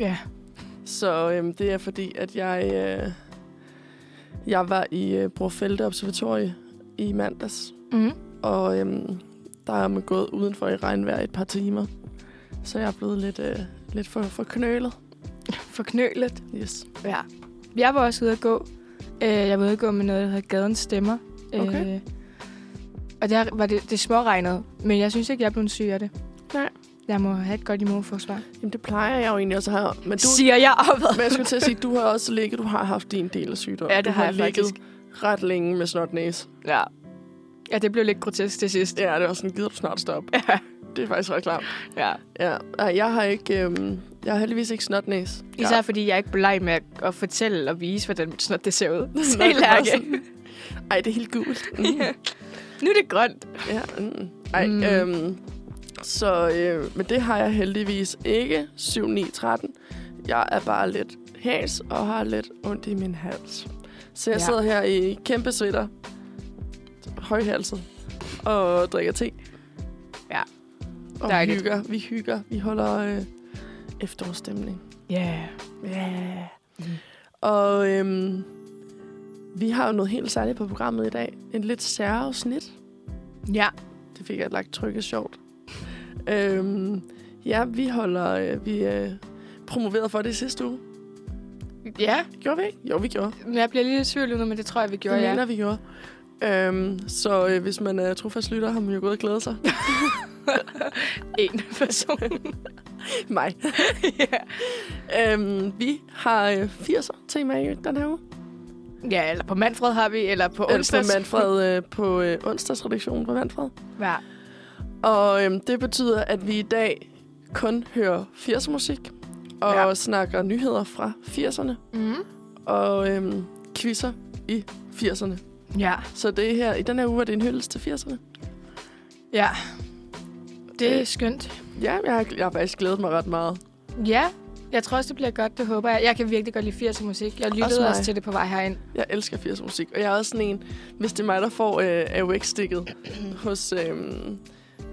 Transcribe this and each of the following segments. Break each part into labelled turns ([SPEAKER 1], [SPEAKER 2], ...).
[SPEAKER 1] Ja.
[SPEAKER 2] Så øhm, det er fordi, at jeg, øh, jeg var i øh, Brofelte Observatorie i mandags,
[SPEAKER 1] Mm.
[SPEAKER 2] og øhm, der er man gået udenfor i regnvejr et par timer. Så jeg er blevet lidt, øh, lidt for, for knølet.
[SPEAKER 1] Forknølet.
[SPEAKER 2] Yes.
[SPEAKER 1] Ja. Jeg var også ude at gå. Øh, jeg var ude at gå med noget, der hedder Gadens Stemmer.
[SPEAKER 2] Okay.
[SPEAKER 1] Øh, og der var det, det småregnede, men jeg synes ikke, jeg er blevet syg af det.
[SPEAKER 2] Nej.
[SPEAKER 1] Jeg må have et godt immunforsvar.
[SPEAKER 2] Jamen, det plejer jeg jo egentlig også at have. Men, du,
[SPEAKER 1] Siger jeg og hvad?
[SPEAKER 2] men jeg skulle til at sige, du har også ligget, du har haft din del af sygdom.
[SPEAKER 1] Ja, det
[SPEAKER 2] du
[SPEAKER 1] har jeg
[SPEAKER 2] ligget
[SPEAKER 1] faktisk.
[SPEAKER 2] ret længe med snot næse.
[SPEAKER 1] Ja. Ja, det blev lidt grotesk til sidst.
[SPEAKER 2] Ja, det var sådan, gider du snart stoppe?
[SPEAKER 1] Ja.
[SPEAKER 2] Det er faktisk ret klart.
[SPEAKER 1] ja.
[SPEAKER 2] Ja, nej, jeg har ikke... Øhm, jeg har heldigvis ikke snotnæs.
[SPEAKER 1] Især
[SPEAKER 2] Ja.
[SPEAKER 1] ja. fordi jeg er ikke bleg med at, at fortælle og vise, hvordan snot det ser ud. Se,
[SPEAKER 2] Nå, det er bare
[SPEAKER 1] Lærke.
[SPEAKER 2] sådan, Ej, det er helt gult. Mm,
[SPEAKER 1] Nu er det grønt.
[SPEAKER 2] ja, mm. Ej,
[SPEAKER 1] Mm.
[SPEAKER 2] øhm, så... Øh, men det har jeg heldigvis ikke. 7, 9, 13. Jeg er bare lidt hæs og har lidt ondt i min hals. Så jeg
[SPEAKER 1] Ja.
[SPEAKER 2] ja. sidder her i kæmpe sweater. Højhalset. Og drikker te.
[SPEAKER 1] Ja.
[SPEAKER 2] Og
[SPEAKER 1] Dejligt.
[SPEAKER 2] vi hygger. Vi hygger. Vi holder øh, efterårsstemning.
[SPEAKER 1] Ja. Yeah.
[SPEAKER 2] Ja. Og øhm, vi har jo noget helt særligt på programmet i dag. En lidt særafsnit.
[SPEAKER 1] Ja.
[SPEAKER 2] Det fik jeg lagt trykket sjovt. Øhm, ja, vi holder... Øh, vi øh, promoverede for det i sidste uge.
[SPEAKER 1] Ja,
[SPEAKER 2] Gjorde vi ikke? Jo, vi gjorde.
[SPEAKER 1] men jeg bliver lige lidt i tvivl nu, men det tror jeg, vi gjorde,
[SPEAKER 2] det mener
[SPEAKER 1] ja.
[SPEAKER 2] vi gjorde. Øhm, så øh, hvis man er trofast lytter, har man jo gået og glædet sig.
[SPEAKER 1] En person.
[SPEAKER 2] Mig.
[SPEAKER 1] ja.
[SPEAKER 2] Øhm, vi har øh, 80'er tema i den her uge.
[SPEAKER 1] ja, eller på Manfred har vi, eller på
[SPEAKER 2] Eller
[SPEAKER 1] onsdags.
[SPEAKER 2] På Manfred, øh, på øh, onsdagsredaktionen på Manfred.
[SPEAKER 1] Ja.
[SPEAKER 2] Og øhm, det betyder, at vi i dag kun hører 80'er musik og
[SPEAKER 1] Ja.
[SPEAKER 2] ja. snakker nyheder fra 80'erne
[SPEAKER 1] Mm.
[SPEAKER 2] og øhm, quizzer i 80'erne.
[SPEAKER 1] ja.
[SPEAKER 2] Så det her, i den her uge er det en hyldest til 80'erne.
[SPEAKER 1] Ja. Det er
[SPEAKER 2] Øh.
[SPEAKER 1] skønt.
[SPEAKER 2] Ja, jeg har, jeg har faktisk glædet mig ret meget.
[SPEAKER 1] Ja. Jeg tror også, det bliver godt, det håber jeg. Jeg kan virkelig godt lide 80'er musik. Jeg lyttede
[SPEAKER 2] Også
[SPEAKER 1] også,
[SPEAKER 2] mig.
[SPEAKER 1] også til det på vej herind.
[SPEAKER 2] Jeg elsker 80'er musik, og jeg er også sådan en, hvis det er mig, der får øh, AUX-stikket hos... Øhm,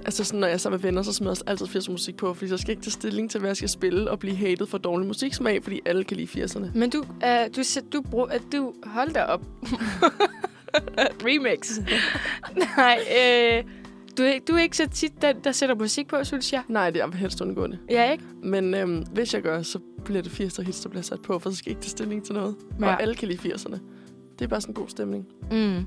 [SPEAKER 2] Altså sådan, når jeg er sammen med venner, så smider jeg altid 80'er musik på, fordi så skal jeg ikke tage stilling til, hvad jeg skal spille og blive hated for dårlig musiksmag, fordi alle kan lide 80'erne.
[SPEAKER 1] Men du, øh, du, sæt- du, brug, øh, du hold da op. Remix. Nej, øh, du, er ikke- du er ikke så tit den, der sætter musik på, synes jeg.
[SPEAKER 2] Nej, det er helst undgående.
[SPEAKER 1] Ja, ikke?
[SPEAKER 2] Men øhm, hvis jeg gør, så bliver det 80'er hits, der bliver sat på, for så skal jeg ikke tage stilling til noget. Ja.
[SPEAKER 1] Ja.
[SPEAKER 2] Og alle kan lide 80'erne. Det er bare sådan en god stemning.
[SPEAKER 1] Mm.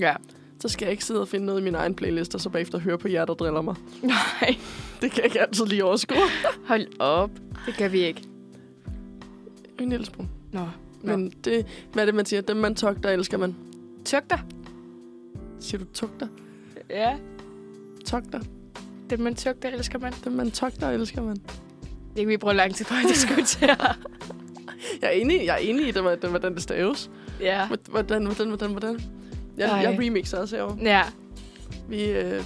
[SPEAKER 1] Ja.
[SPEAKER 2] Så skal jeg ikke sidde og finde noget i min egen playlist, og så bagefter høre på jer, der driller mig.
[SPEAKER 1] Nej,
[SPEAKER 2] Det kan jeg ikke altid lige overskue.
[SPEAKER 1] hold op. Det kan vi ikke.
[SPEAKER 2] En lille smule.
[SPEAKER 1] Nå.
[SPEAKER 2] Men det, hvad er det, man siger? Dem, man tugter, elsker man.
[SPEAKER 1] Tugter.
[SPEAKER 2] Siger du tugter?
[SPEAKER 1] Ja,
[SPEAKER 2] Tugter.
[SPEAKER 1] det man tugter, elsker man.
[SPEAKER 2] Dem, man tugter, elsker man.
[SPEAKER 1] Det kan vi bruge lang tid på at diskutere.
[SPEAKER 2] Jeg er enig, jeg er enig i, det, hvordan- hvordan det staves.
[SPEAKER 1] ja.
[SPEAKER 2] Hvordan, hvordan, hvordan, hvordan? Jeg,
[SPEAKER 1] Ej.
[SPEAKER 2] jeg remixer også herovre.
[SPEAKER 1] Ja.
[SPEAKER 2] Vi øh,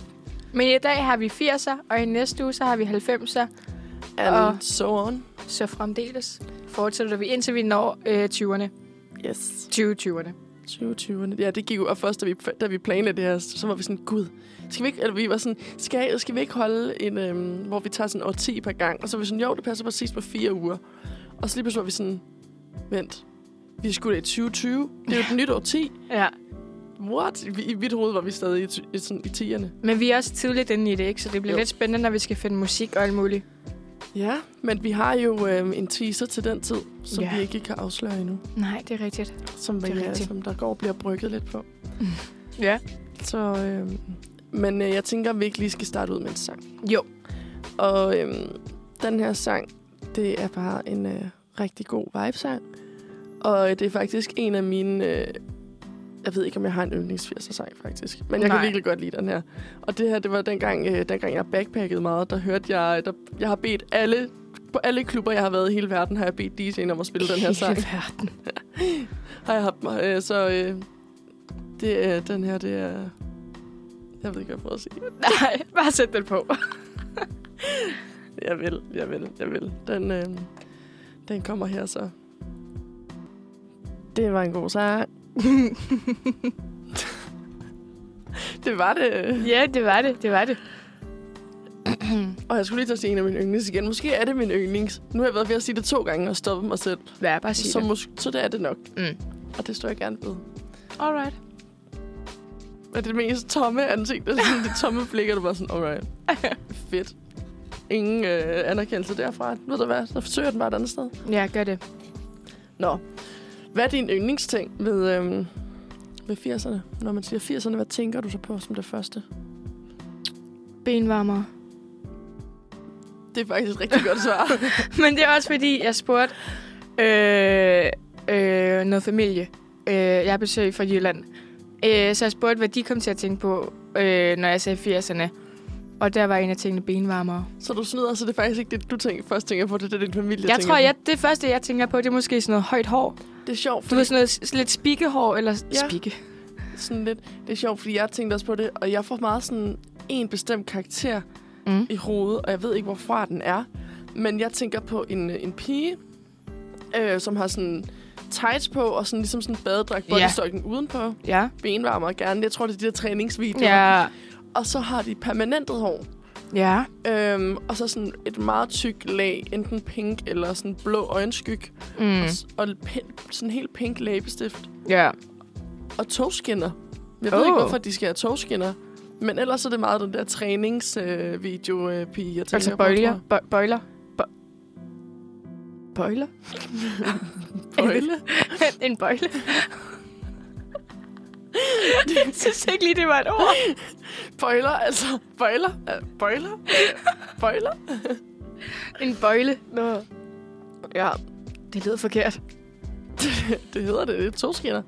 [SPEAKER 1] Men i dag har vi 80'er, og i næste uge så har vi 90'er.
[SPEAKER 2] and
[SPEAKER 1] Og-
[SPEAKER 2] so on.
[SPEAKER 1] Så fremdeles fortsætter vi, indtil vi når øh, 20'erne.
[SPEAKER 2] Yes.
[SPEAKER 1] 2020'erne.
[SPEAKER 2] 2020'erne. Ja, det gik jo og først, da vi, da vi planlagde det her, så var vi sådan, gud, skal vi ikke, eller vi var sådan, skal, skal vi ikke holde en, øhm, hvor vi tager sådan år 10 per gang? Og så var vi sådan, jo, det passer præcis på fire uger. Og så lige pludselig var vi sådan, vent, vi skulle da i 2020. Det er jo et nyt år 10.
[SPEAKER 1] Ja.
[SPEAKER 2] What? I, I mit hoved var vi stadig i, ty- i, sådan, i 10'erne.
[SPEAKER 1] Men vi er også tidligt inde i det, ikke? Så det bliver jo.
[SPEAKER 2] Jo.
[SPEAKER 1] lidt spændende, når vi skal finde musik og alt muligt.
[SPEAKER 2] Ja, men vi har jo øhm, en teaser til den tid, som
[SPEAKER 1] Ja.
[SPEAKER 2] vi ikke kan afsløre endnu.
[SPEAKER 1] Nej, det er rigtigt.
[SPEAKER 2] Som,
[SPEAKER 1] Det er
[SPEAKER 2] vi, er
[SPEAKER 1] rigtigt.
[SPEAKER 2] som der går og bliver brygget lidt på.
[SPEAKER 1] Ja.
[SPEAKER 2] Så, øhm, men øh, jeg tænker, at vi ikke lige skal starte ud med en sang.
[SPEAKER 1] Jo.
[SPEAKER 2] Og øhm, den her sang, det er bare en øh, rigtig god vibe-sang. Og øh, det er faktisk en af mine... Øh, jeg ved ikke, om jeg har en yndlings 80'er sang faktisk. Men jeg Nej.
[SPEAKER 1] Nej.
[SPEAKER 2] kan virkelig godt lide den her. Og det her, det var dengang, øh, dengang jeg backpackede meget. Der hørte jeg... Der, jeg har bedt alle... På alle klubber, jeg har været i hele verden, har jeg bedt DJ'en om at spille den her sang.
[SPEAKER 1] Hele verden.
[SPEAKER 2] Har jeg haft mig. Øh, så øh, det er, den her, det er... Jeg ved ikke, hvad jeg prøver at sige.
[SPEAKER 1] Nej, bare sæt den på.
[SPEAKER 2] Jeg vil, jeg vil, jeg vil. Den, øh, den kommer her så. Det var en god sang. det var det.
[SPEAKER 1] ja, det var det. Det var det.
[SPEAKER 2] Og jeg skulle lige til at sige en af mine yndlings igen. Måske er det min yndlings. Nu har jeg været ved at sige det to gange og stoppe mig selv.
[SPEAKER 1] Ja, bare sig
[SPEAKER 2] Så,
[SPEAKER 1] det.
[SPEAKER 2] mås- så det er det nok.
[SPEAKER 1] Mm.
[SPEAKER 2] Og det står jeg gerne ved.
[SPEAKER 1] Alright.
[SPEAKER 2] Er det mest tomme ansigt? Det, er sådan, det tomme blik, og du bare sådan, alright. Fedt. Ingen øh, anerkendelse derfra. Ved du hvad? Så forsøger jeg den bare et andet sted.
[SPEAKER 1] Ja, gør det.
[SPEAKER 2] Nå. Hvad er din yndlingsting ved, øhm, ved 80'erne? Når man siger 80'erne, hvad tænker du så på som det første?
[SPEAKER 1] Benvarmer.
[SPEAKER 2] Det er faktisk et rigtig godt svar.
[SPEAKER 1] Men det er også fordi, jeg spurgte øh, øh, noget familie. Øh, jeg har besøg fra Jylland. Øh, så jeg spurgte, hvad de kom til at tænke på, øh, når jeg sagde 80'erne. Og der var en af tingene benvarmere.
[SPEAKER 2] så du snyder, så det er faktisk ikke det, du tænker, først tænker på. Det er det, din familie
[SPEAKER 1] Jeg, jeg
[SPEAKER 2] tænker
[SPEAKER 1] tror,
[SPEAKER 2] på.
[SPEAKER 1] jeg, det første, jeg tænker på, det er måske sådan noget højt hår.
[SPEAKER 2] Det er sjovt,
[SPEAKER 1] Du ved, sådan noget s- lidt spikkehår, eller
[SPEAKER 2] Ja.
[SPEAKER 1] ja. spikke.
[SPEAKER 2] sådan lidt, det er sjovt, fordi jeg tænkte også på det, og jeg får meget sådan en bestemt karakter
[SPEAKER 1] Mm.
[SPEAKER 2] i hovedet, og jeg ved ikke, hvorfra den er. Men jeg tænker på en, øh, en pige, øh, som har sådan tights på, og sådan ligesom sådan en badedragt,
[SPEAKER 1] Ja.
[SPEAKER 2] bodystokken udenpå,
[SPEAKER 1] Ja.
[SPEAKER 2] benvarmer gerne. Jeg tror, det er de der træningsvideoer.
[SPEAKER 1] Ja.
[SPEAKER 2] Og så har de permanentet hår.
[SPEAKER 1] Ja.
[SPEAKER 2] Øhm, og så sådan et meget tyk lag, enten pink eller sådan blå øjenskygge.
[SPEAKER 1] Mm.
[SPEAKER 2] Mm. Og pi- sådan helt pink læbestift.
[SPEAKER 1] Ja.
[SPEAKER 2] og togskinner. Jeg ved
[SPEAKER 1] Oh.
[SPEAKER 2] ikke, hvorfor de skal have togskinner. Men ellers er det meget den der træningsvideo-pige, øh, video-pige, jeg tænker
[SPEAKER 1] Altså
[SPEAKER 2] på, tror
[SPEAKER 1] bøjler.
[SPEAKER 2] jeg.
[SPEAKER 1] Bø- bøjler. Bø- bøjler?
[SPEAKER 2] Bøjle.
[SPEAKER 1] en bøjle. Jeg synes ikke lige, det var et ord.
[SPEAKER 2] Bøjler, altså. Bøjler. Øh, Bøjler. Øh, Bøjler.
[SPEAKER 1] En bøjle.
[SPEAKER 2] Nå. Ja,
[SPEAKER 1] Det lyder forkert.
[SPEAKER 2] det hedder det. Det er togskinner.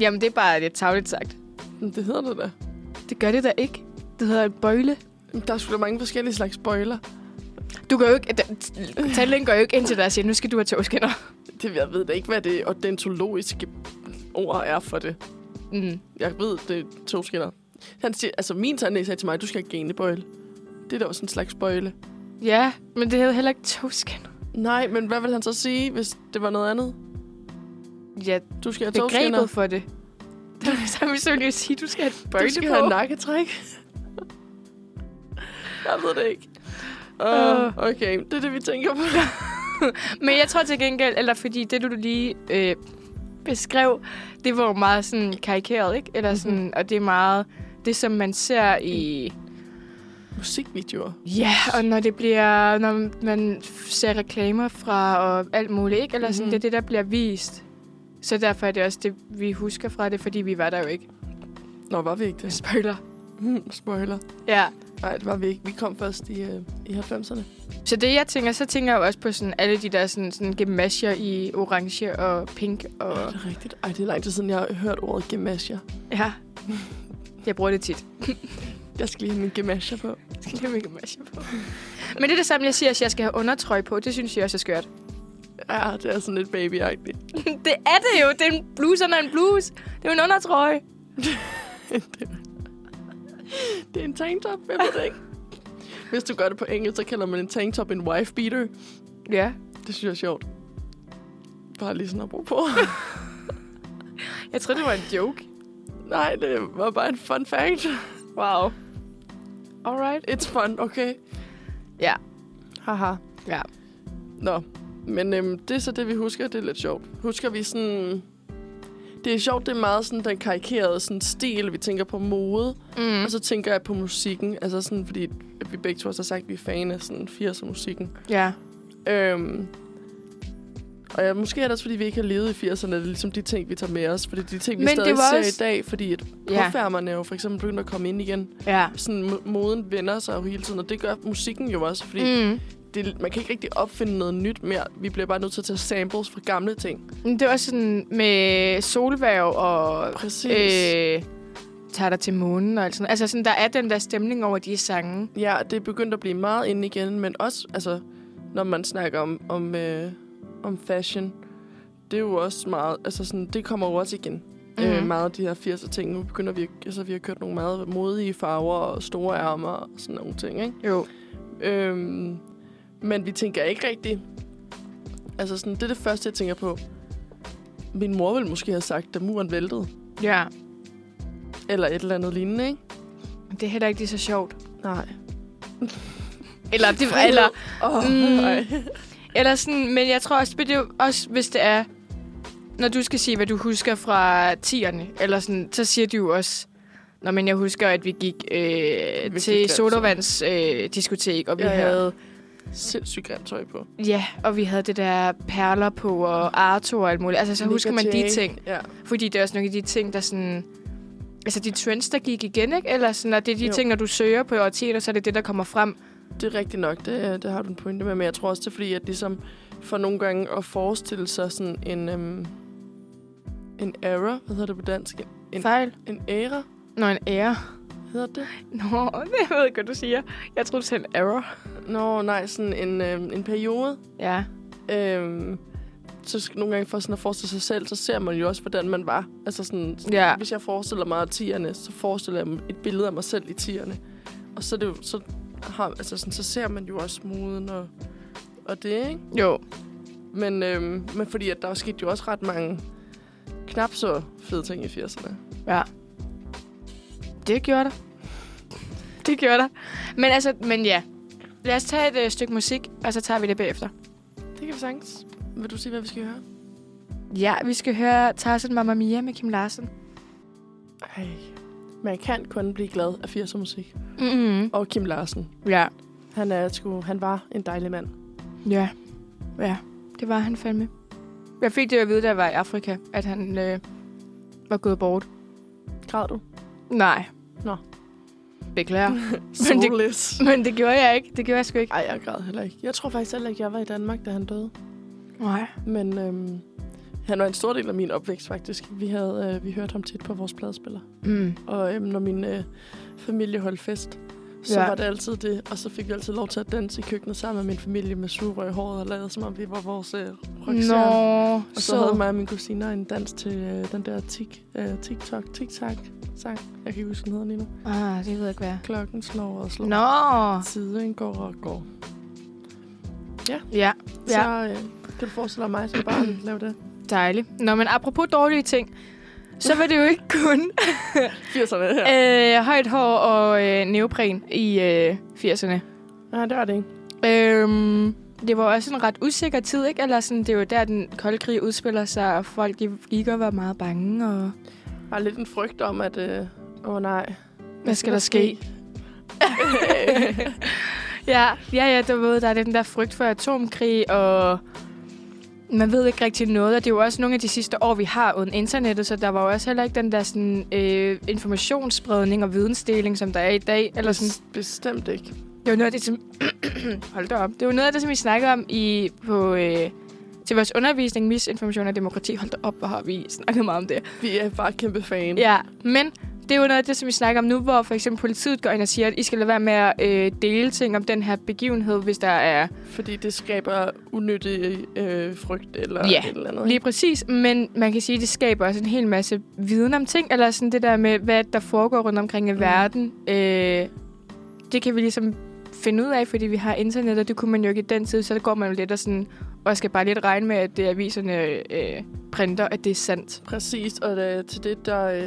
[SPEAKER 1] Jamen, det er bare lidt tavligt sagt.
[SPEAKER 2] Men Det hedder det da.
[SPEAKER 1] Det gør det da ikke. Det hedder en bøjle.
[SPEAKER 2] Men Der er sgu da mange forskellige slags bøjler.
[SPEAKER 1] Du går jo ikke... da- t- Tandlægen går jo ikke ind til dig og siger, nu skal du have togskinner.
[SPEAKER 2] Det, jeg ved da ikke, hvad det odontologiske ord er for det.
[SPEAKER 1] Mm.
[SPEAKER 2] Jeg ved, det er togskinner. Han siger, altså min tandlæge sagde til mig, du skal have genebøjle. Det er da også en slags bøjle.
[SPEAKER 1] Ja, men det hedder heller ikke togskinner.
[SPEAKER 2] Nej, men hvad vil han så sige, hvis det var noget andet?
[SPEAKER 1] Ja,
[SPEAKER 2] Du skal have togskinner.
[SPEAKER 1] begrebet for det. Så vil jeg jo sige, du skal have et
[SPEAKER 2] Du
[SPEAKER 1] bøjle
[SPEAKER 2] skal
[SPEAKER 1] på.
[SPEAKER 2] have nakketræk. jeg ved det ikke. Uh,
[SPEAKER 1] Åh.
[SPEAKER 2] okay, det er det, vi tænker på.
[SPEAKER 1] Men jeg tror til gengæld, eller fordi det, du lige øh, beskrev, det var jo meget sådan karikeret, ikke? Eller sådan, mm-hmm. og det er meget det, som man ser i...
[SPEAKER 2] Musikvideoer.
[SPEAKER 1] Ja, og når det bliver... Når man ser reklamer fra og alt muligt, ikke? Eller sådan,
[SPEAKER 2] Mhm.
[SPEAKER 1] mm-hmm. det er det, der bliver vist. Så derfor er det også det, vi husker fra det, fordi vi var der jo ikke.
[SPEAKER 2] Nå, var vi ikke det?
[SPEAKER 1] Spoiler.
[SPEAKER 2] Hmm, spoiler.
[SPEAKER 1] Ja.
[SPEAKER 2] Nej, det var vi ikke. Vi kom først i, øh, i 90'erne.
[SPEAKER 1] Så det, jeg tænker, så tænker jeg jo også på sådan alle de der sådan, sådan gemasjer i orange og pink og...
[SPEAKER 2] Er det rigtigt? Ej, det er lang tid siden, jeg har hørt ordet gemasjer.
[SPEAKER 1] Ja. Jeg bruger det tit.
[SPEAKER 2] Jeg skal lige have min gemasjer på.
[SPEAKER 1] Det kan vi ikke matche på. Men det er det samme, jeg siger, at jeg skal have undertrøje på. Det synes jeg også er skørt.
[SPEAKER 2] Ja, det er sådan lidt babyagtigt.
[SPEAKER 1] det er det jo. Det er en bluse under en bluse. Det er jo en undertrøje.
[SPEAKER 2] Det er en tanktop, jeg ved det ikke. Hvis du gør det på engelsk, så kalder man en tanktop en wife beater.
[SPEAKER 1] Ja.
[SPEAKER 2] Det synes jeg er sjovt. Bare lige sådan at bruge på.
[SPEAKER 1] Jeg troede, det var en joke.
[SPEAKER 2] Nej, det var bare en fun fact.
[SPEAKER 1] Wow. Alright.
[SPEAKER 2] It's fun, okay?
[SPEAKER 1] Ja.
[SPEAKER 2] Haha.
[SPEAKER 1] Ja.
[SPEAKER 2] Nå, men øhm, det er så det, vi husker. Det er lidt sjovt. Husker vi sådan... Det er sjovt, det er meget sådan den karikerede sådan stil. Vi tænker på mode,
[SPEAKER 1] Mm.
[SPEAKER 2] og så tænker jeg på musikken. Altså sådan, fordi vi begge to også har sagt, at vi er fan af sådan 80'er musikken.
[SPEAKER 1] Ja.
[SPEAKER 2] Øhm, og ja, måske er det også, fordi vi ikke har levet i 80'erne. Det er ligesom de ting, vi tager med os. Fordi de ting, vi
[SPEAKER 1] Men det
[SPEAKER 2] stadig
[SPEAKER 1] var
[SPEAKER 2] ser i
[SPEAKER 1] også-
[SPEAKER 2] dag. Fordi at
[SPEAKER 1] Ja.
[SPEAKER 2] påfærmerne er jo for eksempel begyndt at komme ind igen.
[SPEAKER 1] Ja.
[SPEAKER 2] sådan mo- moden vender sig jo hele tiden, og det gør musikken jo også, fordi mm.
[SPEAKER 1] Mm.
[SPEAKER 2] det, man kan ikke rigtig opfinde noget nyt mere. Vi bliver bare nødt til at tage samples fra gamle ting.
[SPEAKER 1] Men Det er også sådan med solværv og...
[SPEAKER 2] Præcis. Øh.
[SPEAKER 1] Øh, tager dig til månen og alt sådan noget. Altså sådan, der er den der stemning over de sange.
[SPEAKER 2] Ja, det er begyndt at blive meget inde igen, men også, altså, når man snakker om, om, øh, om fashion, det er jo også meget, altså sådan, det kommer jo også igen. Mm. Øh,
[SPEAKER 1] Mhm.
[SPEAKER 2] meget af de her 80'er ting. Nu begynder vi, at- altså vi har kørt nogle meget modige farver og store ærmer og sådan nogle ting, ikke?
[SPEAKER 1] Jo.
[SPEAKER 2] Øhm, men vi tænker ikke rigtigt. Altså, sådan, det er det første, jeg tænker på. Min mor ville måske have sagt, da muren væltede.
[SPEAKER 1] Ja.
[SPEAKER 2] Eller et eller andet lignende, ikke?
[SPEAKER 1] Men Det er heller ikke lige så sjovt.
[SPEAKER 2] Nej.
[SPEAKER 1] Eller, det, eller,
[SPEAKER 2] Åh,
[SPEAKER 1] Mm.
[SPEAKER 2] nej.
[SPEAKER 1] eller sådan, men jeg tror også, det er jo også, hvis det er, når du skal sige, hvad du husker fra tierne, eller sådan, så siger du jo også, Nå, men jeg husker, at vi gik øh,
[SPEAKER 2] gik
[SPEAKER 1] til
[SPEAKER 2] grim, så."
[SPEAKER 1] Sodavands øh, diskotek, og vi
[SPEAKER 2] Ja,
[SPEAKER 1] ja,
[SPEAKER 2] ja.
[SPEAKER 1] ja. havde
[SPEAKER 2] Sindssygt grimt tøj på.
[SPEAKER 1] ja, og vi havde det der perler på, og Arthur og alt muligt. Altså, så
[SPEAKER 2] Nick
[SPEAKER 1] husker
[SPEAKER 2] og
[SPEAKER 1] man de
[SPEAKER 2] Jay.
[SPEAKER 1] ting.
[SPEAKER 2] Ja.
[SPEAKER 1] Fordi det er også nogle af de ting, der sådan... Altså de trends, der gik igen, ikke? Eller sådan, at det er de
[SPEAKER 2] Jo.
[SPEAKER 1] jo. ting, når du søger på årtier, så er det det, der kommer frem.
[SPEAKER 2] Det er rigtigt nok, det, det har du en pointe med, men jeg tror også, det er fordi, at ligesom for nogle gange at forestille sig sådan en, øhm, en era, hvad hedder det på dansk? En-
[SPEAKER 1] Fejl.
[SPEAKER 2] En æra,
[SPEAKER 1] Nå, en ære.
[SPEAKER 2] hedder det?
[SPEAKER 1] Nå, det ved jeg ikke, hvad du siger. Jeg troede, du sagde en error.
[SPEAKER 2] Nå, nej, sådan en, øhm, en periode.
[SPEAKER 1] Ja.
[SPEAKER 2] Øhm, så skal nogle gange for sådan at forestille sig selv, så ser man jo også, hvordan man var. Altså sådan,
[SPEAKER 1] Ja.
[SPEAKER 2] hvis jeg forestiller mig tierne, så forestiller jeg mig et billede af mig selv i tierne. Og så, er det jo, så, har, altså sådan, så ser man jo også moden og, og det, ikke?
[SPEAKER 1] Jo.
[SPEAKER 2] Men, øhm, men fordi at der skete jo også ret mange knap så fede ting i 80'erne.
[SPEAKER 1] Ja. Det gjorde der. Det gjorde der. Men altså, men ja. Lad os tage et øh, stykke musik, og så tager vi det bagefter.
[SPEAKER 2] Det kan vi sagtens. Vil du sige, hvad vi skal høre?
[SPEAKER 1] Ja, vi skal høre Tarzan Mamma Mia med Kim Larsen.
[SPEAKER 2] Ej. Man kan kun blive glad af 80'er musik.
[SPEAKER 1] Mm-hmm.
[SPEAKER 2] Og Kim Larsen.
[SPEAKER 1] Ja.
[SPEAKER 2] Han, er, sgu, han var en dejlig mand.
[SPEAKER 1] Ja. Ja, det var han fandme. Jeg fik det at vide, da jeg var i Afrika, at han øh, var gået bort.
[SPEAKER 2] Græd du?
[SPEAKER 1] Nej.
[SPEAKER 2] Nå.
[SPEAKER 1] Beklager. det-
[SPEAKER 2] Soulless.
[SPEAKER 1] Men det gjorde jeg ikke. Det gjorde jeg sgu ikke.
[SPEAKER 2] Ej, jeg græd heller ikke. Jeg tror faktisk heller ikke, jeg var i Danmark, da han døde.
[SPEAKER 1] Nej.
[SPEAKER 2] Men øhm, han var en stor del af min opvækst, faktisk. Vi, havde, øh, vi hørte ham tit på vores pladespiller.
[SPEAKER 1] Mm.
[SPEAKER 2] Og øhm, når min øh, familie holdt fest, så ja.
[SPEAKER 1] Ja.
[SPEAKER 2] var det altid det. Og så fik vi altid lov til at danse i køkkenet sammen med min familie med sugerør i håret og lavede, som om vi var vores øh, rockstjerne.
[SPEAKER 1] Nå,
[SPEAKER 2] Og så havde mig og min kusiner en dans til øh, den der tik, øh, TikTok, TikTok sang. Jeg kan ikke huske, den hedder lige nu.
[SPEAKER 1] Ah, det ved jeg ikke, hvad
[SPEAKER 2] Klokken slår og slår.
[SPEAKER 1] Nå.
[SPEAKER 2] Tiden går og går.
[SPEAKER 1] Ja,
[SPEAKER 2] Ja.
[SPEAKER 1] Ja.
[SPEAKER 2] Så øh, kan du forestille dig mig som barn lave det?
[SPEAKER 1] dejligt. Nå, men apropos dårlige ting, så var det jo ikke kun
[SPEAKER 2] 80'erne her. Ja.
[SPEAKER 1] øh, højt hår og øh, neopren i øh, 80'erne.
[SPEAKER 2] Nej, det var det ikke.
[SPEAKER 1] Øhm, det var også en ret usikker tid, ikke? Eller sådan, det er jo der, den kolde krig udspiller sig, og folk de gik og var meget bange, og
[SPEAKER 2] Bare lidt en frygt om, at... Åh øh, oh, nej.
[SPEAKER 1] hvad skal der ske? ja, ja, ja, du ved, der er den der frygt for atomkrig, og man ved ikke rigtig noget, og det er jo også nogle af de sidste år, vi har uden internettet, så der var jo også heller ikke den der sådan, øh, informationsspredning og vidensdeling, som der er i dag. Eller sådan.
[SPEAKER 2] Bes- Bestemt ikke.
[SPEAKER 1] Det var noget af det, som... Hold da op. Det var noget af det, som vi snakkede om i, på, øh, til vores undervisning, misinformation og demokrati. Hold da op, hvor har vi snakket meget om det.
[SPEAKER 2] Vi er bare kæmpe fan.
[SPEAKER 1] Ja, men det er jo noget af det, som vi snakker om nu, hvor for eksempel politiet går ind og siger, at I skal lade være med at øh, dele ting om den her begivenhed, hvis der er...
[SPEAKER 2] Fordi det skaber unødig øh, frygt eller
[SPEAKER 1] Ja,
[SPEAKER 2] et eller andet.
[SPEAKER 1] Lige præcis, men man kan sige, at det skaber også en hel masse viden om ting, eller sådan det der med, hvad der foregår rundt omkring i
[SPEAKER 2] Mm.
[SPEAKER 1] mm. verden. Øh, det kan vi ligesom finde ud af, fordi vi har internet, og det kunne man jo ikke i den tid, så der går man jo lidt og sådan, og skal bare lidt regne med, at det aviserne øh, printer, at det er sandt.
[SPEAKER 2] Præcis, og øh, til det, der øh,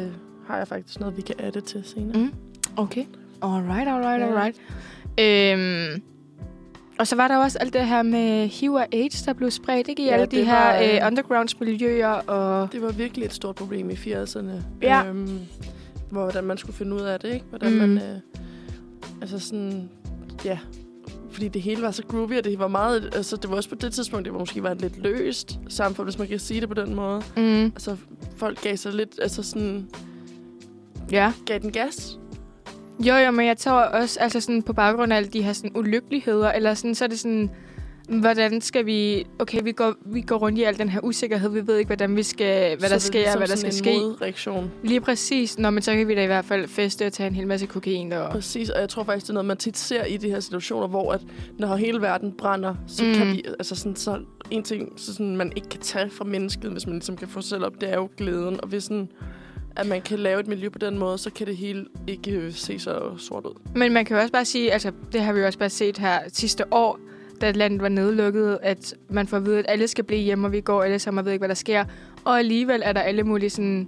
[SPEAKER 2] har jeg faktisk noget, vi kan adde til senere.
[SPEAKER 1] Mm. Okay. Alright, alright,
[SPEAKER 2] Ja.
[SPEAKER 1] alright. Øhm, og så var der jo også alt det her med HIV og AIDS, der blev spredt, ikke? I
[SPEAKER 2] Ja,
[SPEAKER 1] ja, alle de
[SPEAKER 2] det
[SPEAKER 1] her
[SPEAKER 2] var, øh,
[SPEAKER 1] øh, undergrounds-miljøer, og...
[SPEAKER 2] Det var virkelig et stort problem i 80'erne.
[SPEAKER 1] Ja.
[SPEAKER 2] Øhm, hvor, hvordan man skulle finde ud af det, ikke? Hvordan mm.
[SPEAKER 1] Mm.
[SPEAKER 2] man... Øh, altså sådan... Ja. Fordi det hele var så groovy, og det var meget... Altså, det var også på det tidspunkt, det var måske var et lidt løst samfund, hvis man kan sige det på den måde.
[SPEAKER 1] Mm,
[SPEAKER 2] Altså, folk gav sig lidt... Altså sådan...
[SPEAKER 1] ja.
[SPEAKER 2] Gav den gas.
[SPEAKER 1] Jo, jo, men jeg tror også, altså sådan på baggrund af alle de her sådan ulykkeligheder, eller sådan, så er det sådan, hvordan skal vi, okay, vi går, vi går rundt i al den her usikkerhed, vi ved ikke, hvordan vi skal, hvad der
[SPEAKER 2] Så
[SPEAKER 1] sker,
[SPEAKER 2] det er ligesom
[SPEAKER 1] hvad der skal
[SPEAKER 2] sådan
[SPEAKER 1] ske.
[SPEAKER 2] en modreaktion.
[SPEAKER 1] Lige præcis. Nå, men så kan vi da i hvert fald feste og tage en hel masse kokain og...
[SPEAKER 2] Præcis, og jeg tror faktisk, det er noget, man tit ser i de her situationer, hvor at når hele verden brænder, så mm.
[SPEAKER 1] Mm.
[SPEAKER 2] kan vi, altså sådan, så en ting, så sådan, man ikke kan tage fra mennesket, hvis man ligesom kan få sig selv op, det er jo glæden. Og hvis sådan, at man kan lave et miljø på den måde, så kan det hele ikke øh, se så sort ud.
[SPEAKER 1] Men man kan jo også bare sige, altså det har vi jo også bare set her sidste år, da landet var nedlukket, at man får at vide, at alle skal blive hjemme, og vi går alle sammen og ved ikke, hvad der sker. Og alligevel er der alle mulige sådan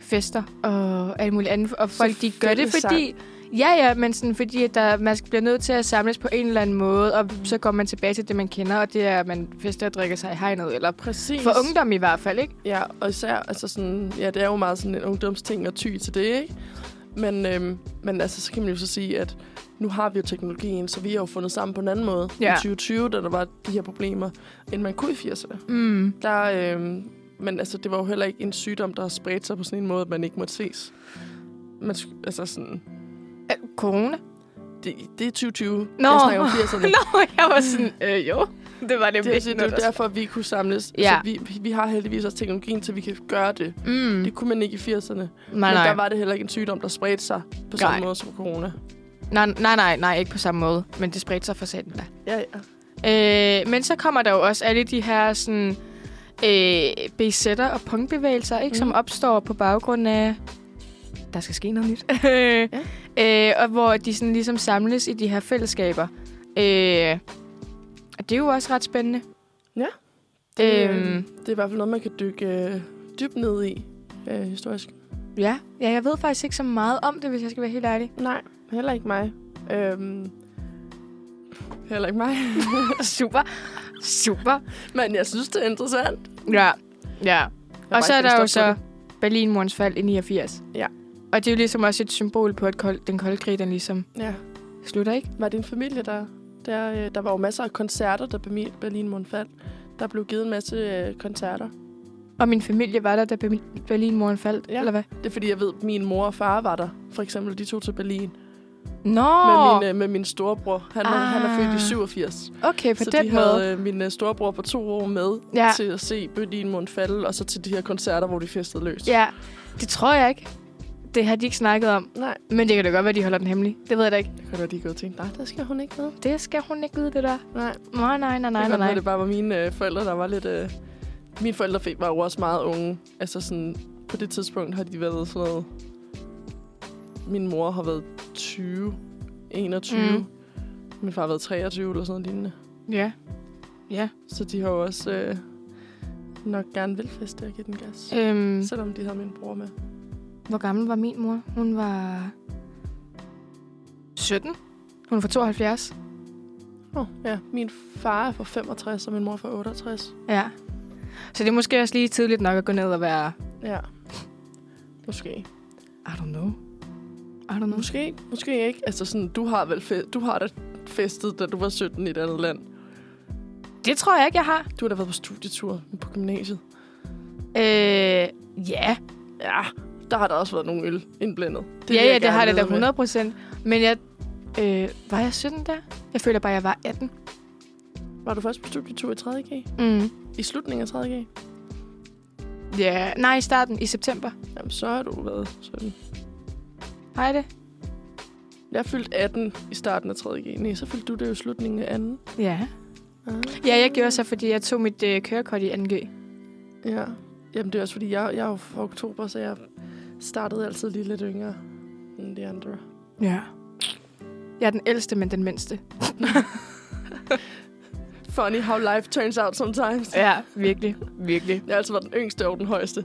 [SPEAKER 1] fester og alt muligt andet, og folk de gør det,
[SPEAKER 2] fællessang.
[SPEAKER 1] fordi... Ja, ja, men sådan, fordi at der, man bliver nødt til at samles på en eller anden måde, og så går man tilbage til det, man kender, og det er, at man fester og drikker sig i hegnet, eller
[SPEAKER 2] Præcis.
[SPEAKER 1] for ungdom i hvert fald, ikke?
[SPEAKER 2] Ja, og især, altså sådan, ja, det er jo meget sådan en ungdomsting at ty til det, ikke? Men, øhm, men altså, så kan man jo så sige, at nu har vi jo teknologien, så vi har jo fundet sammen på en anden måde.
[SPEAKER 1] Ja.
[SPEAKER 2] I 2020, da der var de her problemer, end man kunne i 80'erne.
[SPEAKER 1] Mm.
[SPEAKER 2] Der, øhm, men altså, det var jo heller ikke en sygdom, der har spredt sig på sådan en måde, at man ikke måtte ses. Man, sk- altså sådan,
[SPEAKER 1] Øh, Corona?
[SPEAKER 2] det, det er 2020. Nå.
[SPEAKER 1] Nå.
[SPEAKER 2] Jeg snakker om 80'erne.
[SPEAKER 1] Nå, jeg var sådan, øh, jo, det var det,
[SPEAKER 2] Det, er altså- det er jo
[SPEAKER 1] der.
[SPEAKER 2] derfor, vi kunne samles.
[SPEAKER 1] Ja.
[SPEAKER 2] Altså, vi, vi har heldigvis også teknologien, så vi kan gøre det.
[SPEAKER 1] Mm.
[SPEAKER 2] Det kunne man ikke i 80'erne.
[SPEAKER 1] Nej,
[SPEAKER 2] Men
[SPEAKER 1] nej.
[SPEAKER 2] der var det heller ikke en sygdom, der spredte sig på samme
[SPEAKER 1] Nej.
[SPEAKER 2] måde som corona.
[SPEAKER 1] nej, nej, nej, nej, ikke på samme måde, men det spredte sig for satan da.
[SPEAKER 2] Ja, ja.
[SPEAKER 1] Øh, men så kommer der jo også alle de her sådan, øh, BZ'er og punkbevægelser, ikke, mm. som
[SPEAKER 2] Mm.
[SPEAKER 1] opstår på baggrund af, der skal ske noget nyt. ja. øh, og hvor de sådan ligesom samles i de her fællesskaber. Øh, og det er jo også ret spændende.
[SPEAKER 2] Ja. Det,
[SPEAKER 1] Øhm,
[SPEAKER 2] det er i hvert fald noget, man kan dykke øh, dybt ned i øh, historisk.
[SPEAKER 1] ja. ja, jeg ved faktisk ikke så meget om det, hvis jeg skal være helt ærlig.
[SPEAKER 2] Nej, heller ikke mig. Øhm, heller ikke mig.
[SPEAKER 1] Super. Super.
[SPEAKER 2] Men jeg synes, det er interessant.
[SPEAKER 1] Ja, ja.
[SPEAKER 2] bare
[SPEAKER 1] Og så er
[SPEAKER 2] ikke
[SPEAKER 1] der jo
[SPEAKER 2] helt stop
[SPEAKER 1] så
[SPEAKER 2] på
[SPEAKER 1] Berlinmurens fald i 89.
[SPEAKER 2] Ja.
[SPEAKER 1] Og det er jo ligesom også et symbol på, at kold, den kolde krig, den ligesom
[SPEAKER 2] Ja.
[SPEAKER 1] slutter, ikke?
[SPEAKER 2] Var det en familie, der... Der, øh, der var jo masser af koncerter, der Berlin, Berlin Mund faldt. Der blev givet en masse øh, koncerter.
[SPEAKER 1] Og min familie var der, da Berlin- Berlinmuren faldt, ja.
[SPEAKER 2] Ja.
[SPEAKER 1] eller hvad?
[SPEAKER 2] Det er fordi, jeg ved, at min mor og far var der. For eksempel, de tog til Berlin.
[SPEAKER 1] Nå,
[SPEAKER 2] Med, min, øh, med min storebror. Han, ah. han er født
[SPEAKER 1] Ah.
[SPEAKER 2] i 87.
[SPEAKER 1] okay, på
[SPEAKER 2] så
[SPEAKER 1] den
[SPEAKER 2] de
[SPEAKER 1] måde.
[SPEAKER 2] havde øh, min øh, storebror på to år med
[SPEAKER 1] Ja.
[SPEAKER 2] ja. til at se Berlinmund falde, og så til de her koncerter, hvor de festede løs.
[SPEAKER 1] Ja, det tror jeg ikke. Det har de ikke snakket om.
[SPEAKER 2] Nej,
[SPEAKER 1] Men det kan da godt være, de holder den hemmelig. Det ved jeg da ikke.
[SPEAKER 2] jeg kan da lige gå og tænke, nej, der skal hun ikke med.
[SPEAKER 1] Det skal hun ikke vide, det der.
[SPEAKER 2] Nej,
[SPEAKER 1] Nej, nej, nej, nej,
[SPEAKER 2] det,
[SPEAKER 1] nej.
[SPEAKER 2] kan godt være,
[SPEAKER 1] nej.
[SPEAKER 2] det bare var mine øh, forældre, der var lidt... Øh, mine forældre fik- var jo også meget unge. Altså sådan, på det tidspunkt har de været sådan noget... Min mor har været 20, 21.
[SPEAKER 1] Mm.
[SPEAKER 2] Mm. Min far har været 23 eller sådan noget lignende.
[SPEAKER 1] Ja. Ja.
[SPEAKER 2] Så de har jo også øh, nok gerne vil feste og give den gas.
[SPEAKER 1] Øhm,
[SPEAKER 2] Selvom de havde min bror med.
[SPEAKER 1] hvor gammel var min mor? Hun var... 17. Hun var 72.
[SPEAKER 2] Oh, ja. Min far er fra 65, og min mor er fra 68.
[SPEAKER 1] Ja. Så det er måske også lige tidligt nok at gå ned og være...
[SPEAKER 2] Ja. Måske.
[SPEAKER 1] I don't know. I don't know.
[SPEAKER 2] Måske, måske ikke. Altså sådan, du har vel fe- du har da festet, da du var 17 i et andet land.
[SPEAKER 1] Det tror jeg ikke, jeg har.
[SPEAKER 2] Du har da været på studietur på gymnasiet.
[SPEAKER 1] Øh, ja.
[SPEAKER 2] Ja, der har der også været nogle øl indblandet.
[SPEAKER 1] Det ja,
[SPEAKER 2] vil jeg
[SPEAKER 1] ja, det
[SPEAKER 2] gerne
[SPEAKER 1] har det da
[SPEAKER 2] vide med.
[SPEAKER 1] 100 procent. Men jeg... Øh, var jeg 17 der? Jeg føler bare, jeg var 18.
[SPEAKER 2] Var du først på studietur i 3.G?
[SPEAKER 1] Mm.
[SPEAKER 2] I slutningen af 3.G?
[SPEAKER 1] Ja, yeah. nej, i starten i september.
[SPEAKER 2] Jamen, så har du været 17.
[SPEAKER 1] Har jeg det?
[SPEAKER 2] Jeg fyldte 18 i starten af 3.G. Nej, så fyldte du det jo i slutningen af 2.
[SPEAKER 1] Ja.
[SPEAKER 2] Ah.
[SPEAKER 1] Ja, jeg gjorde så, fordi jeg tog mit øh, kørekort i 2G.
[SPEAKER 2] Ja. Jamen, det er også fordi, jeg, jeg er jo fra oktober, så jeg startede altid lige lidt yngre end de andre.
[SPEAKER 1] Ja. Jeg er den ældste, men den mindste.
[SPEAKER 2] Funny how life turns out sometimes.
[SPEAKER 1] Ja, virkelig. Virkelig.
[SPEAKER 2] Jeg har altid været den yngste og den højeste.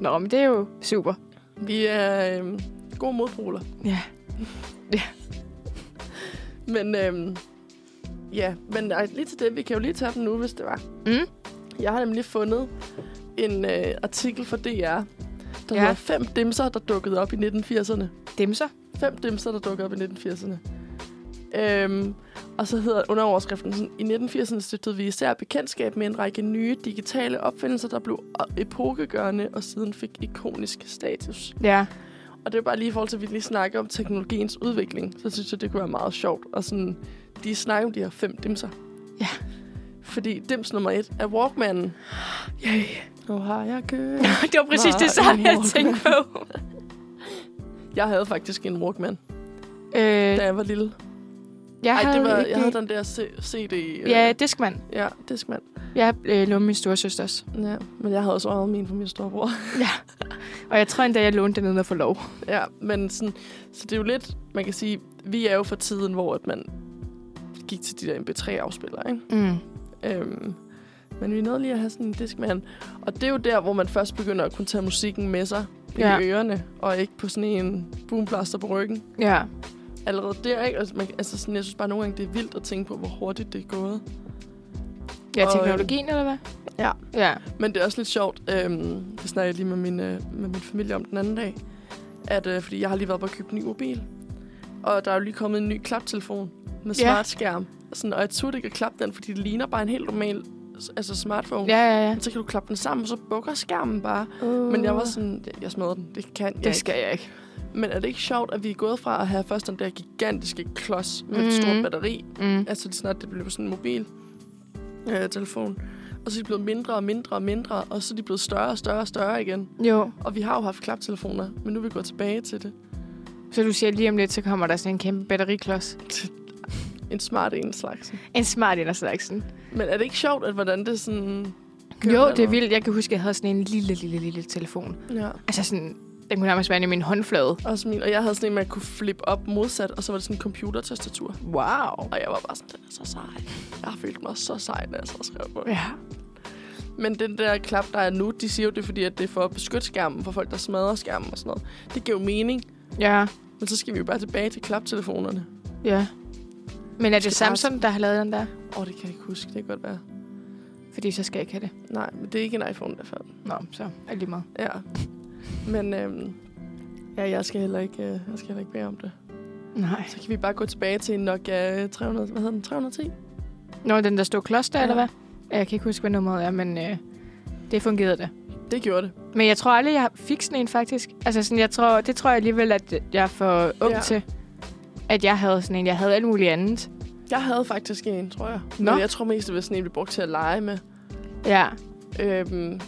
[SPEAKER 1] Nå, men det er jo super.
[SPEAKER 2] Vi er øhm, gode modpoler.
[SPEAKER 1] Ja.
[SPEAKER 2] Men øhm, ja, men ej, lige til det, vi kan jo lige tage den nu, hvis det var.
[SPEAKER 1] Mm.
[SPEAKER 2] Jeg har nemlig fundet en øh, artikel fra DR, der
[SPEAKER 1] Ja.
[SPEAKER 2] ja. hedder Fem dimser, der dukkede op i 1980'erne.
[SPEAKER 1] Dem så.
[SPEAKER 2] Fem dimser, der dukkede op i 1980'erne. Øhm, og så hedder underoverskriften sådan, I 1980'erne stiftede vi især bekendtskab med en række nye digitale opfindelser, der blev epokegørende og siden fik ikonisk status.
[SPEAKER 1] Ja.
[SPEAKER 2] Og det er bare lige i forhold til, at vi lige snakker om teknologiens udvikling, så synes jeg, det kunne være meget sjovt. Og sådan, de snakker om de her fem dimser.
[SPEAKER 1] Ja.
[SPEAKER 2] Fordi dims nummer et er Walkmanen.
[SPEAKER 1] Yeah.
[SPEAKER 2] Nu har jeg kørt.
[SPEAKER 1] det var præcis det samme, jeg tænkte på.
[SPEAKER 2] Jeg havde faktisk en Walkman,
[SPEAKER 1] Øh,
[SPEAKER 2] da jeg var lille.
[SPEAKER 1] jeg,
[SPEAKER 2] Ej,
[SPEAKER 1] havde
[SPEAKER 2] det var,
[SPEAKER 1] ikke...
[SPEAKER 2] jeg havde den der C- CD. øh,
[SPEAKER 1] Ja, diskmand.
[SPEAKER 2] ja, diskmand.
[SPEAKER 1] Jeg øh, lånte min storesøsters.
[SPEAKER 2] Ja, men jeg havde også øjet min fra min storebror.
[SPEAKER 1] Og jeg tror endda, jeg lånte den uden at få lov.
[SPEAKER 2] ja, men sådan, så det er jo lidt, man kan sige, vi er jo fra tiden, hvor at man gik til de der MP3-afspillere, ikke?
[SPEAKER 1] Mm.
[SPEAKER 2] Øhm, men vi nåede lige at have sådan en diskmand. Og det er jo der, hvor man først begynder at kunne tage musikken med sig
[SPEAKER 1] Ja.
[SPEAKER 2] ja. i ørerne, og ikke på sådan en boomblaster på ryggen.
[SPEAKER 1] Ja.
[SPEAKER 2] allerede der, ikke? Altså, man, altså sådan, jeg synes bare nogle gange, det er vildt at tænke på, hvor hurtigt det er gået.
[SPEAKER 1] Ja,
[SPEAKER 2] Og, øh,
[SPEAKER 1] teknologien, eller hvad?
[SPEAKER 2] ja.
[SPEAKER 1] Ja.
[SPEAKER 2] Men det er også lidt sjovt, øhm, det snakker jeg lige med min, øh, med min familie om den anden dag, at, øh, fordi jeg har lige været på at købe en ny mobil, og der er jo lige kommet en ny klaptelefon med
[SPEAKER 1] Ja.
[SPEAKER 2] smartskærm. Sådan, og jeg turde ikke at klappe den, fordi det ligner bare en helt normal s- altså smartphone.
[SPEAKER 1] Ja, ja, ja.
[SPEAKER 2] Men så kan du klappe den sammen, og så bukker skærmen bare.
[SPEAKER 1] Uh.
[SPEAKER 2] Men jeg var sådan, "Jeg- jeg smadrer den. Det kan jeg
[SPEAKER 1] Det skal jeg ikke.
[SPEAKER 2] ikke. Men er det ikke sjovt, at vi er gået fra at have først den der gigantiske klods med mm. et stort
[SPEAKER 1] Mhm.
[SPEAKER 2] batteri,
[SPEAKER 1] Mm.
[SPEAKER 2] altså lige snart det blev sådan en mobil øh, telefon. Og så er de blevet mindre og mindre og mindre, og så er de blevet større og større og større igen.
[SPEAKER 1] Jo.
[SPEAKER 2] Og vi har jo haft klaptelefoner, men nu er vi gået tilbage til det.
[SPEAKER 1] Så du siger lige om lidt, så kommer der sådan en kæmpe batteriklods.
[SPEAKER 2] En smart en slags.
[SPEAKER 1] En smart en af slagsen.
[SPEAKER 2] Men er det ikke sjovt, at hvordan det sådan... kører
[SPEAKER 1] Jo, det er
[SPEAKER 2] dernede?
[SPEAKER 1] vildt. Jeg kan huske, at jeg havde sådan en lille, lille, lille telefon.
[SPEAKER 2] Ja,
[SPEAKER 1] Altså sådan, den kunne nærmest være inde i min håndflade.
[SPEAKER 2] også min. Og jeg havde sådan en, man kunne flippe op modsat, og så var det sådan en computertastatur.
[SPEAKER 1] Wow.
[SPEAKER 2] Og jeg var bare sådan, den er så sej. Jeg har følt mig så sej, da jeg så skrev på.
[SPEAKER 1] Ja.
[SPEAKER 2] Men den der klap, der er nu, de siger jo det, er fordi at det er for at beskytte skærmen for folk, der smadrer skærmen og sådan noget. Det giver jo mening.
[SPEAKER 1] Ja,
[SPEAKER 2] Men så skal vi jo bare tilbage til klaptelefonerne.
[SPEAKER 1] ja. Men er det
[SPEAKER 2] Skal bare-
[SPEAKER 1] Samsung, der har lavet den der?
[SPEAKER 2] Åh, oh, det kan jeg ikke huske. Det kan godt være.
[SPEAKER 1] Fordi så skal jeg ikke have det.
[SPEAKER 2] Nej, men det er ikke en iPhone, der faldt.
[SPEAKER 1] Nå, så er det lige meget.
[SPEAKER 2] Ja. Men øhm, ja, jeg skal heller ikke, øh, jeg skal heller ikke bede om det.
[SPEAKER 1] Nej.
[SPEAKER 2] Så kan vi bare gå tilbage til en Nokia 300... Hvad hedder den? 310?
[SPEAKER 1] Nå, den der stod kloster,
[SPEAKER 2] Ja.
[SPEAKER 1] ja. eller hvad? Ja, Jeg kan ikke huske, hvad nummeret er, men øh, det fungerede da.
[SPEAKER 2] Det gjorde det.
[SPEAKER 1] Men jeg tror aldrig, jeg fik sådan en, faktisk. Altså, sådan, jeg tror, det tror jeg alligevel, at jeg er for ung
[SPEAKER 2] Ja.
[SPEAKER 1] ja. til, at jeg havde sådan en. Jeg havde alt muligt andet.
[SPEAKER 2] Jeg havde faktisk en, tror jeg.
[SPEAKER 1] Nå.
[SPEAKER 2] Men jeg tror mest, det var sådan en, vi brugte til at lege med.
[SPEAKER 1] Ja.
[SPEAKER 2] Øhm,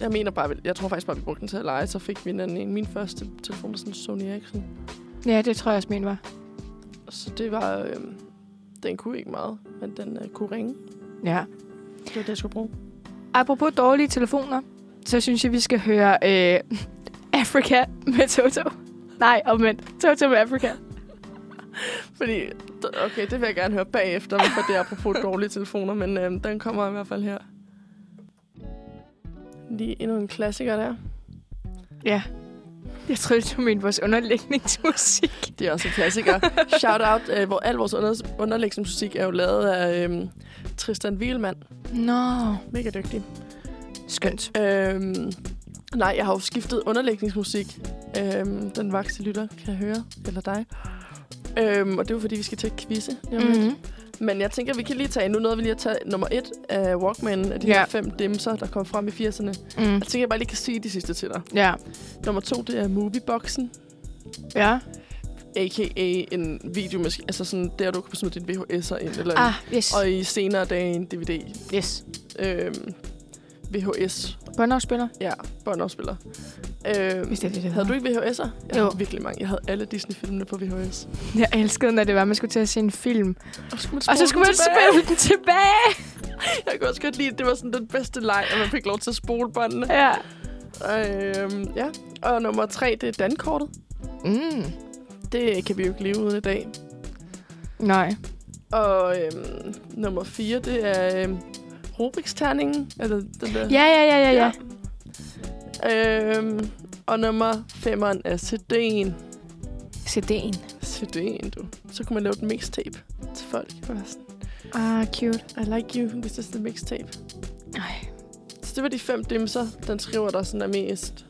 [SPEAKER 2] jeg mener bare, vi- jeg tror faktisk bare, vi brugte den til at lege. Så fik vi en anden en. Min første telefon var sådan en Sony Ericsson.
[SPEAKER 1] Ja, det tror jeg også, min var.
[SPEAKER 2] Så det var... Øhm, den kunne ikke meget, men den øh, kunne ringe.
[SPEAKER 1] Ja.
[SPEAKER 2] Det var det, jeg skulle bruge.
[SPEAKER 1] Apropos dårlige telefoner, så synes jeg, vi skal høre øh, Africa med Toto. Nej, omvendt. Toto med Africa.
[SPEAKER 2] Fordi, d- okay, det vil jeg gerne høre bagefter, hvorfor det er apropos dårlige telefoner, men øhm, den kommer i hvert fald her. Lige endnu en klassiker der.
[SPEAKER 1] Ja. Jeg troede, du mente vores underlægningsmusik.
[SPEAKER 2] Det er også en klassiker. Shout out, øh, hvor al vores under- underlægningsmusik er jo lavet af øhm, Tristan Wielmann.
[SPEAKER 1] Nå.
[SPEAKER 2] Mega dygtig.
[SPEAKER 1] Skønt.
[SPEAKER 2] Øhm, nej, jeg har jo skiftet underlægningsmusik. Øhm, den vakse lytter kan høre, eller dig. Øhm, og det er jo fordi, vi skal til at quizze. lige om lidt.
[SPEAKER 1] Mm-hmm.
[SPEAKER 2] Men jeg tænker, vi kan lige tage, nu nåede vi lige at tage nummer et af Walkman, af de
[SPEAKER 1] Ja.
[SPEAKER 2] her fem dimser, der kom frem i 80'erne.
[SPEAKER 1] Mm.
[SPEAKER 2] Jeg tænker, jeg bare lige kan sige de sidste til dig.
[SPEAKER 1] Ja.
[SPEAKER 2] Nummer to, det er Movieboxen,
[SPEAKER 1] Ja.
[SPEAKER 2] a.k.a. en videomaskine. Altså sådan der, du kan smide din VHS'er ind. Eller
[SPEAKER 1] Ah, yes.
[SPEAKER 2] Og i senere dage en DVD.
[SPEAKER 1] Yes.
[SPEAKER 2] Øhm, VHS,
[SPEAKER 1] Båndafspiller.
[SPEAKER 2] ja, båndafspiller. Øhm,
[SPEAKER 1] Hvis det er det, det
[SPEAKER 2] havde du
[SPEAKER 1] hedder.
[SPEAKER 2] ikke VHS'er? Jeg
[SPEAKER 1] Jo.
[SPEAKER 2] havde virkelig mange. Jeg havde alle Disney-filmene på VHS.
[SPEAKER 1] Jeg elskede, når det var, man skulle til at se en film.
[SPEAKER 2] Og så skulle man,
[SPEAKER 1] Og
[SPEAKER 2] spole
[SPEAKER 1] så skulle man
[SPEAKER 2] den tilbage.
[SPEAKER 1] spille den tilbage.
[SPEAKER 2] Jeg kunne også godt lide, at det var sådan den bedste leg, at man fik lov til at spole båndene.
[SPEAKER 1] Ja.
[SPEAKER 2] Og, øhm, ja. og nummer tre, det er dankortet.
[SPEAKER 1] Mm.
[SPEAKER 2] Det kan vi jo ikke leve uden i dag.
[SPEAKER 1] Nej.
[SPEAKER 2] Og øhm, nummer fire, det er øhm, Rubiksterningen. Eller den der.
[SPEAKER 1] Ja, ja, ja, ja, ja.
[SPEAKER 2] Øhm, og nummer femeren er CD'en.
[SPEAKER 1] CD'en.
[SPEAKER 2] CD'en, du. Så kunne man lave et mixtape til folk. Og være sådan,
[SPEAKER 1] Ah, cute.
[SPEAKER 2] I like you, this is the mixtape.
[SPEAKER 1] Nej.
[SPEAKER 2] Så det var de fem dimser, den skriver, der sådan er mest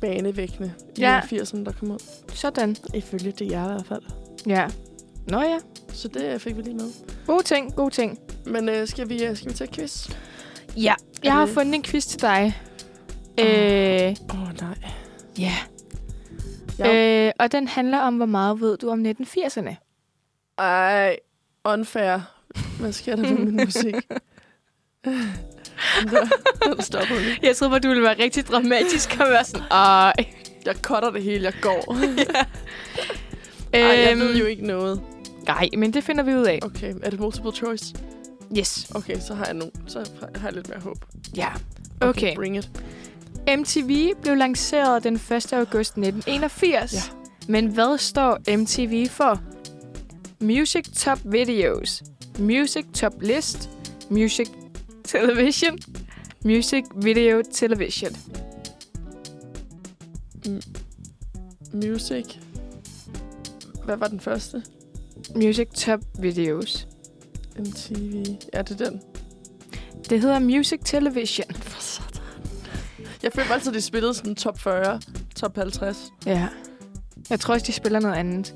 [SPEAKER 2] banevækkende i
[SPEAKER 1] Ja.
[SPEAKER 2] ja. 80'erne, der kom ud.
[SPEAKER 1] Sådan.
[SPEAKER 2] Ifølge det jeg i hvert fald.
[SPEAKER 1] Ja. Nå ja.
[SPEAKER 2] Så det fik vi lige med.
[SPEAKER 1] Gode ting, gode ting.
[SPEAKER 2] Men øh, skal, vi, øh, skal vi tage et quiz?
[SPEAKER 1] Ja. Jeg har
[SPEAKER 2] det-
[SPEAKER 1] fundet en quiz til dig. Øh,
[SPEAKER 2] Åh, oh, nej.
[SPEAKER 1] ja.
[SPEAKER 2] Ja.
[SPEAKER 1] Øh, og den handler om, hvor meget ved du om 1980'erne?
[SPEAKER 2] Ej, unfair. Hvad sker der med min musik? Nå, Den stopper nu.
[SPEAKER 1] Jeg troede, at du ville være rigtig dramatisk og være sådan, ej.
[SPEAKER 2] Jeg cutter det hele, jeg går. Ej, jeg ved jo ikke noget.
[SPEAKER 1] øhm, Nej, men det finder vi ud af.
[SPEAKER 2] Okay, er det multiple choice?
[SPEAKER 1] Yes.
[SPEAKER 2] Okay, så har jeg nu. Så har jeg lidt mere håb.
[SPEAKER 1] Ja. Okay.
[SPEAKER 2] Bring it.
[SPEAKER 1] MTV blev lanceret den 1. august 1981.
[SPEAKER 2] Ja.
[SPEAKER 1] Ja. Men hvad står MTV for? Music Top Videos, Music Top List, Music Television, Music Video Television.
[SPEAKER 2] Music. Hvad var den første?
[SPEAKER 1] Music Top Videos.
[SPEAKER 2] MTV. Ja, det er den.
[SPEAKER 1] Det hedder Music Television.
[SPEAKER 2] For satan. Jeg føler altid, de spillede sådan top 40, top 50.
[SPEAKER 1] Ja. Jeg tror også, de spiller noget andet.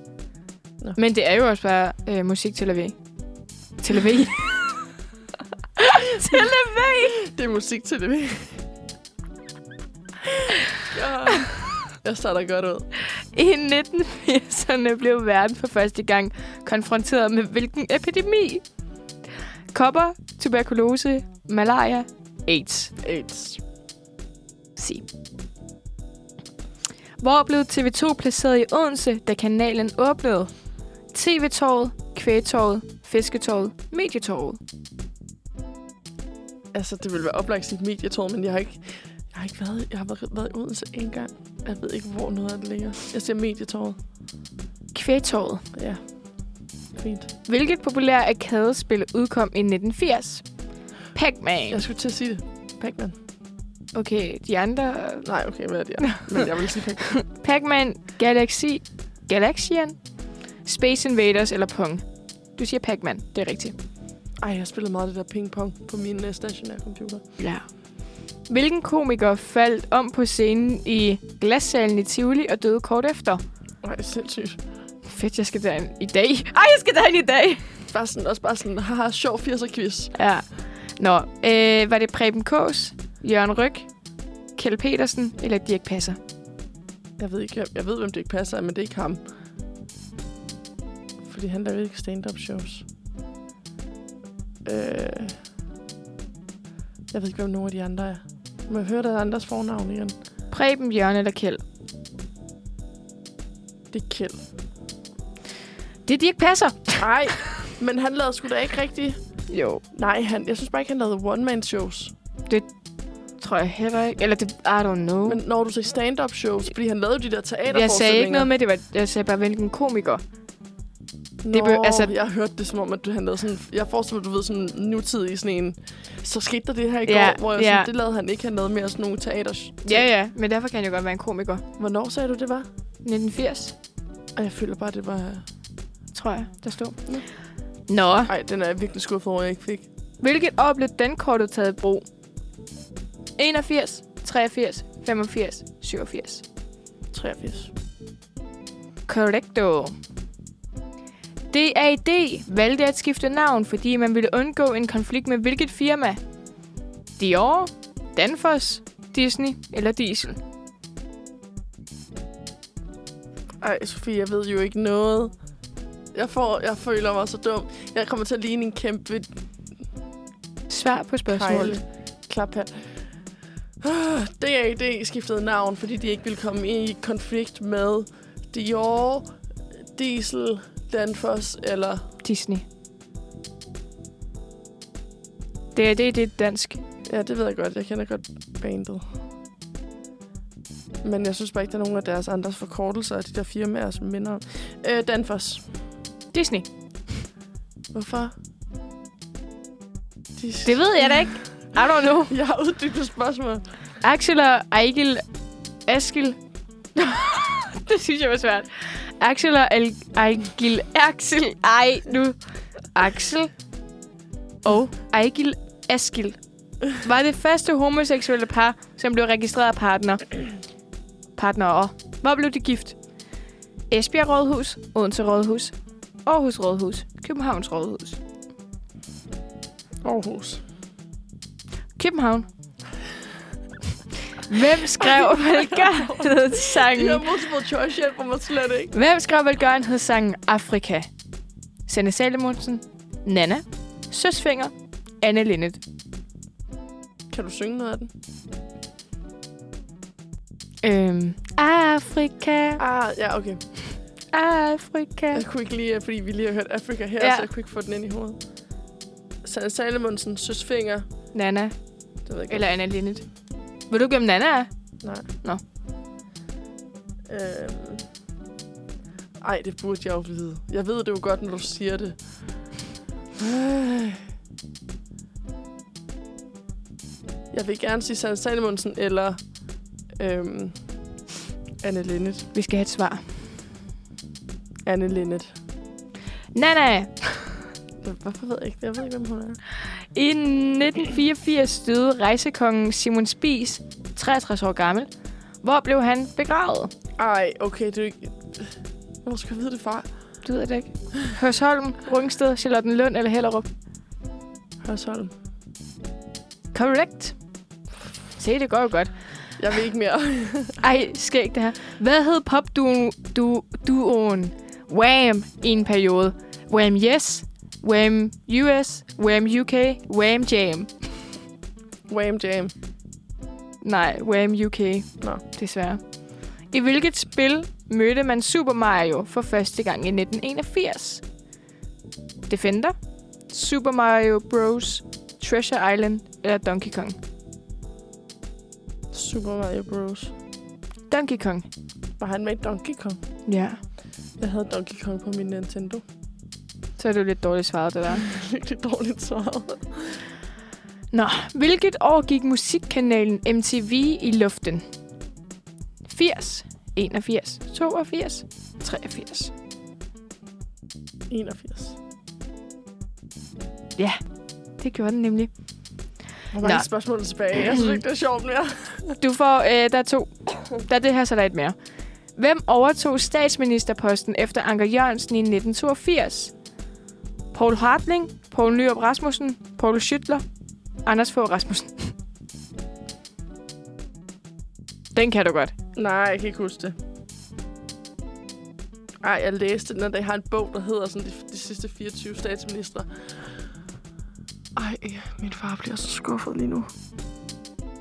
[SPEAKER 2] Nå.
[SPEAKER 1] Men det er jo også bare øh, musik til TV. TV. TV.
[SPEAKER 2] Det er musik til det. ja. Jeg starter godt ud.
[SPEAKER 1] I 1980'erne blev verden for første gang konfronteret med hvilken epidemi? Kopper, tuberkulose, malaria, AIDS.
[SPEAKER 2] AIDS.
[SPEAKER 1] Se. Hvor blev TV2 placeret i Odense, da kanalen åbnede? TV-torvet, Kvægetorvet, Fisketorvet, Medietorvet.
[SPEAKER 2] Altså, det ville være oplagt sit medietårn, men jeg har ikke... Jeg har ikke været, jeg har været, været i Odense en gang. Jeg ved ikke, hvor noget af det ligger. Jeg ser medietåret.
[SPEAKER 1] Kvægetorvet.
[SPEAKER 2] Ja. Fint.
[SPEAKER 1] Hvilket populært arkadespil udkom i 1980? Pac-Man.
[SPEAKER 2] Jeg skulle til at sige det. Pac-Man.
[SPEAKER 1] Okay, de andre...
[SPEAKER 2] Nej, okay, hvad er det? Jeg? Men jeg vil sige Pac-Man.
[SPEAKER 1] Pac-Man, Galaxy, Galaxian, Space Invaders eller Pong. Du siger Pac-Man, det er rigtigt.
[SPEAKER 2] Ej, jeg spillede meget det der ping-pong på min uh, stationære computer.
[SPEAKER 1] Ja. Hvilken komiker faldt om på scenen i glassalen i Tivoli og døde kort efter?
[SPEAKER 2] Ej, sindssygt.
[SPEAKER 1] Fedt, jeg skal derind i dag. Ej, jeg skal derind i dag!
[SPEAKER 2] Bare sådan, også bare sådan, haha, sjov 80'er-quiz.
[SPEAKER 1] Ja. Nå, øh, var det Preben Kås, Jørgen Ryg, Kjell Petersen eller Dirk Passer?
[SPEAKER 2] Jeg ved ikke, jeg, jeg ved, hvem det ikke passer, men det er ikke ham. Fordi han laver ikke stand-up shows. Øh, jeg ved ikke, hvem nogen af de andre er. Må jeg høre der er andres fornavn igen?
[SPEAKER 1] Preben, Jørgen eller Kjeld?
[SPEAKER 2] Det er Kjeld.
[SPEAKER 1] Det er Dirk Passer.
[SPEAKER 2] Nej, men han lavede sgu da ikke rigtigt.
[SPEAKER 1] Jo.
[SPEAKER 2] Nej, han, jeg synes bare ikke, han lavede one-man-shows.
[SPEAKER 1] Tror jeg heller ikke. Eller det, I don't know.
[SPEAKER 2] Men når du sagde stand-up shows, fordi han lavede jo de der teaterforestillinger.
[SPEAKER 1] jeg sagde ikke noget med det. Var, jeg sagde bare, hvilken komiker.
[SPEAKER 2] Nå,
[SPEAKER 1] Det
[SPEAKER 2] det
[SPEAKER 1] blev- altså-
[SPEAKER 2] altså, jeg hørte det som om, at du- han lavede sådan... Jeg forestiller mig, du ved, sådan nutidig i sådan en... Så skete der det her i
[SPEAKER 1] Ja,
[SPEAKER 2] går, hvor jeg
[SPEAKER 1] ja.
[SPEAKER 2] sådan, det lavede han ikke. Han lavede mere sådan nogle teater...
[SPEAKER 1] Ja, ja. Men derfor kan jeg jo godt være en komiker.
[SPEAKER 2] Hvornår sagde du, det var?
[SPEAKER 1] 1980,
[SPEAKER 2] Og jeg føler bare, det var...
[SPEAKER 1] tror jeg, der stod.
[SPEAKER 2] Ja.
[SPEAKER 1] Nå.
[SPEAKER 2] Nej, den er jeg virkelig skuffet over, jeg ikke fik.
[SPEAKER 1] Hvilket år blev dankortet taget i brug? 81, 83, 85, 87.
[SPEAKER 2] 83.
[SPEAKER 1] Correcto. DAD valgte at skifte navn, fordi man ville undgå en konflikt med hvilket firma? Dior, Danfoss, Disney eller Diesel?
[SPEAKER 2] Ej, Sofie, jeg ved jo ikke noget. Jeg, får, jeg føler mig så dum. Jeg kommer til at ligne en kæmpe
[SPEAKER 1] Svar på spørgsmålet.
[SPEAKER 2] Kejle. Klap her. Ah, DAD skiftede navn, fordi de ikke ville komme i konflikt med Dior, Diesel, Danfoss eller...
[SPEAKER 1] Disney. DAD, det er et dansk.
[SPEAKER 2] Ja, det ved jeg godt. Jeg kender godt bandet. Men jeg synes bare ikke, der er nogen af deres andres forkortelser af de der firmaer, som minder om. Øh, Danfoss.
[SPEAKER 1] Disney.
[SPEAKER 2] Hvorfor? De...
[SPEAKER 1] Det ved jeg da ikke. I don't know.
[SPEAKER 2] Jeg har uddybet spørgsmål.
[SPEAKER 1] Axel og Ejgil... Askil... det synes jeg var svært. Axel og Al... Ejgil... Axel... Ej, nu. Axel og Ejgil Askil var det første homoseksuelle par, som blev registreret partner. Partnere. Hvor blev de gift? Esbjerg Rådhus, Odense Rådhus, Aarhus Rådhus, Københavns Rådhus.
[SPEAKER 2] Aarhus.
[SPEAKER 1] København. Hvem skrev
[SPEAKER 2] De her
[SPEAKER 1] velgørenhedssangen?
[SPEAKER 2] multiple choice hjælper mig slet ikke.
[SPEAKER 1] Hvem skrev velgørenhedssangen Afrika? Sanne Salomonsen, Nana, Søsfinger, Anne Linnet.
[SPEAKER 2] Kan du synge noget af den?
[SPEAKER 1] Øhm, Afrika,
[SPEAKER 2] Ah, ja, okay.
[SPEAKER 1] Afrika.
[SPEAKER 2] Jeg kunne ikke lige, fordi vi lige har hørt Afrika her,
[SPEAKER 1] Ja.
[SPEAKER 2] ja. så jeg kunne ikke få den ind i hovedet. Sanne Salomonsen, Søsfinger.
[SPEAKER 1] Nana
[SPEAKER 2] Det ved jeg ikke.
[SPEAKER 1] eller Anne Linnet. Ved du ikke, hvem Nana er?
[SPEAKER 2] Nej.
[SPEAKER 1] Nå.
[SPEAKER 2] Øhm. Ej, det burde jeg jo vide. Jeg ved det jo godt, når du siger det. Øh. Jeg vil gerne sige Sanne Salomonsen eller øhm, Anne Linnet.
[SPEAKER 1] Vi skal have et svar.
[SPEAKER 2] Anne Linnet.
[SPEAKER 1] Nana!
[SPEAKER 2] Hvorfor ved jeg ikke det? Jeg ved ikke, hvem hun er.
[SPEAKER 1] I 1984 døde rejsekongen Simon Spies, 63 år gammel. Hvor blev han begravet?
[SPEAKER 2] Ej, okay, det er jo ikke... Hvor skal jeg vide det fra?
[SPEAKER 1] Du ved det ikke. Hørsholm, Rungsted, Charlottenlund eller Hellerup?
[SPEAKER 2] Hørsholm.
[SPEAKER 1] Correct. Se, det går jo godt.
[SPEAKER 2] Jeg ved ikke mere.
[SPEAKER 1] Ej, skægt det her. Hvad hed popduoen du, duoen Wham i en periode? Wham Yes, Wham US, Wham UK, Wham Jam.
[SPEAKER 2] Wham Jam.
[SPEAKER 1] Nej, Wham UK.
[SPEAKER 2] Nå.
[SPEAKER 1] Desværre. I hvilket spil mødte man Super Mario for første gang i 1981? Defender, Super Mario Bros., Treasure Island eller Donkey Kong?
[SPEAKER 2] Super Mario Bros.
[SPEAKER 1] Donkey Kong.
[SPEAKER 2] Var han med i Donkey Kong?
[SPEAKER 1] Ja.
[SPEAKER 2] Jeg havde Donkey Kong på min Nintendo.
[SPEAKER 1] Så er det jo lidt dårligt svaret, det der.
[SPEAKER 2] Virkelig dårligt svaret.
[SPEAKER 1] Hvilket år gik musikkanalen MTV i luften? 80, 81, 82, 83.
[SPEAKER 2] 81.
[SPEAKER 1] Det gjorde den nemlig.
[SPEAKER 2] Hvor mange
[SPEAKER 1] Nå.
[SPEAKER 2] spørgsmål tilbage? Jeg synes ikke, det er sjovt mere.
[SPEAKER 1] Du får, øh, der er to. Der er det her, så der er et mere. Hvem overtog statsministerposten efter Anker Jørgensen i 1982? Paul Hartling, Paul Nyrup Rasmussen, Paul Schüttler, Anders Fogh Rasmussen. Den kan du godt.
[SPEAKER 2] Nej, jeg kan ikke huske det. Ej, jeg læste den, og jeg har en bog, der hedder sådan de, de sidste 24 statsminister. Ej, min far bliver så skuffet lige nu.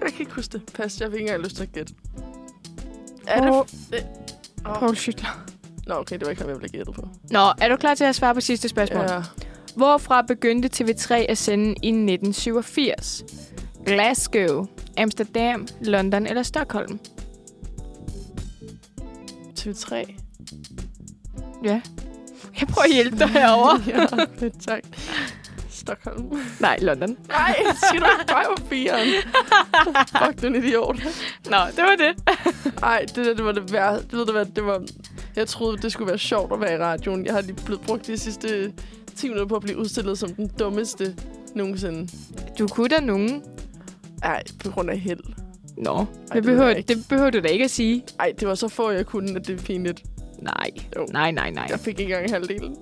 [SPEAKER 2] Jeg kan ikke huske det. Pas, jeg har ikke engang lyst til at gætte. Er det...
[SPEAKER 1] Paul-
[SPEAKER 2] f- det? Oh.
[SPEAKER 1] Paul Schüttler.
[SPEAKER 2] Nå, okay, det var ikke ham, jeg blev gættet på.
[SPEAKER 1] Nå, er du klar til at svare på sidste spørgsmål?
[SPEAKER 2] Ja.
[SPEAKER 1] Hvorfra begyndte TV3 at sende i 1987? Glasgow, Amsterdam, London eller Stockholm?
[SPEAKER 2] TV3.
[SPEAKER 1] Ja. Jeg prøver at hjælpe dig herovre.
[SPEAKER 2] ja, okay, tak. Stockholm.
[SPEAKER 1] Nej, London.
[SPEAKER 2] Nej, skal du ikke bare på firen? Fuck, du er en idiot.
[SPEAKER 1] Nå, det var det.
[SPEAKER 2] Ej, det der, det var det værste. Det, ved du hvad, det var... Jeg troede, det skulle være sjovt at være i radioen. Jeg har lige blevet brugt de sidste 10 minutter på at blive udstillet som den dummeste nogensinde.
[SPEAKER 1] Du kunne da nogen.
[SPEAKER 2] Ej, på grund af held.
[SPEAKER 1] Nå,
[SPEAKER 2] Ej,
[SPEAKER 1] det
[SPEAKER 2] det ved
[SPEAKER 1] behøver,
[SPEAKER 2] jeg ikke.
[SPEAKER 1] det behøver du da ikke at sige.
[SPEAKER 2] Ej, det var så få, jeg kunne, at det er pinligt.
[SPEAKER 1] Nej,
[SPEAKER 2] Jo.
[SPEAKER 1] nej, nej, nej.
[SPEAKER 2] Jeg fik ikke engang halvdelen.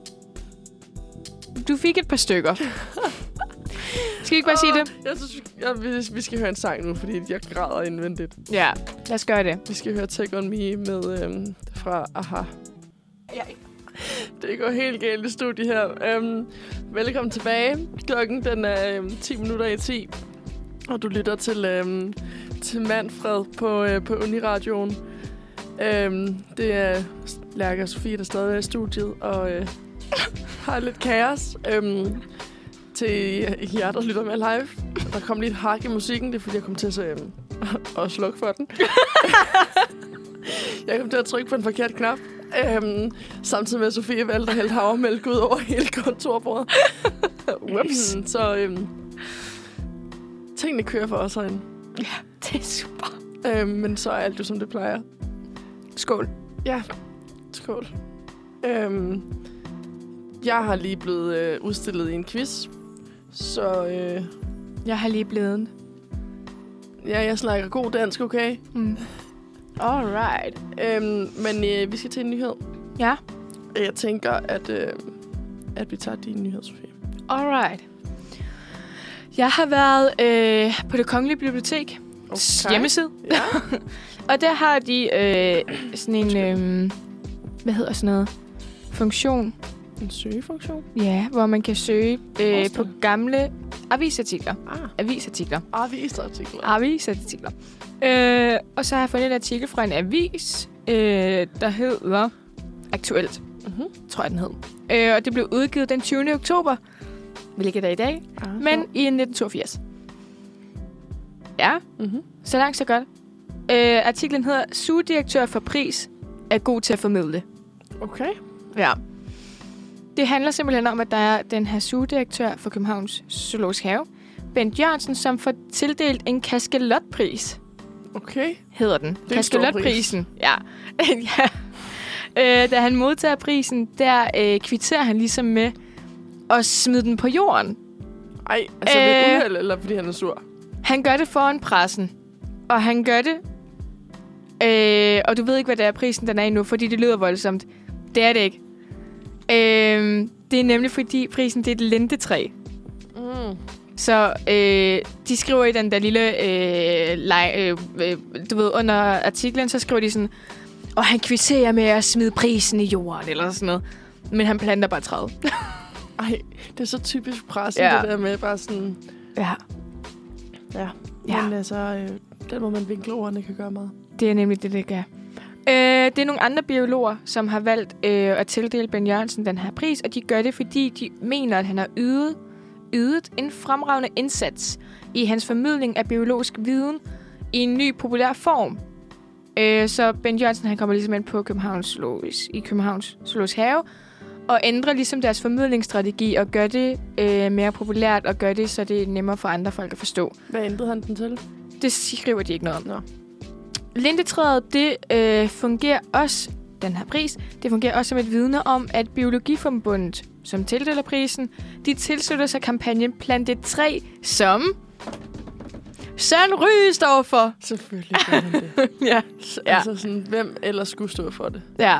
[SPEAKER 1] Du fik et par stykker. Skal vi ikke bare sige det?
[SPEAKER 2] Ah, Jeg synes, jeg, vi, vi skal høre en sang nu, fordi jeg græder indvendigt.
[SPEAKER 1] Ja, lad os gøre det.
[SPEAKER 2] Vi skal høre Take On Me med øhm, fra Aha. Det går helt galt i studiet her. Øhm, velkommen tilbage. Klokken den er øhm, 10 minutter i 10. Og du lytter til, øhm, til Manfred på, øh, på Uniradioen. Øhm, det er Lærke og Sofie, der stadig er i studiet og øh, har lidt kaos. Øhm, til jer, der lytter med live. Der kom lige et hak i musikken, det er fordi, jeg kom til at, så, øhm, at slukke for den. jeg kom til at trykke på en forkert knap. Øhm, samtidig med, at Sofie valgte at hælde havremælk ud over hele kontorbordet. Whoops. Så øhm, tingene kører for os herinde.
[SPEAKER 1] Det er super.
[SPEAKER 2] Øhm, men så er alt jo, som det plejer.
[SPEAKER 1] Skål.
[SPEAKER 2] Ja, skål. Øhm, jeg har lige blevet øh, udstillet i en quiz. Så øh,
[SPEAKER 1] Jeg har lige blevet en.
[SPEAKER 2] ja, jeg snakker god dansk, okay?
[SPEAKER 1] Mm. Alright.
[SPEAKER 2] Øhm, men øh, vi skal til en nyhed.
[SPEAKER 1] Ja.
[SPEAKER 2] Jeg tænker, at, øh, at vi tager din nyhed, Sofie.
[SPEAKER 1] Alright. Jeg har været øh, på det kongelige bibliotek okay. hjemmeside,
[SPEAKER 2] Ja.
[SPEAKER 1] og der har de øh, sådan en, øh, hvad hedder sådan noget, funktion,
[SPEAKER 2] En søgefunktion?
[SPEAKER 1] ja, hvor man kan søge øh,
[SPEAKER 2] Forstår.
[SPEAKER 1] på gamle avisartikler.
[SPEAKER 2] Ah,
[SPEAKER 1] Avisartikler.
[SPEAKER 2] avisartikler.
[SPEAKER 1] Avisartikler. Øh, og så har jeg fundet en artikel fra en avis, øh, der hedder Aktuelt,
[SPEAKER 2] Mm-hmm.
[SPEAKER 1] tror jeg den hed. Øh, og det blev udgivet den 20. oktober, hvilket er i dag,
[SPEAKER 2] ah,
[SPEAKER 1] Mhm. men i 1982. Ja.
[SPEAKER 2] Mm-hmm.
[SPEAKER 1] Så langt, så godt. Øh, artiklen hedder, Sugedirektør for pris er god til at formidle.
[SPEAKER 2] Okay.
[SPEAKER 1] Ja. Det handler simpelthen om, at der er den her sugedirektør for Københavns Zoologisk Have, Bent Jørgensen, som får tildelt en kaskelotpris,
[SPEAKER 2] Okay.
[SPEAKER 1] hedder den.
[SPEAKER 2] en stor pris.
[SPEAKER 1] Kaskelotprisen. Ja. ja. Øh, da han modtager prisen, der øh, kvitterer han ligesom med at smide den på jorden.
[SPEAKER 2] Ej, altså øh... ved
[SPEAKER 1] Øh.
[SPEAKER 2] uheld, eller fordi han er sur?
[SPEAKER 1] Han gør det foran pressen, og han gør det... Øh, og du ved ikke, hvad det er, prisen den er endnu, fordi det lyder voldsomt. Det er det ikke. Øh, det er nemlig, fordi prisen det er et lintetræ.
[SPEAKER 2] Mm.
[SPEAKER 1] Så øh, de skriver i den der lille, øh, leg, øh, øh, du ved, under artiklen, så skriver de sådan, og han kvitterer med at smide prisen i jorden, eller sådan noget. Men han planter bare træet.
[SPEAKER 2] Ej, det er så typisk pressen, ja.
[SPEAKER 1] Ja.
[SPEAKER 2] det der med bare sådan...
[SPEAKER 1] Ja,
[SPEAKER 2] Ja,
[SPEAKER 1] Ja.
[SPEAKER 2] men altså, øh, den må man vinkle ordene kan gøre meget.
[SPEAKER 1] det er nemlig det, det gør. Øh, det er nogle andre biologer, som har valgt øh, at tildele Ben Jørgensen den her pris, og de gør det, fordi de mener, at han har ydet, ydet en fremragende indsats i hans formidling af biologisk viden i en ny populær form. Øh, så Ben Jørgensen han kommer ligesom ind på Københavns Zoologis, i Københavns Zoologisk Have, og ændrer ligesom deres formidlingsstrategi og gør det øh, mere populært og gør det, så det er nemmere for andre folk at forstå.
[SPEAKER 2] Hvad ændrede han den til?
[SPEAKER 1] Det skriver de ikke noget om.
[SPEAKER 2] Nå.
[SPEAKER 1] Lintetræet, det øh, fungerer også, den her pris, det fungerer også som et vidne om, at Biologiforbundet, som tildeler prisen, de tilslutter sig kampagnen Plant et træ, som Søren Ryge står for.
[SPEAKER 2] Selvfølgelig gør han det.
[SPEAKER 1] Ja.
[SPEAKER 2] ja. Altså sådan, hvem ellers skulle stå for det?
[SPEAKER 1] ja.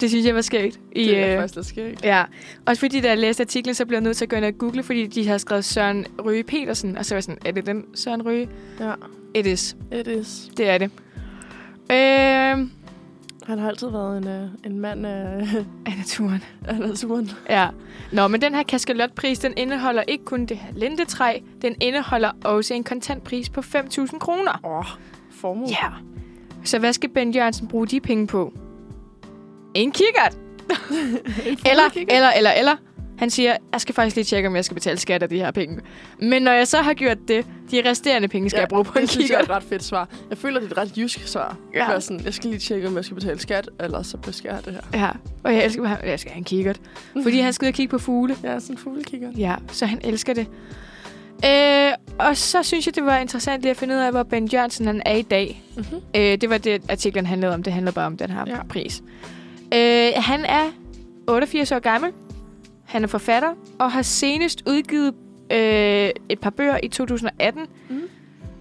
[SPEAKER 1] Det synes jeg var skægt. I,
[SPEAKER 2] Det er
[SPEAKER 1] øh,
[SPEAKER 2] faktisk lidt skægt.
[SPEAKER 1] Ja, også fordi da jeg læste artiklen, så blev jeg nødt til at gå ind og google, fordi de havde skrevet Søren Ryge Petersen, og så var jeg sådan, er det den Søren Ryge?
[SPEAKER 2] Ja,
[SPEAKER 1] It is.
[SPEAKER 2] it is.
[SPEAKER 1] Det er det. Øh,
[SPEAKER 2] Han har altid været en, øh, en mand af,
[SPEAKER 1] af naturen.
[SPEAKER 2] af naturen.
[SPEAKER 1] Ja. Nå, men den her kaskalotpris, den indeholder ikke kun det her lintetræ, den indeholder også en kontantpris på 5.000 kroner.
[SPEAKER 2] Åh, oh, formue.
[SPEAKER 1] Ja. Så hvad skal Ben Jørgensen bruge de penge på? En kikkert! Eller, eller, eller, eller. Han siger, jeg skal faktisk lige tjekke, om jeg skal betale skat af de her penge. Men når jeg så har gjort det, de resterende penge skal ja, jeg bruge på en
[SPEAKER 2] det synes jeg er
[SPEAKER 1] kikkert.
[SPEAKER 2] et ret fedt svar. Jeg føler, det er et ret jysk svar.
[SPEAKER 1] Ja.
[SPEAKER 2] Ja. Sådan, jeg skal lige tjekke, om jeg skal betale skat, eller så beskærer det her.
[SPEAKER 1] Ja, og jeg elsker, jeg skal have en kikkert. Fordi han skal ud og kigge på fugle.
[SPEAKER 2] Jeg er sådan en fuglekigger.
[SPEAKER 1] Ja, så han elsker det. Øh, og så synes jeg, det var interessant lige at finde ud af, hvor Ben Jørgensen han er i dag.
[SPEAKER 2] Mm-hmm.
[SPEAKER 1] Øh, det var det, artiklen handlede om. Det handler bare om den her
[SPEAKER 2] Ja.
[SPEAKER 1] ja. pris. Øh, han er 88 år gammel. Han er forfatter og har senest udgivet øh, et par bøger i 2018.
[SPEAKER 2] Mhm.
[SPEAKER 1] Mm.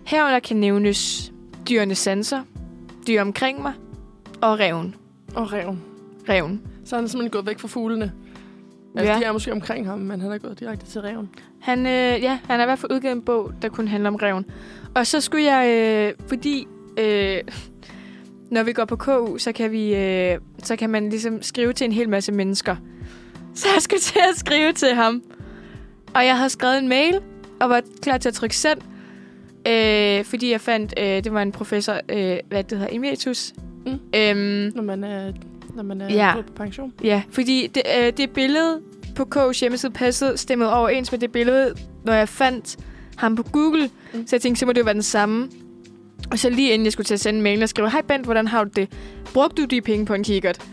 [SPEAKER 1] Herunder kan nævnes Dyrene Sanser, Dyr omkring mig og Reven.
[SPEAKER 2] Og reven.
[SPEAKER 1] Reven.
[SPEAKER 2] Så er han simpelthen gået væk fra fuglene. Altså, ja.
[SPEAKER 1] Ja.
[SPEAKER 2] de er måske omkring ham, men han er gået direkte til reven.
[SPEAKER 1] Han, øh, ja, han har i hvert fald udgivet en bog, der kun handler om reven. Og så skulle jeg, øh, fordi øh, når vi går på KU, så kan, vi, øh, så kan man ligesom skrive til en hel masse mennesker. Så jeg skulle til at skrive til ham. Og jeg havde skrevet en mail, og var klar til at trykke send. Øh, fordi jeg fandt, øh, det var en professor, øh, hvad det hedder, Emeritus.
[SPEAKER 2] Mm.
[SPEAKER 1] Mm. Øhm,
[SPEAKER 2] Når man er, når man er
[SPEAKER 1] Ja.
[SPEAKER 2] på pension.
[SPEAKER 1] Ja, fordi det, øh, det billede på K's hjemmeside passede, stemmede overens med det billede, når jeg fandt ham på Google.
[SPEAKER 2] Mm.
[SPEAKER 1] Mm. Så jeg tænkte, så må det jo være den samme. Og så lige inden jeg skulle til at sende mailen og skrive, hej Bent, hvordan har du det? Brugte du de penge på en kikkert?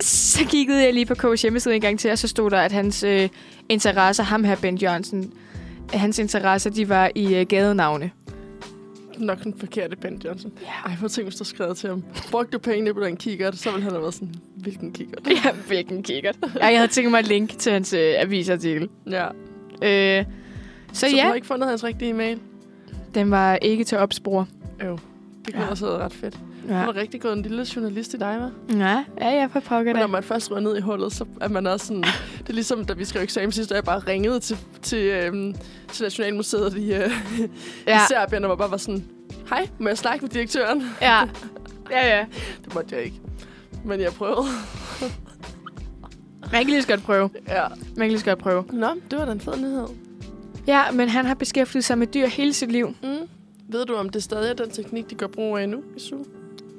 [SPEAKER 1] Så kiggede jeg lige på K's hjemmeside en gang til, og så stod der, at hans øh, interesser, ham her Bent Jørgensen, hans interesser, de var i øh, gadenavne.
[SPEAKER 2] Nok den forkerte Ben Johnson. Ja. Ej, hvor tænkt, hvis der skrev til ham. Brugte du pengene på den kikkert, så ville han have været sådan, hvilken kikkert?
[SPEAKER 1] Ja, hvilken kikkert. Ej, jeg havde tænkt mig at linke til hans øh, avisartikel.
[SPEAKER 2] Ja.
[SPEAKER 1] Øh, så,
[SPEAKER 2] Så du
[SPEAKER 1] ja,
[SPEAKER 2] har ikke fundet hans rigtige e-mail?
[SPEAKER 1] den var ikke til opspore.
[SPEAKER 2] Øv. Det kunne ja.
[SPEAKER 1] Ja.
[SPEAKER 2] også have været ret fedt. Ja.
[SPEAKER 1] Ja.
[SPEAKER 2] Du er rigtig gået en lille journalist i dig, hva'?
[SPEAKER 1] Ja, ja, ja, for pokker
[SPEAKER 2] Men når
[SPEAKER 1] da.
[SPEAKER 2] man først ryger ned i hullet, så er man også sådan... Det er ligesom, da vi skrev eksamen sidst, og jeg bare ringede til, til, øhm, til Nationalmuseet i, øh, ja.
[SPEAKER 1] Ja,
[SPEAKER 2] i Serbien, og var bare var sådan... Hej, må jeg snakke med direktøren?
[SPEAKER 1] ja. Ja, ja.
[SPEAKER 2] Det måtte jeg ikke. Men jeg prøvede.
[SPEAKER 1] Man kan lige så godt prøve.
[SPEAKER 2] Ja.
[SPEAKER 1] Man kan lige så godt prøve.
[SPEAKER 2] Nå, det var da en fed nyhed.
[SPEAKER 1] Ja, men han har beskæftiget sig med dyr hele sit liv.
[SPEAKER 2] Mm. Ved du, om det stadig er den teknik, de gør brug af nu i SU?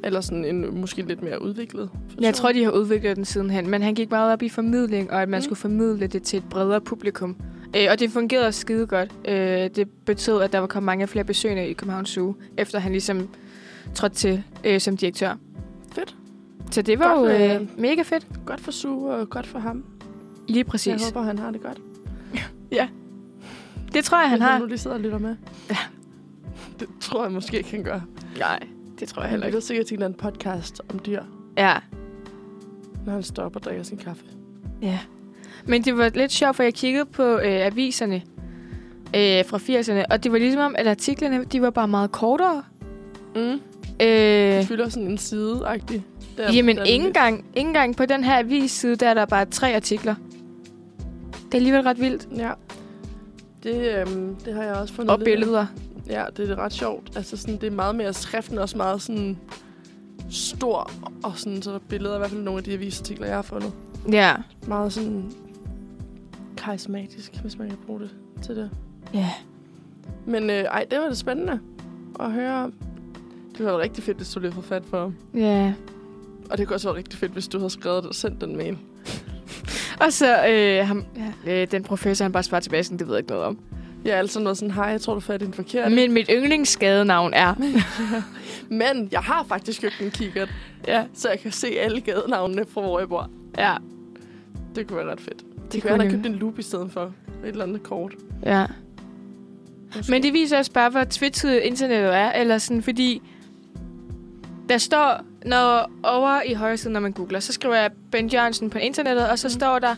[SPEAKER 2] Eller sådan en måske lidt mere udviklet? version?
[SPEAKER 1] Jeg tror, de har udviklet den sidenhen, men han gik meget op i formidling, og at man
[SPEAKER 2] Mm.
[SPEAKER 1] mm. skulle formidle det til et bredere publikum. Øh, og det fungerede skide godt. Øh, det betød, at der var kommet mange flere besøgende i Københavns Zoo, efter han ligesom trådte til øh, som direktør.
[SPEAKER 2] Fedt.
[SPEAKER 1] Så det var
[SPEAKER 2] Godt,
[SPEAKER 1] jo
[SPEAKER 2] øh,
[SPEAKER 1] øh, mega fedt.
[SPEAKER 2] Godt for SU og godt for ham.
[SPEAKER 1] Lige
[SPEAKER 2] Jeg
[SPEAKER 1] præcis.
[SPEAKER 2] håber, han har det godt.
[SPEAKER 1] Det tror jeg, han
[SPEAKER 2] Hvis
[SPEAKER 1] har.
[SPEAKER 2] nu lige sidder og lytter med.
[SPEAKER 1] Ja.
[SPEAKER 2] Det tror jeg måske ikke, han gør.
[SPEAKER 1] Nej, det tror
[SPEAKER 2] Og han
[SPEAKER 1] jeg heller
[SPEAKER 2] lytter
[SPEAKER 1] ikke.
[SPEAKER 2] sikkert til en eller anden podcast om dyr.
[SPEAKER 1] Ja.
[SPEAKER 2] når han stopper og drikker sin kaffe.
[SPEAKER 1] Ja. Men det var lidt sjovt, for jeg kiggede på øh, aviserne øh, fra 80'erne, og det var ligesom om, at artiklerne de var bare meget kortere.
[SPEAKER 2] Mm.
[SPEAKER 1] Øh,
[SPEAKER 2] Det fylder sådan en side-agtig. Der,
[SPEAKER 1] jamen,
[SPEAKER 2] der er
[SPEAKER 1] ikke
[SPEAKER 2] lidt-
[SPEAKER 1] engang, ikke engang på den her avisside, der er der bare tre artikler. Det er alligevel ret vildt.
[SPEAKER 2] Ja. Det, øhm, det har jeg også fundet
[SPEAKER 1] Og
[SPEAKER 2] lidt af.
[SPEAKER 1] billeder.
[SPEAKER 2] Ja, det er ret sjovt. Altså, sådan, det er meget mere skriften, er også meget sådan stor, og sådan, så er der billeder, i hvert fald nogle af de avisartikler, jeg har fundet.
[SPEAKER 1] Ja.
[SPEAKER 2] Meget sådan karismatisk, hvis man kan bruge det til det.
[SPEAKER 1] Ja.
[SPEAKER 2] Men øh, ej, det var det spændende at høre om. Det var rigtig fedt, hvis du lige havde fået fat på ham.
[SPEAKER 1] Ja.
[SPEAKER 2] Og det kunne også være rigtig fedt, hvis du havde skrevet og sendt den mail.
[SPEAKER 1] Og så øh, ham, øh, den professor, han bare svarer tilbage, sådan, det ved jeg ikke noget om.
[SPEAKER 2] Ja, altså noget sådan, hej, jeg tror, du fandt en forkert.
[SPEAKER 1] Men mit yndlingsskadenavn er...
[SPEAKER 2] Men jeg har faktisk købt en kikkert,
[SPEAKER 1] Ja.
[SPEAKER 2] så jeg kan se alle gadenavnene fra, hvor jeg bor.
[SPEAKER 1] Ja.
[SPEAKER 2] Det kunne være ret fedt. Det,
[SPEAKER 1] Det
[SPEAKER 2] det kunne være, han har
[SPEAKER 1] kunne
[SPEAKER 2] købt en loop i stedet for. Et eller andet kort.
[SPEAKER 1] Ja.
[SPEAKER 2] Måske.
[SPEAKER 1] Men det viser også bare, hvor tvetydigt internettet er, eller sådan, fordi der står, når over i højre side, når man googler, så skriver jeg Ben Jørgensen på internettet, og så
[SPEAKER 2] Mm.
[SPEAKER 1] mm. står der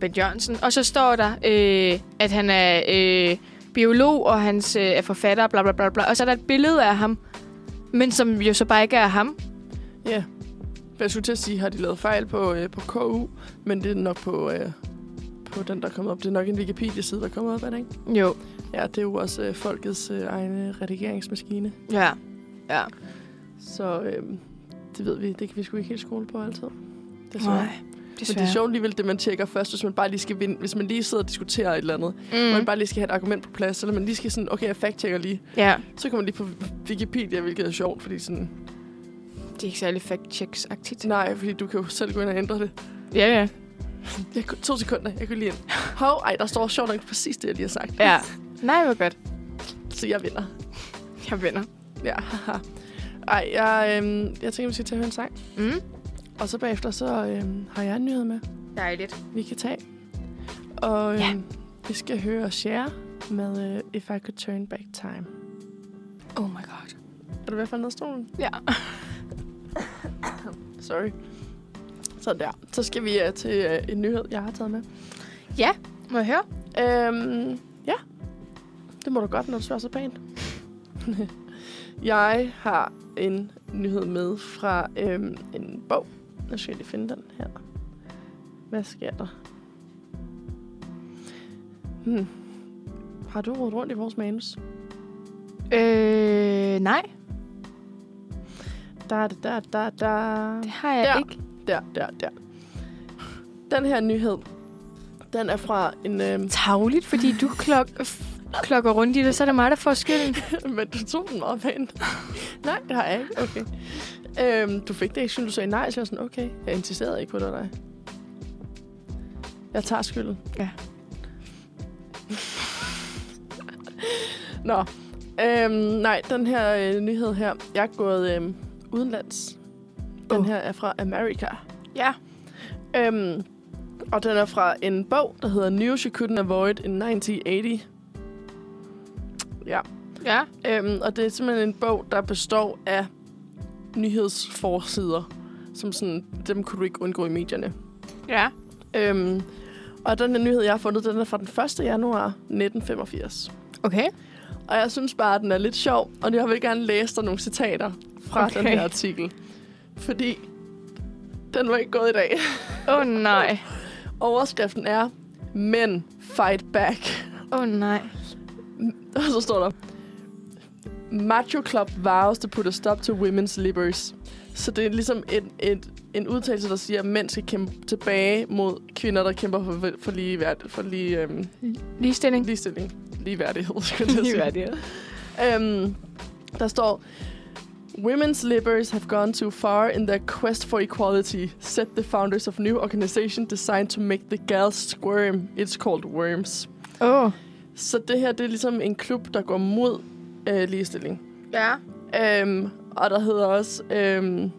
[SPEAKER 1] Ben Jørgensen, og så står der, øh, at han er øh, biolog, og hans øh, er forfatter, bla bla bla bla, og så er der et billede af ham, men som jo så bare ikke er ham.
[SPEAKER 2] Ja. Men Jeg skulle til at sige, har de lavet fejl på, øh, på KU, men det er nok på, øh, på den, der kommer op. Det er nok en Wikipedia-side, der kommer op, er det ikke?
[SPEAKER 1] Jo.
[SPEAKER 2] Ja, det er jo også øh, folkets øh, egne redigeringsmaskine.
[SPEAKER 1] Ja. Ja.
[SPEAKER 2] Så øh, det ved vi, det kan vi sgu ikke helt skole på altid. Desværre.
[SPEAKER 1] Nej.
[SPEAKER 2] Nej, Men det er sjovt alligevel, det man tjekker først, hvis man bare lige skal vinde, hvis man lige sidder og diskuterer et eller andet. Mm.
[SPEAKER 1] Mm.
[SPEAKER 2] Man bare lige skal have et argument på plads, eller man lige skal sådan, okay, jeg fact-checker lige.
[SPEAKER 1] Ja.
[SPEAKER 2] Så kan man lige på Wikipedia, hvilket er sjovt, fordi sådan,
[SPEAKER 1] Det er ikke særlig fact-checks-agtigt.
[SPEAKER 2] Nej, fordi du kan jo selv gå ind og ændre det.
[SPEAKER 1] Ja, ja.
[SPEAKER 2] Jeg, kunne- to sekunder, jeg kunne lige ind. Hov, ej, der står sjovt nok præcis det, jeg lige har sagt.
[SPEAKER 1] Ja. Nej, hvor godt.
[SPEAKER 2] Så jeg vinder.
[SPEAKER 1] Jeg vinder.
[SPEAKER 2] Ja, haha. Ej, jeg, øhm, jeg tænker, vi skal tage og høre en sang.
[SPEAKER 1] Mm.
[SPEAKER 2] Og så bagefter, så øhm, har jeg en nyhed med,
[SPEAKER 1] Dejligt.
[SPEAKER 2] vi kan tage. Og øhm,
[SPEAKER 1] Ja.
[SPEAKER 2] vi skal høre Share med øh, If I Could Turn Back Time.
[SPEAKER 1] Oh my god.
[SPEAKER 2] Er du ved at falde ned af stolen?
[SPEAKER 1] Ja.
[SPEAKER 2] Sorry. Sådan der. Så skal vi øh, til øh, en nyhed, jeg har taget med.
[SPEAKER 1] Må jeg høre?
[SPEAKER 2] Øhm, ja. Det må du godt, når du spørger så pænt. jeg har en nyhed med fra øhm, en bog. Nu skal jeg lige finde den her. Hvad sker der? Hmm. Har du rodet rundt i vores manus?
[SPEAKER 1] Øh, nej.
[SPEAKER 2] Da, da, da, da, da.
[SPEAKER 1] Det har jeg
[SPEAKER 2] Der.
[SPEAKER 1] ikke.
[SPEAKER 2] Der, der, der. Den her nyhed, den er fra en... Øhm,
[SPEAKER 1] Tavligt, fordi du klok klokker rundt i det, så er det mig, der får skylden.
[SPEAKER 2] Men du tog den meget pænt. nej, det har jeg ikke. Okay. Øhm, du fik det ikke, siden du sagde nej, så jeg var sådan, okay, jeg insisterede ikke på det, nej. Jeg tager skylden.
[SPEAKER 1] Ja.
[SPEAKER 2] Nå, øhm, nej, den her øh, nyhed her, jeg er gået øhm, udenlands. Den
[SPEAKER 1] Oh.
[SPEAKER 2] her er fra Amerika.
[SPEAKER 1] Ja.
[SPEAKER 2] Øhm, og den er fra en bog, der hedder News You Couldn't Avoid in 1980. Ja.
[SPEAKER 1] Ja.
[SPEAKER 2] Øhm, og det er simpelthen en bog, der består af nyhedsforsider, som sådan, dem kunne du ikke undgå i medierne.
[SPEAKER 1] Ja.
[SPEAKER 2] Øhm, og den her nyhed, jeg har fundet, den er fra den 1. januar 1985.
[SPEAKER 1] Okay.
[SPEAKER 2] Og jeg synes bare, at den er lidt sjov, og jeg vil gerne læse dig nogle citater fra okay.
[SPEAKER 1] Okay.
[SPEAKER 2] den her artikel. Fordi den var ikke gået i dag.
[SPEAKER 1] Åh oh, nej.
[SPEAKER 2] Overskriften er, men fight back.
[SPEAKER 1] Åh oh, nej.
[SPEAKER 2] Og så står der, Macho Club vows to put a stop to women's livers. Så det er ligesom en, en, en udtalelse, der siger, at mænd skal kæmpe tilbage mod kvinder, der kæmper for, for, lige, værd, for lige, øhm,
[SPEAKER 1] Ligestilling.
[SPEAKER 2] ligestilling. Ligeværdighed, skulle jeg til at sige. Øhm, der står, Women's libbers have gone too far in their quest for equality, said the founders of new organization designed to make the gals squirm. It's called worms.
[SPEAKER 1] Åh. Oh.
[SPEAKER 2] Så det her, det er ligesom en klub, der går mod øh, ligestilling.
[SPEAKER 1] Ja.
[SPEAKER 2] Øhm, og der hedder også... Øhm,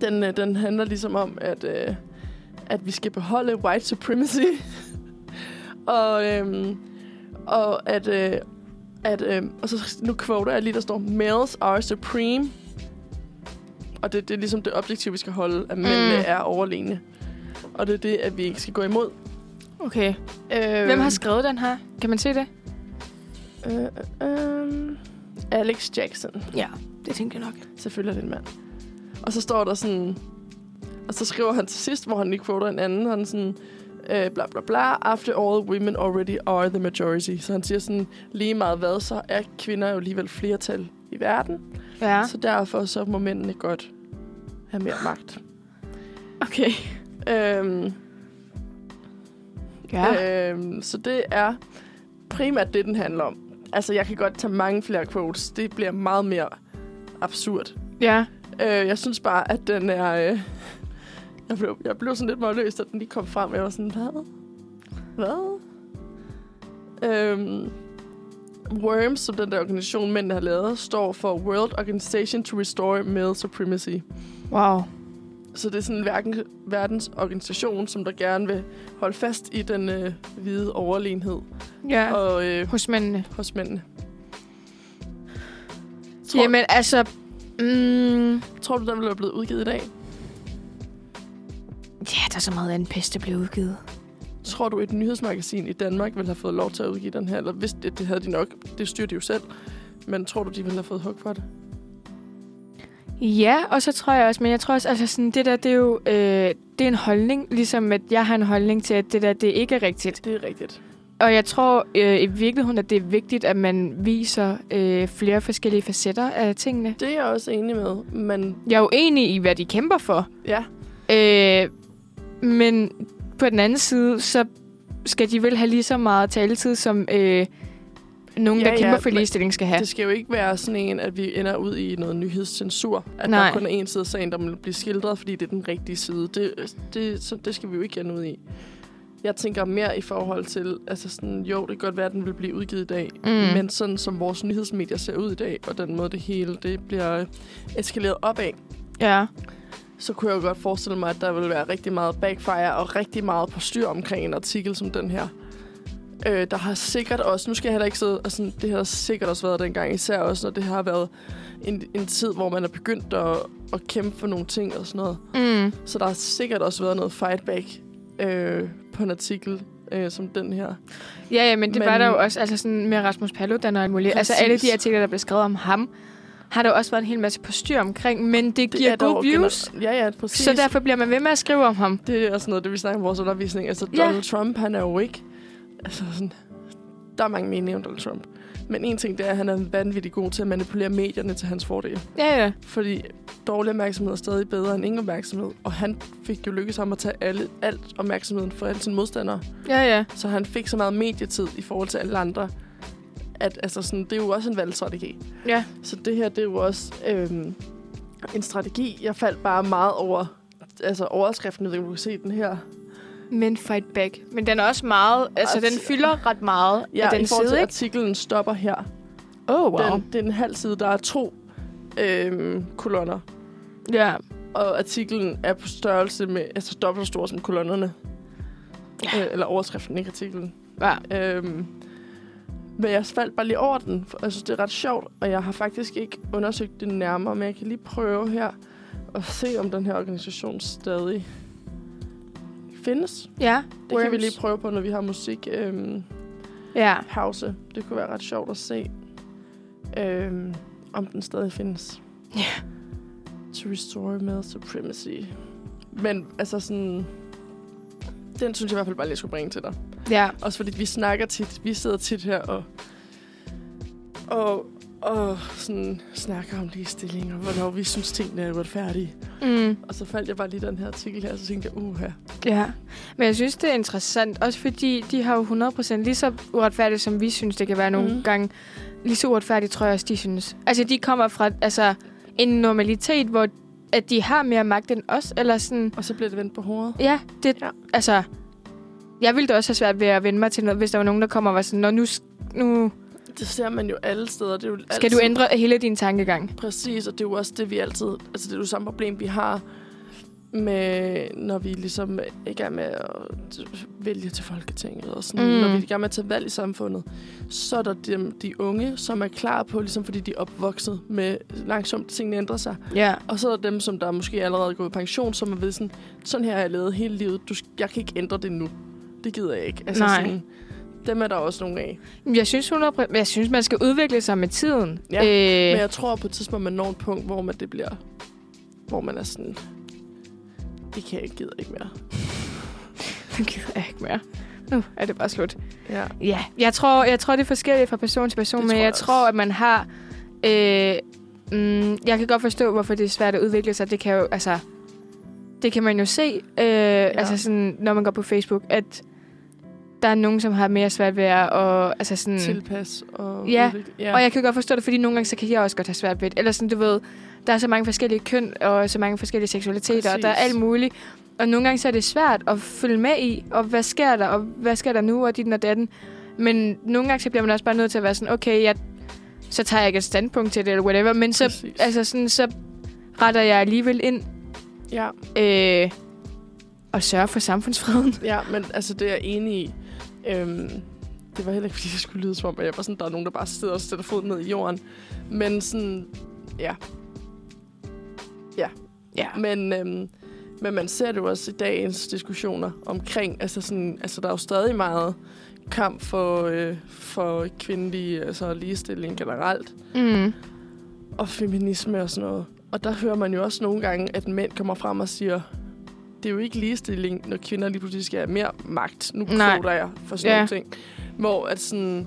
[SPEAKER 2] den, øh, den handler ligesom om, at, øh, at vi skal beholde white supremacy. og, øhm, og at... Øh, at, øhm, og så nu quoter jeg lige, der står, Males are supreme. og det, det er ligesom det objektiv, vi skal holde, at mændene
[SPEAKER 1] Mm.
[SPEAKER 2] er overlegne. Og det er det, at vi ikke skal gå imod.
[SPEAKER 1] Okay.
[SPEAKER 2] Øh,
[SPEAKER 1] Hvem har skrevet den her? Kan man se det?
[SPEAKER 2] Øh, øh, Alex Jackson.
[SPEAKER 1] Ja, det tænkte jeg nok.
[SPEAKER 2] Selvfølgelig er det en mand. Og så står der sådan... Og så skriver han til sidst, hvor han lige quoter en anden, han sådan... Øh, bla bla bla, after all women already are the majority. Så han siger sådan, lige meget hvad, så er kvinder jo alligevel flertal i verden.
[SPEAKER 1] Ja.
[SPEAKER 2] Ja. Så derfor så må mændene godt have mere magt.
[SPEAKER 1] Okay.
[SPEAKER 2] Øhm,
[SPEAKER 1] Ja. Øh.
[SPEAKER 2] ja. øhm, så det er primært det, den handler om. Altså, jeg kan godt tage mange flere quotes. Det bliver meget mere absurd.
[SPEAKER 1] Ja.
[SPEAKER 2] Øh, jeg synes bare, at den er... Øh, jeg, blev, jeg blev sådan lidt målløs, da den lige kom frem. Jeg var sådan, hvad? Hvad? Øhm, Worms, som den der organisation, mændene har lavet, står for World Organization to Restore Male Supremacy.
[SPEAKER 1] Wow.
[SPEAKER 2] Så det er sådan en verden, verdens organisation, som der gerne vil holde fast i den øh, hvide overlegenhed
[SPEAKER 1] Ja.
[SPEAKER 2] ja. og øh,
[SPEAKER 1] Hos mændene.
[SPEAKER 2] hos mændene. Tror,
[SPEAKER 1] Tror... Jamen, altså... Mm,
[SPEAKER 2] tror du, den ville være blevet udgivet i dag?
[SPEAKER 1] ja, der er så meget anden pest, der bliver udgivet.
[SPEAKER 2] Tror du, et nyhedsmagasin i Danmark ville have fået lov til at udgive den her? Eller hvis det, det havde de nok, det styrer de jo selv. Men tror du, de ville have fået hug for det?
[SPEAKER 1] Ja, og så tror jeg også, men jeg tror også, altså sådan, det der, det er jo øh, det er en holdning, ligesom at jeg har en holdning til, at det der, det ikke er rigtigt.
[SPEAKER 2] Det er rigtigt.
[SPEAKER 1] Og jeg tror øh, i virkeligheden, at det er vigtigt, at man viser øh, flere forskellige facetter af tingene.
[SPEAKER 2] Det er jeg også enig med, men
[SPEAKER 1] Jeg er jo enig i, hvad de kæmper for,
[SPEAKER 2] ja,
[SPEAKER 1] øh, men på den anden side, så skal de vel have lige så meget taletid, som øh, nogen,
[SPEAKER 2] Ja,
[SPEAKER 1] ja, der
[SPEAKER 2] ja,
[SPEAKER 1] kæmper ja, for
[SPEAKER 2] men-
[SPEAKER 1] ligestilling, skal
[SPEAKER 2] ja,
[SPEAKER 1] have.
[SPEAKER 2] det skal jo ikke være sådan en, at vi ender ud i noget nyhedscensur. At
[SPEAKER 1] Nej.
[SPEAKER 2] der kun er en side af sagen, der vil blive skildret, fordi det er den rigtige side. Det, det, så, det skal vi jo ikke ende ud i. Jeg tænker mere i forhold til, altså sådan, jo, det kan godt være, at den vil blive udgivet i dag, mm. men sådan som vores nyhedsmedier ser ud i dag, og den måde det hele, det bliver eskaleret opad,
[SPEAKER 1] Ja.
[SPEAKER 2] så kunne jeg jo godt forestille mig, at der ville være rigtig meget backfire og rigtig meget på styr omkring en artikel som den her. Øh, der har sikkert også, nu skal jeg heller ikke sidde, og sådan, det har der sikkert også været dengang, især også når det har været en, en tid, hvor man er begyndt at, at kæmpe for nogle ting og sådan noget.
[SPEAKER 1] Mm.
[SPEAKER 2] Så der har sikkert også været noget fightback øh, på en artikel øh, som den her.
[SPEAKER 1] Ja, ja, men
[SPEAKER 2] Men-
[SPEAKER 1] det men... var der jo også altså sådan med Rasmus Paludan og alt muligt. Altså alle
[SPEAKER 2] Præcis.
[SPEAKER 1] de artikler, der blev skrevet om ham, har der også været en hel masse på styr omkring, men det giver
[SPEAKER 2] er
[SPEAKER 1] det gode
[SPEAKER 2] dog gener-
[SPEAKER 1] views.
[SPEAKER 2] Ja, ja, præcis.
[SPEAKER 1] Så derfor bliver man ved med at skrive om ham.
[SPEAKER 2] Det er også noget, det vi snakker om i vores undervisning. Altså,
[SPEAKER 1] Ja.
[SPEAKER 2] Donald Trump, han er jo ikke... Altså, sådan, der er mange meninger om Donald Trump. Men en ting, det er, at han er vanvittig god til at manipulere medierne til hans fordel.
[SPEAKER 1] Ja, ja.
[SPEAKER 2] Fordi dårlig opmærksomhed er stadig bedre end ingen opmærksomhed. Og han fik jo lykkes ham at tage alle, alt opmærksomheden fra alle sine modstandere.
[SPEAKER 1] Ja, ja.
[SPEAKER 2] Så han fik så meget medietid i forhold til alle andre. At, altså, sådan, det er jo også en valgstrategi.
[SPEAKER 1] Ja,
[SPEAKER 2] Så det her, det er jo også øhm, en strategi. Jeg faldt bare meget over altså overskriften, jeg ved ikke, om du kan se den her.
[SPEAKER 1] men fight back. Men den er også meget, altså den
[SPEAKER 2] Altså-
[SPEAKER 1] fylder ret meget ja,
[SPEAKER 2] Ja,
[SPEAKER 1] af
[SPEAKER 2] den i
[SPEAKER 1] den
[SPEAKER 2] forhold til
[SPEAKER 1] side, ikke?
[SPEAKER 2] artiklen stopper her.
[SPEAKER 1] Åh, oh,
[SPEAKER 2] Wow. Den, det er en halv side. Der er to øhm, kolonner.
[SPEAKER 1] Ja.
[SPEAKER 2] Og artiklen er på størrelse med... Altså dobbelt så stor som kolonnerne. Ja. Øh, eller overskriften, ikke artiklen.
[SPEAKER 1] ja.
[SPEAKER 2] Øhm, men jeg faldt bare lige over den. for Jeg synes, det er ret sjovt. Og jeg har faktisk ikke undersøgt det nærmere. Men jeg kan lige prøve her at se, om den her organisation stadig findes.
[SPEAKER 1] Ja,
[SPEAKER 2] Det kan vi
[SPEAKER 1] Worms.
[SPEAKER 2] lige prøve på, når vi har musik. Øhm,
[SPEAKER 1] Ja.
[SPEAKER 2] pause. Det kunne være ret sjovt at se, øhm, om den stadig findes.
[SPEAKER 1] Ja.
[SPEAKER 2] To restore male supremacy. Men altså sådan... Den synes jeg i hvert fald bare lige, jeg skulle bringe til dig.
[SPEAKER 1] Ja.
[SPEAKER 2] Også fordi vi snakker tit, vi sidder tit her og, og, og sådan snakker om ligestilling, og hvornår vi synes, tingene er uretfærdige.
[SPEAKER 1] Mm.
[SPEAKER 2] Og så faldt jeg bare lige i den her artikel her, og så tænkte jeg, uha.
[SPEAKER 1] Ja, men jeg synes, det er interessant, også fordi de har jo 100% lige så uretfærdigt, som vi synes, det kan være nogle
[SPEAKER 2] Mhm.
[SPEAKER 1] mm. gange. Lige så uretfærdigt, tror jeg også, de synes. Altså, de kommer fra altså, en normalitet, hvor at de har mere magt end os, eller sådan...
[SPEAKER 2] Og så bliver det vendt på hovedet.
[SPEAKER 1] Ja, det...
[SPEAKER 2] Ja.
[SPEAKER 1] Ja. Altså, jeg ville da også have svært ved at vende mig til noget, hvis der var nogen, der kommer og var sådan, Nå, nu, s- nu
[SPEAKER 2] Det ser man jo alle steder. Det er jo
[SPEAKER 1] skal du
[SPEAKER 2] altid-
[SPEAKER 1] ændre hele din tankegang.
[SPEAKER 2] Præcis, og det er jo også det, vi altid... Altså, det er jo samme problem, vi har med, når vi ligesom er i gang med at t- vælge til Folketinget, og sådan, mm. når vi er i gang med at tage valg i samfundet, så er der dem, de unge, som er klar på, ligesom fordi de er opvokset med langsomt tingene ændrer sig.
[SPEAKER 1] Ja.
[SPEAKER 2] Og så er der dem, som der måske allerede er gået i pension, som er ved sådan, sådan her har jeg levet hele livet. Du, sk- jeg kan ikke ændre det nu. Det gider jeg ikke. Altså
[SPEAKER 1] Nej.
[SPEAKER 2] Sådan, dem er der også nogle af.
[SPEAKER 1] Jeg synes, 100%, men jeg synes, man skal udvikle sig med tiden.
[SPEAKER 2] Ja,
[SPEAKER 1] øh,
[SPEAKER 2] Men jeg tror på et tidspunkt, man når et punkt, hvor man det bliver... Hvor man er sådan... Det kan jeg ikke, gider ikke mere.
[SPEAKER 1] Nu gider jeg ikke mere. Nu er det bare slut.
[SPEAKER 2] Ja.
[SPEAKER 1] Ja, jeg tror, jeg tror det er forskelligt fra person til person,
[SPEAKER 2] Det
[SPEAKER 1] men
[SPEAKER 2] tror
[SPEAKER 1] jeg,
[SPEAKER 2] jeg
[SPEAKER 1] jeg
[SPEAKER 2] også.
[SPEAKER 1] tror, at man har... Øh, mm, jeg kan godt forstå, hvorfor det er svært at udvikle sig. Det kan jo, altså... Det kan man jo se, øh, ja. altså sådan, når man går på Facebook, at der er nogen, som har mere svært ved at... Og, altså sådan,
[SPEAKER 2] Mm. Tilpas og...
[SPEAKER 1] Ja,
[SPEAKER 2] udvikle- ja.
[SPEAKER 1] og jeg kan godt forstå det, fordi nogle gange, så kan jeg også godt have svært ved det. Eller sådan, du ved, der er så mange forskellige køn, og så mange forskellige seksualiteter, Præcis. og der er
[SPEAKER 2] Præcis.
[SPEAKER 1] alt muligt. Og nogle gange, så er det svært at følge med i, og hvad sker der, og hvad sker der nu, og dit og datten. Men nogle gange, så bliver man også bare nødt til at være sådan, okay, jeg, så tager jeg ikke et standpunkt til det, eller whatever. Men så,
[SPEAKER 2] Præcis.
[SPEAKER 1] altså sådan, så retter jeg alligevel ind
[SPEAKER 2] ja.
[SPEAKER 1] øh, og sørger for samfundsfreden.
[SPEAKER 2] Ja, men altså, det er jeg enig i. Øhm, det var heller ikke, fordi jeg skulle lyde som om, at jeg var sådan, der er nogen, der bare sidder og sætter foden ned i jorden. Men sådan, ja. Ja.
[SPEAKER 1] Ja.
[SPEAKER 2] Men, øhm, men man ser det jo også i dagens diskussioner omkring, altså sådan, altså der er jo stadig meget kamp for, øh, for kvindelig altså ligestilling generelt,
[SPEAKER 1] Mm.
[SPEAKER 2] og feminisme og sådan noget. Og der hører man jo også nogle gange, at mænd kommer frem og siger, det er jo ikke ligestilling, når kvinder lige pludselig skal have mere magt. Nu
[SPEAKER 1] Nej.
[SPEAKER 2] kvoter jeg for sådan
[SPEAKER 1] Ja.
[SPEAKER 2] ja. nogle ting. Hvor at sådan,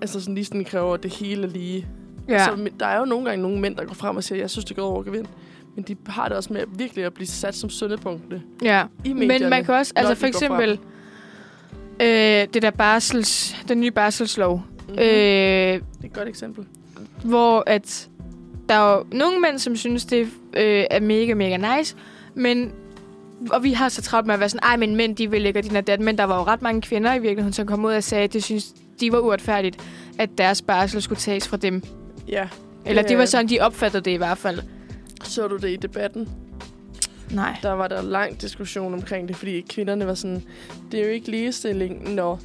[SPEAKER 2] altså sådan ligestilling kræver, at det hele er lige.
[SPEAKER 1] Ja.
[SPEAKER 2] Så men der er jo nogle gange nogle mænd, der går frem og siger, jeg synes, det går over gevind. Men de har det også med at virkelig at blive sat som søndepunktene
[SPEAKER 1] ja.
[SPEAKER 2] i medierne.
[SPEAKER 1] Men man kan også,
[SPEAKER 2] når
[SPEAKER 1] altså
[SPEAKER 2] de
[SPEAKER 1] for
[SPEAKER 2] går frem.
[SPEAKER 1] eksempel, øh, det der barsels, den nye barselslov,
[SPEAKER 2] Mhm.
[SPEAKER 1] mm. øh,
[SPEAKER 2] Det er et godt eksempel.
[SPEAKER 1] hvor at der er jo nogle mænd, som synes, det øh, er mega, mega nice, men og vi har så travlt med at være sådan, ej, men mænd, de vil ikke, og din og dat, men der var jo ret mange kvinder i virkeligheden, som kom ud og sagde, at det synes, de var uretfærdigt, at deres barsel skulle tages fra dem.
[SPEAKER 2] Ja.
[SPEAKER 1] Eller det var
[SPEAKER 2] øh,
[SPEAKER 1] sådan, de opfattede det i hvert fald.
[SPEAKER 2] Så du det i debatten?
[SPEAKER 1] Nej.
[SPEAKER 2] der var der lang diskussion omkring det, fordi kvinderne var sådan, det er jo ikke ligestilling, når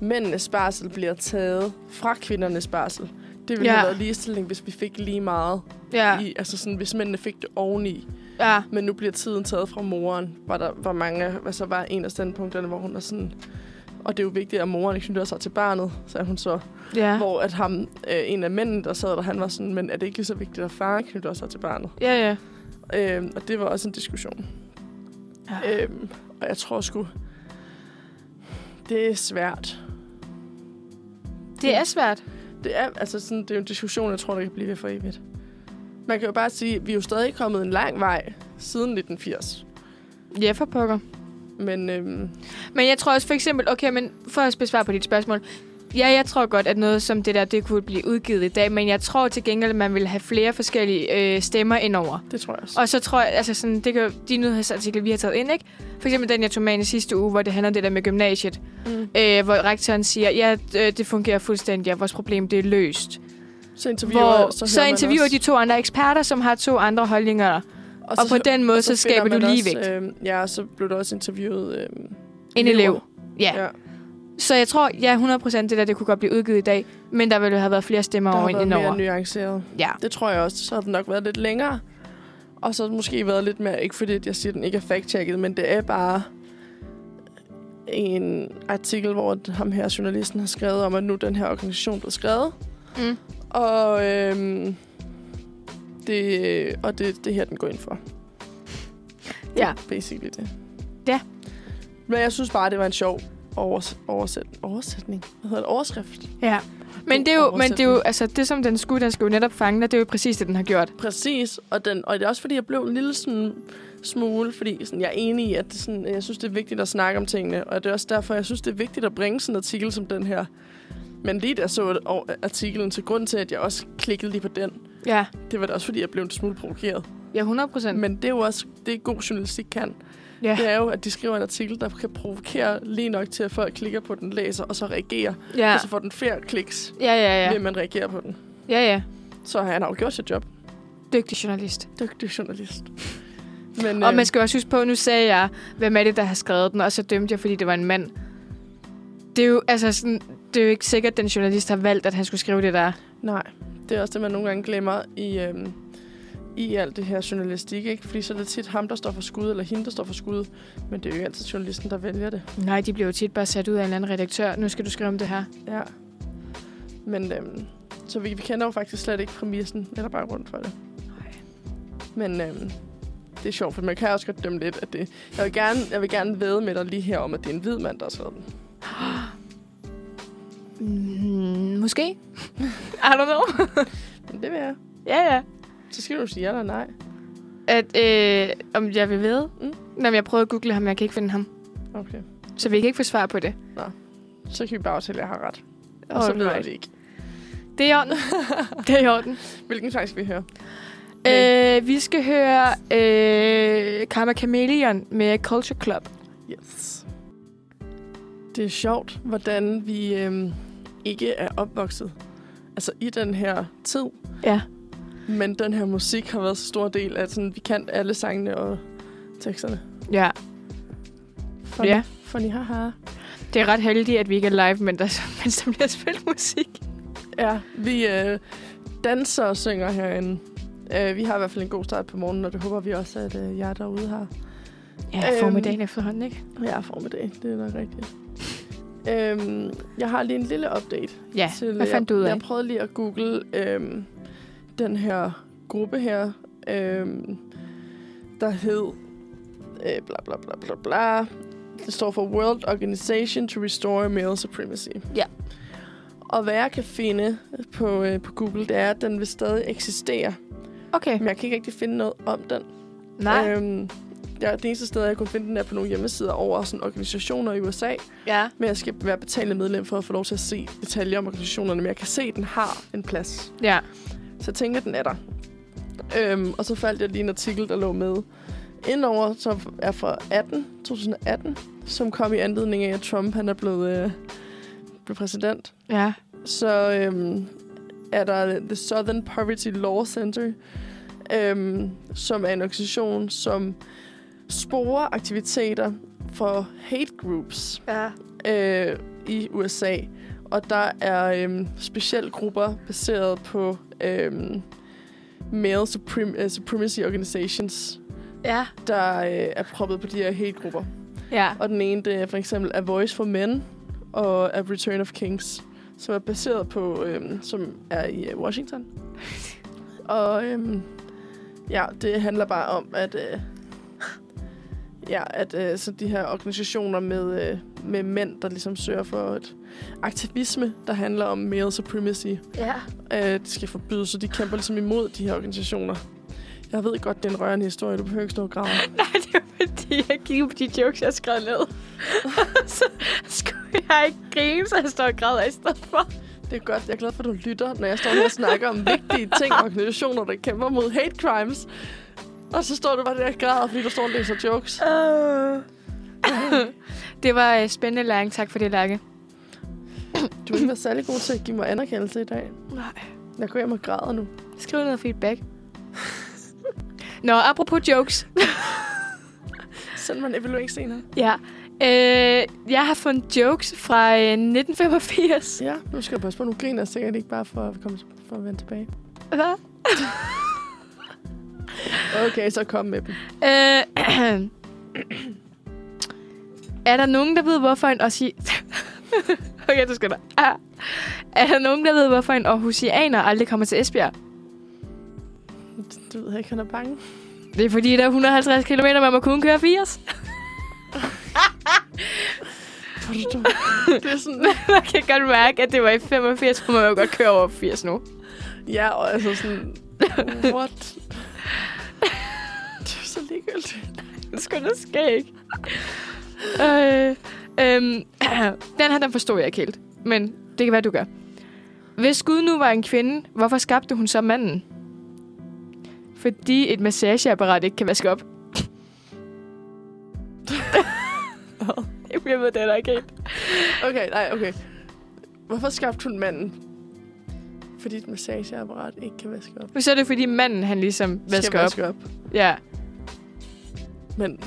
[SPEAKER 2] mændenes barsel bliver taget fra kvindernes barsel. Det ville
[SPEAKER 1] Ja.
[SPEAKER 2] ja. have været ligestilling, hvis vi fik lige meget.
[SPEAKER 1] Ja,
[SPEAKER 2] Ja. I, altså sådan, hvis mændene fik det oveni.
[SPEAKER 1] ja,
[SPEAKER 2] Men nu bliver tiden taget fra moren, var der var mange, altså var en af standpunkterne, hvor hun er sådan, og det er jo vigtigt, at moren ikke knytter sig til barnet, sagde hun så.
[SPEAKER 1] ja.
[SPEAKER 2] Ja. Hvor at ham, øh, en af mændene, der sad der, han var sådan, men er det ikke lige så vigtigt, at faren knytter sig til barnet?
[SPEAKER 1] Ja, ja.
[SPEAKER 2] Øh, og det var også en diskussion.
[SPEAKER 1] ja.
[SPEAKER 2] Øhm, og jeg tror sgu... Det er svært.
[SPEAKER 1] Det er svært.
[SPEAKER 2] Det er, altså sådan, det er jo en diskussion, jeg tror, der kan blive ved for evigt. Man kan jo bare sige, at vi er jo stadig kommet en lang vej siden 1980.
[SPEAKER 1] Ja, for pokker.
[SPEAKER 2] Men øhm,
[SPEAKER 1] Men jeg tror også for eksempel, okay, men for at besvare på dit spørgsmål, ja, jeg tror godt, at noget som det der, det kunne blive udgivet i dag, men jeg tror til gengæld, at man vil have flere forskellige øh, stemmer indover.
[SPEAKER 2] det tror jeg også.
[SPEAKER 1] Og så tror jeg, altså sådan, det kan jo- de nyhedsartikler, vi har taget ind, ikke? For eksempel den, jeg tog med ind i sidste uge, hvor det handler om det der med gymnasiet,
[SPEAKER 2] Mm.
[SPEAKER 1] øh, hvor rektoren siger, ja, øh, det fungerer fuldstændig, og vores problem, det er løst.
[SPEAKER 2] Så interviewer,
[SPEAKER 1] Hvor, så, så
[SPEAKER 2] hører man
[SPEAKER 1] interviewer
[SPEAKER 2] også-
[SPEAKER 1] de to andre eksperter, som har to andre holdninger, og, og på
[SPEAKER 2] hø-
[SPEAKER 1] den måde, så, så
[SPEAKER 2] finder
[SPEAKER 1] skaber du
[SPEAKER 2] man
[SPEAKER 1] ligevægt.
[SPEAKER 2] Også, øhm, ja, så blev der også interviewet... Øhm,
[SPEAKER 1] en
[SPEAKER 2] elever.
[SPEAKER 1] elev. Ja.
[SPEAKER 2] ja.
[SPEAKER 1] Så jeg tror, ja, 100% det der, det kunne godt blive udgivet i dag, men der ville have været flere stemmer
[SPEAKER 2] Der
[SPEAKER 1] over
[SPEAKER 2] har været
[SPEAKER 1] ind over.
[SPEAKER 2] mere nuanceret.
[SPEAKER 1] Ja.
[SPEAKER 2] Det tror jeg også. Så har den nok været lidt længere. Og så har den måske været lidt mere, ikke fordi at jeg siger, at den ikke er fact-checket, men det er bare en artikel, hvor ham her journalisten har skrevet om, at nu er den her organisation blev skrevet.
[SPEAKER 1] Mm.
[SPEAKER 2] Og, øhm, det, og det, det her, den går ind for. Det er
[SPEAKER 1] Ja.
[SPEAKER 2] basically det.
[SPEAKER 1] Ja.
[SPEAKER 2] Men jeg synes bare, det var en sjov overs- oversæt- oversætning. Hvad hedder det? Overskrift.
[SPEAKER 1] ja. Men det er jo, men det er jo,
[SPEAKER 2] oversætning.
[SPEAKER 1] altså det som den skulle, den skulle jo netop fange dig, det er jo præcis det, den har gjort.
[SPEAKER 2] Præcis, og, den, og det er også fordi, jeg blev en lille sådan, smule, fordi sådan, jeg er enig i, at det sådan, jeg synes, det er vigtigt at snakke om tingene, og det er også derfor, jeg synes, det er vigtigt at bringe sådan en artikel som den her. Men lige da jeg så at- og- artiklen, til grund til, at jeg også klikkede lige på den,
[SPEAKER 1] Ja.
[SPEAKER 2] det var da også fordi, jeg blev en smule provokeret.
[SPEAKER 1] Ja, 100%. Men,
[SPEAKER 2] Men det er jo også, det god journalistik kan.
[SPEAKER 1] ja.
[SPEAKER 2] Det er jo, at de skriver en artikel, der kan provokere lige nok til, at folk klikker på den, læser og så reagerer. Ja.
[SPEAKER 1] Ja.
[SPEAKER 2] Og så får den flere kliks,
[SPEAKER 1] ja, ja,
[SPEAKER 2] ja. ved
[SPEAKER 1] ja.
[SPEAKER 2] at man reagerer på den.
[SPEAKER 1] Ja, ja.
[SPEAKER 2] Så har han afgjort sit job.
[SPEAKER 1] Dygtig journalist.
[SPEAKER 2] Dygtig journalist. Men, øh,
[SPEAKER 1] Og man skal jo også huske på, nu sagde jeg, hvem er det, der har skrevet den, og så dømte jeg, fordi det var en mand. Det er jo, altså sådan, det er jo ikke sikkert, at den journalist har valgt, at han skulle skrive det der.
[SPEAKER 2] Nej, det er også det, man nogle gange glemmer i, øhm, i alt det her journalistik, ikke? Fordi så er det tit ham, der står for skud, eller hende, der står for skud. Men det er jo ikke altid journalisten, der vælger det.
[SPEAKER 1] Nej, de bliver jo tit bare sat ud af en eller anden redaktør. Nu skal du skrive om det her.
[SPEAKER 2] Ja. Men øhm, så vi, vi kender jo faktisk slet ikke præmissen, eller bare rundt for det.
[SPEAKER 1] Nej.
[SPEAKER 2] Men øhm, det er sjovt, for man kan også godt dømme lidt, at det... Jeg vil gerne, jeg vil gerne væde med dig lige her om, at det er en hvid mand, der har skrevet den.
[SPEAKER 1] Mm, måske. I don't know.
[SPEAKER 2] Men det vil jeg.
[SPEAKER 1] ja, ja.
[SPEAKER 2] Så skal du sige ja eller nej.
[SPEAKER 1] At, øh, om jeg vil vide.
[SPEAKER 2] Mm.
[SPEAKER 1] Mm. Nå, men jeg prøvede at google ham, men jeg kan ikke finde ham.
[SPEAKER 2] Okay.
[SPEAKER 1] Så vi kan ikke få svar på det.
[SPEAKER 2] Så kan vi bare aftale, at jeg har ret. Og så ved jeg det ikke.
[SPEAKER 1] Det er i orden. det er i orden.
[SPEAKER 2] Hvilken sang skal vi høre?
[SPEAKER 1] Øh, vi skal høre øh, Karma Chameleon med Culture Club.
[SPEAKER 2] Yes. Det er sjovt, hvordan vi øhm, ikke er opvokset. Altså i den her tid.
[SPEAKER 1] Ja.
[SPEAKER 2] Men den her musik har været så stor del af, sådan, vi kan alle sangene og teksterne.
[SPEAKER 1] Ja,
[SPEAKER 2] Funny,
[SPEAKER 1] Ja.
[SPEAKER 2] funny haha.
[SPEAKER 1] det er ret heldigt, at vi ikke er live, men der, mens der bliver spillet musik.
[SPEAKER 2] Ja, vi øh, danser og synger herinde. Øh, vi har i hvert fald en god start på morgenen, og det håber vi også, at øh, jer derude har.
[SPEAKER 1] Ja,
[SPEAKER 2] Øhm.
[SPEAKER 1] formiddagen efterhånden, ikke?
[SPEAKER 2] Ja, formiddag. Det er nok rigtigt. Øhm, jeg har lige en lille update.
[SPEAKER 1] Ja,
[SPEAKER 2] til,
[SPEAKER 1] hvad fandt du ud
[SPEAKER 2] jeg,
[SPEAKER 1] af?
[SPEAKER 2] Jeg prøvede lige at google øhm, den her gruppe her, øhm, der hed øh, bla bla bla bla bla. Det står for World Organization to Restore Male Supremacy.
[SPEAKER 1] Ja.
[SPEAKER 2] Og hvad jeg kan finde på, øh, på Google, det er, at den vil stadig eksistere.
[SPEAKER 1] Okay,
[SPEAKER 2] Men jeg kan ikke rigtig finde noget om den.
[SPEAKER 1] nej.
[SPEAKER 2] Øhm, ja, det eneste sted, jeg kunne finde den, er på nogle hjemmesider over sådan organisationer i USA.
[SPEAKER 1] ja.
[SPEAKER 2] Men jeg skal være betalende medlem for at få lov til at se detaljer om organisationerne. Men jeg kan se, at den har en plads.
[SPEAKER 1] Ja.
[SPEAKER 2] Så jeg tænker, at den er der. Øhm, og så faldt jeg lige en artikel, der lå med indover, som er fra 18, 2018, som kom i anledning af, at Trump han er blevet, øh, blevet præsident
[SPEAKER 1] Ja.
[SPEAKER 2] så øhm, er der The Southern Poverty Law Center, øhm, som er en organisation, som sporer aktiviteter for hate groups
[SPEAKER 1] Ja.
[SPEAKER 2] øh, i USA. Og der er øhm, specielle grupper baseret på øhm, male suprem- uh, supremacy organizations,
[SPEAKER 1] Ja.
[SPEAKER 2] der øh, er proppet på de her hate grupper.
[SPEAKER 1] Ja.
[SPEAKER 2] Og den ene, det er for eksempel A Voice for Men og A Return of Kings, som er baseret på, øhm, som er i øh, Washington. og øhm, ja, det handler bare om, at, øh, ja, at øh, så de her organisationer med, øh, med mænd, der ligesom søger for et aktivisme, der handler om male supremacy, øh,
[SPEAKER 1] Ja.
[SPEAKER 2] det skal forbydes, så de kæmper ligesom imod de her organisationer. Jeg ved godt, det er en rørende historie, du behøver ikke stå og grave.
[SPEAKER 1] Nej, det var fordi, jeg kiggede på de jokes, jeg skrev ned. så skulle jeg ikke grine, så jeg står og græder i stedet for.
[SPEAKER 2] Det er godt. Jeg er glad for, at du lytter, når jeg står her og snakker om vigtige ting og organisationer, der kæmper mod hate crimes. Og så står du bare der og græder, fordi du står og læser jokes.
[SPEAKER 1] Øh. det var øh, spændende læring. Tak for det, Lærke.
[SPEAKER 2] Du har ikke været særlig god til at give mig anerkendelse i dag.
[SPEAKER 1] Nej.
[SPEAKER 2] Jeg går hjem og græder nu.
[SPEAKER 1] Skriv noget feedback. Nå, apropos jokes.
[SPEAKER 2] Send mig en evaluering senere.
[SPEAKER 1] Ja. Øh, jeg har fundet jokes fra øh, 1985.
[SPEAKER 2] Ja, nu skal jeg passe på. Nu griner jeg sikkert ikke bare for at, komme, for at vende tilbage.
[SPEAKER 1] Hvad?
[SPEAKER 2] Okay, så kom med dem.
[SPEAKER 1] Øh, er der nogen, der ved, hvorfor en Aussie... okay, du skal da. Ah. Er der nogen, der ved, hvorfor en Aarhusianer aldrig kommer til Esbjerg?
[SPEAKER 2] Det, det ved jeg ikke, han er bange.
[SPEAKER 1] Det er fordi, der er 150 km, man må kun køre 80.
[SPEAKER 2] Hvor er du dum. Det er sådan...
[SPEAKER 1] man kan godt mærke, at det var i 85, for man må jo godt køre over 80 nu.
[SPEAKER 2] Ja, og altså sådan... What? Det er så ligegyldigt.
[SPEAKER 1] Det skulle da ske, ikke? øh, øhm, den her, den forstod jeg ikke helt. Men det kan være, du gør. Hvis Gud nu var en kvinde, hvorfor skabte hun så manden? Fordi et massageapparat ikke kan vaske op. jeg ved det heller ikke helt.
[SPEAKER 2] Okay, nej, okay. Hvorfor skabte hun manden? Fordi et massageapparat ikke kan vaske op.
[SPEAKER 1] Men så er det, fordi manden, han ligesom vasker
[SPEAKER 2] Skal
[SPEAKER 1] op.
[SPEAKER 2] vaske op.
[SPEAKER 1] Ja.
[SPEAKER 2] Men,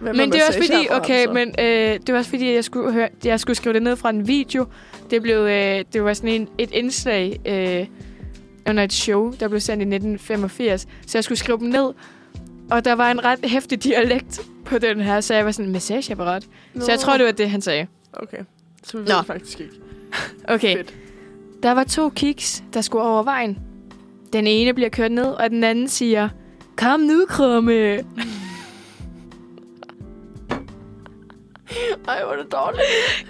[SPEAKER 2] hvad med
[SPEAKER 1] Men det er også fordi,
[SPEAKER 2] massageapparater,
[SPEAKER 1] okay,
[SPEAKER 2] så?
[SPEAKER 1] men øh, det var også fordi, at jeg skulle, høre, jeg skulle skrive det ned fra en video. Det, blev, øh, det var sådan en, et indslag øh, under et show, der blev sendt i 1985. Så jeg skulle skrive dem ned. Og der var en ret hæftig dialekt på den her, så jeg var sådan, massageapparat. No. Så jeg tror, det var det, han sagde.
[SPEAKER 2] Okay, så vi ved
[SPEAKER 1] Nå.
[SPEAKER 2] det faktisk ikke.
[SPEAKER 1] Okay.
[SPEAKER 2] Fedt.
[SPEAKER 1] Der var to kiks, der skulle over vejen. Den ene bliver kørt ned, og den anden siger, Kom nu, krumme!
[SPEAKER 2] Ej, hvor er det dårligt.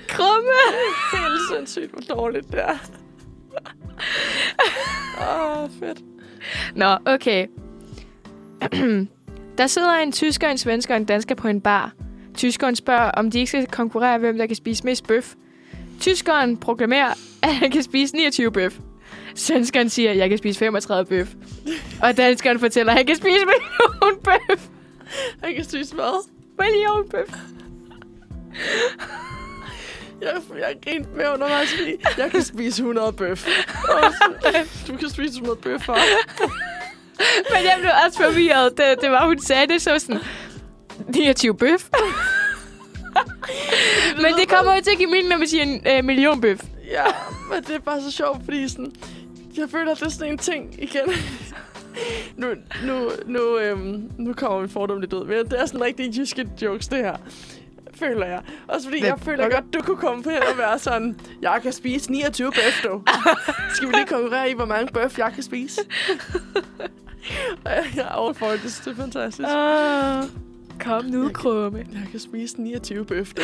[SPEAKER 1] Krumme!
[SPEAKER 2] Helt sindssygt, hvor dårligt det er. Åh, oh, fedt.
[SPEAKER 1] Nå, okay. der sidder en tysker, en svensker og en dansker på en bar. Tyskeren spørger, om de ikke skal konkurrere, hvem der kan spise mest bøf. Tyskeren proklamerer, at han kan spise 29 bøf. Svenskeren siger, at jeg kan spise 35 bøf. Og danskeren fortæller, at han kan spise million bøf.
[SPEAKER 2] Jeg kan spise mad.
[SPEAKER 1] Million bøf.
[SPEAKER 2] Jeg, jeg grinte med undervejs, fordi jeg kan spise 100 bøf. Og så- du kan spise 100 bøffer.
[SPEAKER 1] Men jeg blev også forvirret, da det var, hun sagde det, så var sådan, 29 bøf. Men det kommer jo til at give mening, når man siger en øh, million bøf.
[SPEAKER 2] Ja, men det er bare så sjovt, fordi sådan, jeg føler, at det er sådan en ting igen. Nu, nu, nu, øhm, nu kommer min fordom lidt ud, men det er sådan rigtig jyske jokes, det her. Føler jeg. Også fordi
[SPEAKER 1] Men-
[SPEAKER 2] jeg føler
[SPEAKER 1] okay.
[SPEAKER 2] godt, du kunne komme på hen og være sådan, jeg kan spise 29 bøf, du. Skal vi lige konkurrere i, hvor mange bøf jeg kan spise? Og jeg- jeg er all for it. Det, synes, det er fantastisk.
[SPEAKER 1] Ah, kom nu, krumme.
[SPEAKER 2] Jeg kan spise 29 bøf, du.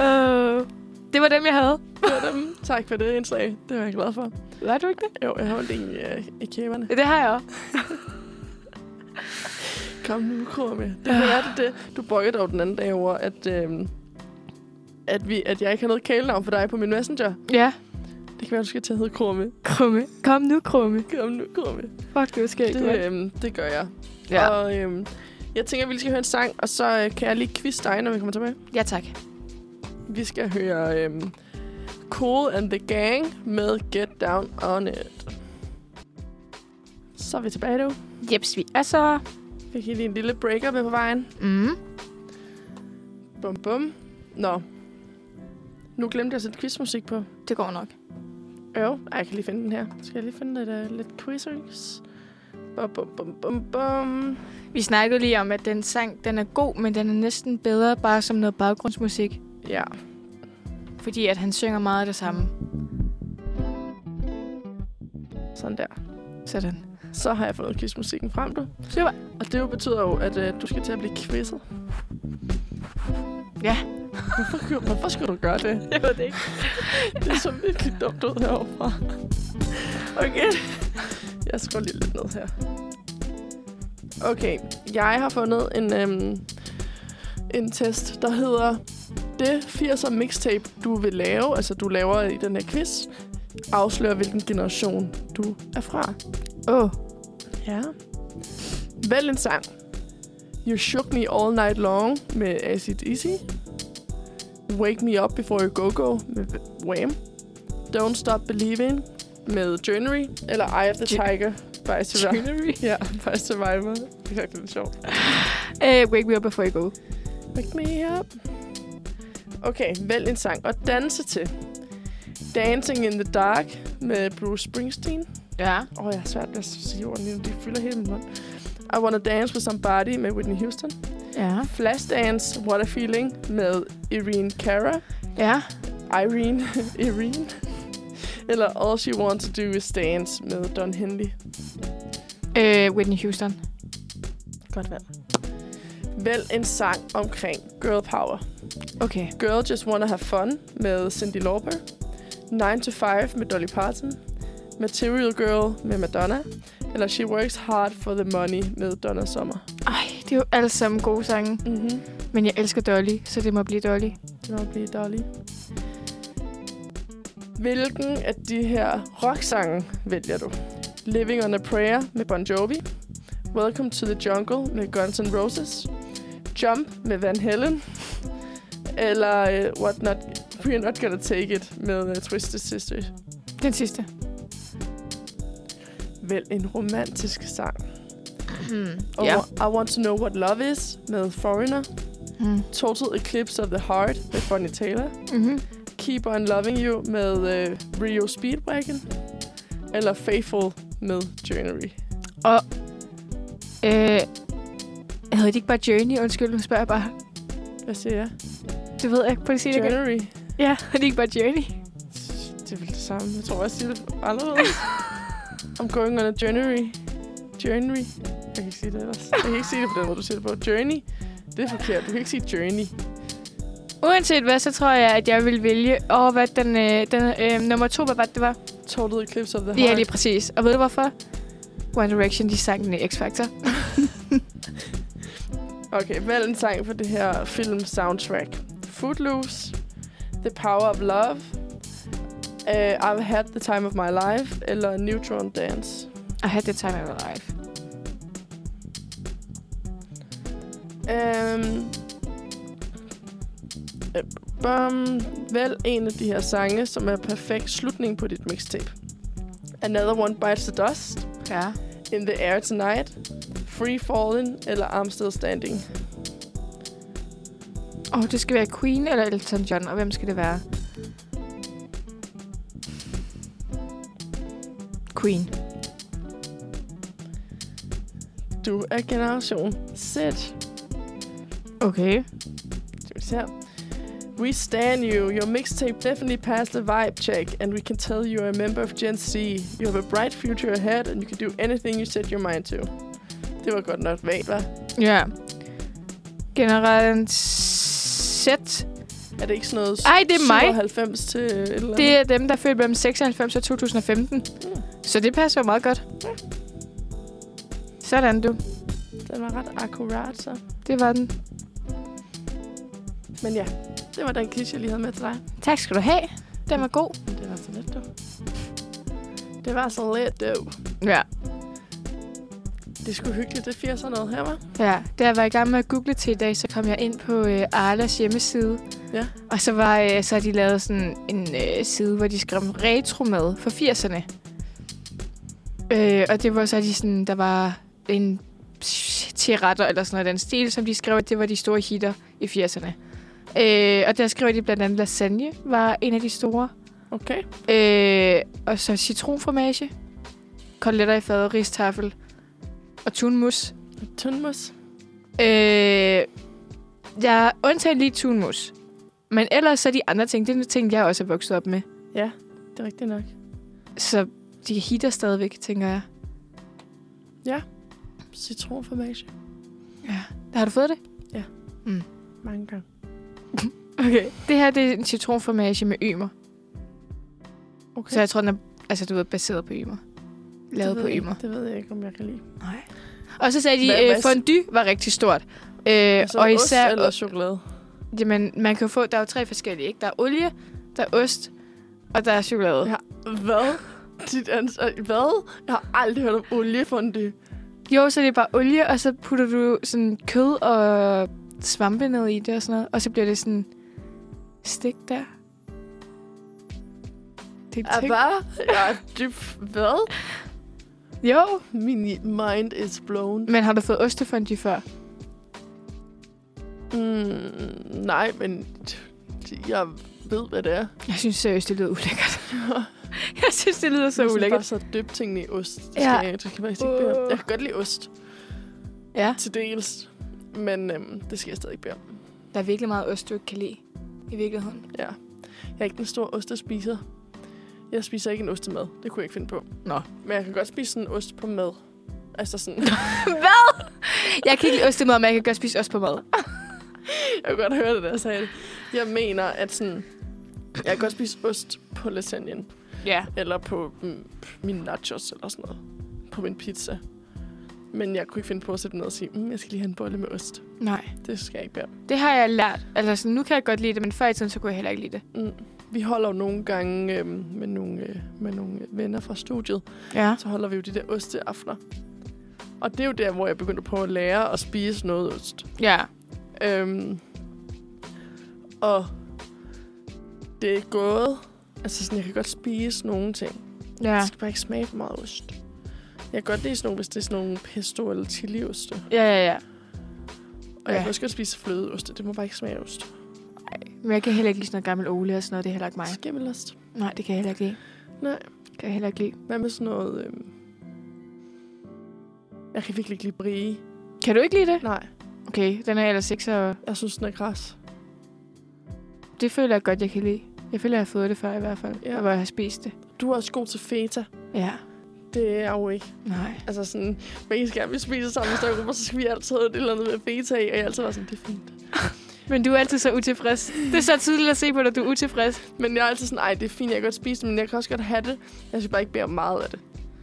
[SPEAKER 1] Uh, det var dem, jeg havde.
[SPEAKER 2] Det var dem. Tak for det indslag. Det var jeg glad for.
[SPEAKER 1] Var du ikke det?
[SPEAKER 2] Jo, jeg holdt en øh, i kæberne.
[SPEAKER 1] Det har jeg også.
[SPEAKER 2] Kom nu, Krumme. Det kan være, det, er det. Du brokkede dog den anden dag over, at, øhm, at, vi, at jeg ikke har noget kælenavn for dig på min messenger.
[SPEAKER 1] Ja,
[SPEAKER 2] Det kan være, du skal til at hedde Krumme.
[SPEAKER 1] krumme. Kom nu, krumme.
[SPEAKER 2] Kom nu, Krumme.
[SPEAKER 1] Fuck, det var skægt.
[SPEAKER 2] Det,
[SPEAKER 1] Det,
[SPEAKER 2] øhm, det gør jeg.
[SPEAKER 1] ja.
[SPEAKER 2] Og øhm, jeg tænker, at vi lige skal høre en sang, og så øh, kan jeg lige quizze dig, når vi kommer tilbage.
[SPEAKER 1] ja, tak.
[SPEAKER 2] Vi skal høre øhm, Cool and the Gang med Get Down On It. Så er vi tilbage, du.
[SPEAKER 1] Jeps, vi Altså, er så...
[SPEAKER 2] Fik I lige en lille breaker med på vejen.
[SPEAKER 1] Mm.
[SPEAKER 2] Bum bum. Nå. Nu glemte jeg at sætte quizmusik på.
[SPEAKER 1] Det går nok.
[SPEAKER 2] Jo, ej, jeg kan lige finde den her. Skal jeg lige finde lidt, uh, lidt quizzers? Bum bum bum bum bum.
[SPEAKER 1] Vi snakkede lige om, at den sang, den er god, men den er næsten bedre bare som noget baggrundsmusik.
[SPEAKER 2] Ja.
[SPEAKER 1] Fordi at han synger meget af det samme.
[SPEAKER 2] Sådan der.
[SPEAKER 1] Sådan.
[SPEAKER 2] Så har jeg fundet quizmusikken frem, du.
[SPEAKER 1] Super.
[SPEAKER 2] Og det jo betyder jo, at uh, du skal til at blive quizzet.
[SPEAKER 1] Ja.
[SPEAKER 2] Hvorfor, gør- hvorfor skulle du gøre det?
[SPEAKER 1] Jeg ved det ikke.
[SPEAKER 2] Det er så virkelig dumt ud herovre. Okay. Jeg skruer lige lidt ned her. Okay, jeg har fundet en, øhm, en test, der hedder Det 80'er mixtape, du vil lave, altså du laver i den her quiz, afslører, hvilken generation du er fra.
[SPEAKER 1] Åh. Oh.
[SPEAKER 2] Ja. Vælg en sang. You Shook Me All Night Long med AC/DC. Wake Me Up Before You Go Go med Wham. Don't Stop Believing med Journey. Eller Eye of the
[SPEAKER 1] Ju-
[SPEAKER 2] Tiger by Survivor. Ja, by Survivor. Det er lidt sjovt.
[SPEAKER 1] Uh, wake me up before you go.
[SPEAKER 2] Wake Me Up. Okay, vælg en sang og danse til. Dancing in the Dark med Bruce Springsteen.
[SPEAKER 1] Ja.
[SPEAKER 2] Åh, oh, jeg er svært ved at sige ordene lige nu. De fylder hele min mund. I Wanna Dance With Somebody med Whitney Houston.
[SPEAKER 1] Ja.
[SPEAKER 2] Flashdance What A Feeling med Irene Cara.
[SPEAKER 1] Ja.
[SPEAKER 2] Irene. Irene. Eller All She Wants To Do Is Dance med Don Henley.
[SPEAKER 1] Uh, Whitney Houston.
[SPEAKER 2] Godt valg. Vælg en sang omkring girl power.
[SPEAKER 1] Okay.
[SPEAKER 2] Girl Just Wanna Have Fun med Cindy Lauper. 9 to 5 med Dolly Parton. Material Girl med Madonna. Eller She Works Hard for the Money med Donna Summer.
[SPEAKER 1] Ej, det er jo alle sammen gode sange.
[SPEAKER 2] Mhm.
[SPEAKER 1] Men jeg elsker Dolly, så det må blive Dolly.
[SPEAKER 2] Det må blive Dolly. Hvilken af de her rocksange vælger du? Living on a Prayer med Bon Jovi. Welcome to the Jungle med Guns N' Roses. Jump med Van Halen. Eller uh, What Not... We're Not Gonna Take It med uh, Twisted Sister.
[SPEAKER 1] Den sidste.
[SPEAKER 2] Vælg en romantisk sang.
[SPEAKER 1] Mm.
[SPEAKER 2] Og
[SPEAKER 1] Ja.
[SPEAKER 2] I Want to Know What Love Is med Foreigner.
[SPEAKER 1] Mm.
[SPEAKER 2] Total Eclipse of the Heart med Bonnie Taylor.
[SPEAKER 1] Mm-hmm.
[SPEAKER 2] Keep On Loving You med øh, Rio Speedwagon. Eller Faithful med Journey.
[SPEAKER 1] Øh, hedder det ikke bare Journey? Undskyld, nu spørger jeg bare.
[SPEAKER 2] Hvad siger jeg?
[SPEAKER 1] Det ved jeg ikke. Prøv at sige det igen.
[SPEAKER 2] Journey.
[SPEAKER 1] Ja, hedder det ikke bare Journey?
[SPEAKER 2] Det er vel det samme. Jeg tror, jeg siger det anderledes. I'm going on a journey. Journey. Jeg kan ikke sige det ellers. Jeg kan ikke sige det på den måde, du siger det på. Journey. Det er forkert. Du kan ikke sige journey.
[SPEAKER 1] Uanset hvad, så tror jeg, at jeg vil vælge over, hvad den, øh, den øh, nummer to, hvad var det, det var?
[SPEAKER 2] Total Eclipse of the Heart.
[SPEAKER 1] Ja, lige præcis. Og ved du hvorfor? One Direction, de sang den i X-Factor.
[SPEAKER 2] Okay, vælg en sang for det her film soundtrack. Footloose, The Power of Love, uh, I've Had the Time of My Life, eller Neutron Dance.
[SPEAKER 1] I had the time of my life.
[SPEAKER 2] Um, øh, bum, vælg en af de her sange, som er perfekt slutning på dit mixtape. Another One Bites the Dust,
[SPEAKER 1] Ja.
[SPEAKER 2] In the Air Tonight, Free Falling eller I'm Still Standing.
[SPEAKER 1] Og det skal være Queen eller Elton John, og hvem skal det være? Queen.
[SPEAKER 2] Du er generation Z.
[SPEAKER 1] Okay.
[SPEAKER 2] Skal vi se her. We stand you. Your mixtape definitely passed the vibe check, and we can tell you are a member of Gen Z. You have a bright future ahead, and you can do anything you set your mind to. Det var godt nok vagt, hva'?
[SPEAKER 1] Ja. Generelt Z.
[SPEAKER 2] Er det ikke sådan noget
[SPEAKER 1] Ej, det er mig.
[SPEAKER 2] 97 til et eller andet? Mm,
[SPEAKER 1] Det er dem, der er født mellem 96 og 2015. Så det passer jo meget godt. Sådan du.
[SPEAKER 2] Den var ret akkurat, så.
[SPEAKER 1] Det var den.
[SPEAKER 2] Men ja, det var den quiz, jeg lige havde med til dig.
[SPEAKER 1] Tak skal du have. Den var god.
[SPEAKER 2] Men det var så let, du. Det var så let, du.
[SPEAKER 1] Ja.
[SPEAKER 2] Det skulle hyggeligt, det 80'er noget her, var.
[SPEAKER 1] Ja, da jeg var i gang med at google til i dag, så kom jeg ind på øh, Arlas hjemmeside.
[SPEAKER 2] Ja.
[SPEAKER 1] Og så var øh, så har de lavet sådan en øh, side, hvor de skrev retro med for 80'erne. Øh, og det var så de sådan, der var en tiretter eller sådan noget i den stil, som de skrev, at det var de store hitter i 80'erne. Øh, og der skrev de blandt andet lasagne var en af de store.
[SPEAKER 2] Okay.
[SPEAKER 1] Øh, og så citronformage, koteletter i fadet, ristaffel og tunmus.
[SPEAKER 2] Tunmus.
[SPEAKER 1] Øh, jeg undtager lige tunmus. Men ellers så de andre ting, det er ting, jeg også er vokset op med.
[SPEAKER 2] Ja, det er rigtigt nok.
[SPEAKER 1] Så de hitter stadigvæk, tænker jeg.
[SPEAKER 2] Citronformage.
[SPEAKER 1] Har du fået det?
[SPEAKER 2] Mange gange.
[SPEAKER 1] Okay. Det her, det er en citronformage med ymer.
[SPEAKER 2] Okay.
[SPEAKER 1] Så jeg tror, den er altså, du ved, baseret på ymer. Lavet
[SPEAKER 2] det
[SPEAKER 1] på
[SPEAKER 2] ved jeg,
[SPEAKER 1] ymer.
[SPEAKER 2] Det ved jeg ikke, om jeg kan lide.
[SPEAKER 1] Nej. Og så sagde de,
[SPEAKER 2] Hvad-
[SPEAKER 1] at
[SPEAKER 2] hvad-
[SPEAKER 1] øh, fondue var rigtig stort. Øh,
[SPEAKER 2] Altså,
[SPEAKER 1] og især...
[SPEAKER 2] ost eller chokolade?
[SPEAKER 1] Jamen, man kan jo få... Der er jo tre forskellige, ikke? Der er olie, der er ost, og der er chokolade.
[SPEAKER 2] Ja. Hvad? Dit ansvar. Hvad? Jeg har aldrig hørt om oliefondue.
[SPEAKER 1] Jo, så det er bare olie, og så putter du sådan kød og svampe ned i det og sådan noget. Og så bliver det sådan stik der. Det er ting.
[SPEAKER 2] Hvad? Jeg er dybt. Hvad?
[SPEAKER 1] Jo.
[SPEAKER 2] Min mind is blown.
[SPEAKER 1] Men har du fået ostefondue før?
[SPEAKER 2] Mm, nej, men t- jeg ved, hvad det er.
[SPEAKER 1] Jeg synes seriøst, det lyder ulækkert. jeg synes, det lyder så
[SPEAKER 2] jeg synes bare
[SPEAKER 1] ulækkert.
[SPEAKER 2] så dybt tingene i ost. Det skal,
[SPEAKER 1] Ja.
[SPEAKER 2] jeg, det skal jeg, faktisk ikke bede om. jeg kan godt lide ost
[SPEAKER 1] Ja,
[SPEAKER 2] til dels, men øhm, det skal jeg stadig ikke bede om.
[SPEAKER 1] der er virkelig meget ost, du ikke kan lide. I virkeligheden.
[SPEAKER 2] Ja. Jeg er ikke den store ostespiser. Jeg spiser ikke en ost til mad. Det kunne jeg ikke finde på.
[SPEAKER 1] Nå.
[SPEAKER 2] Men jeg kan godt spise sådan en ost på mad. Altså sådan,
[SPEAKER 1] Hvad? Jeg kan ikke lide ost i mad, men jeg kan godt spise ost på mad.
[SPEAKER 2] jeg kan godt høre det, der jeg sagde det. Jeg mener, at sådan, jeg kan godt spise ost på lasagnen.
[SPEAKER 1] Ja.
[SPEAKER 2] Eller på mm, mine nachos eller sådan noget. På min pizza. Men jeg kunne ikke finde på at sætte mig ned og sige, mm, jeg skal lige have en bolle med ost.
[SPEAKER 1] Nej.
[SPEAKER 2] Det skal jeg ikke bære.
[SPEAKER 1] Det har jeg lært. Altså, sådan, nu kan jeg godt lide det, men før i tiden, så kunne jeg heller ikke lide det.
[SPEAKER 2] Mm. Vi holder jo nogle gange øhm, med, nogle, øh, med nogle venner fra studiet,
[SPEAKER 1] Ja.
[SPEAKER 2] så holder vi jo de der osteaftener. Og det er jo der, hvor jeg begyndte på at lære at spise noget ost.
[SPEAKER 1] Ja.
[SPEAKER 2] Øhm, og det er gået. Altså, sådan, jeg kan godt spise nogle ting. Ja.
[SPEAKER 1] Ja.
[SPEAKER 2] Jeg skal bare ikke smage for meget ost. Jeg kan godt lide sådan nogle, hvis det er sådan nogle pesto eller chilioste.
[SPEAKER 1] Ja, ja, ja.
[SPEAKER 2] Og ja. jeg
[SPEAKER 1] Ja.
[SPEAKER 2] kan også godt spise flødeost. Det må bare ikke smage af ost.
[SPEAKER 1] Men jeg kan heller ikke lide sådan noget gammel olie og sådan noget. Det er heller ikke mig.
[SPEAKER 2] Skimmelost.
[SPEAKER 1] Nej, det kan jeg heller ikke lide.
[SPEAKER 2] Nej.
[SPEAKER 1] Kan jeg heller ikke lide.
[SPEAKER 2] Hvad med sådan noget... Øhm... Jeg kan virkelig ikke lide brie.
[SPEAKER 1] Kan du ikke lide det?
[SPEAKER 2] Nej,
[SPEAKER 1] Okay, den er jeg ellers ikke så...
[SPEAKER 2] jeg synes, den er græs.
[SPEAKER 1] Det føler jeg godt, jeg kan lide. Jeg føler, jeg har fået det før i hvert fald.
[SPEAKER 2] Ja.
[SPEAKER 1] Ja. Og hvor jeg har spist det.
[SPEAKER 2] Du er også god til feta.
[SPEAKER 1] Ja.
[SPEAKER 2] Det er jeg jo ikke.
[SPEAKER 1] Nej.
[SPEAKER 2] Altså sådan, hver gang vi spiser sammen i Større så skal vi altid have et eller andet med feta i, og jeg er altid var sådan, det er fint.
[SPEAKER 1] Men du er altid så utilfreds. Det er så tydeligt at se på dig, du er utilfreds.
[SPEAKER 2] Men jeg er altid sådan, ej, det er fint, jeg kan godt spise det, men jeg kan også godt have det. Jeg skal bare ikke bære meget af det.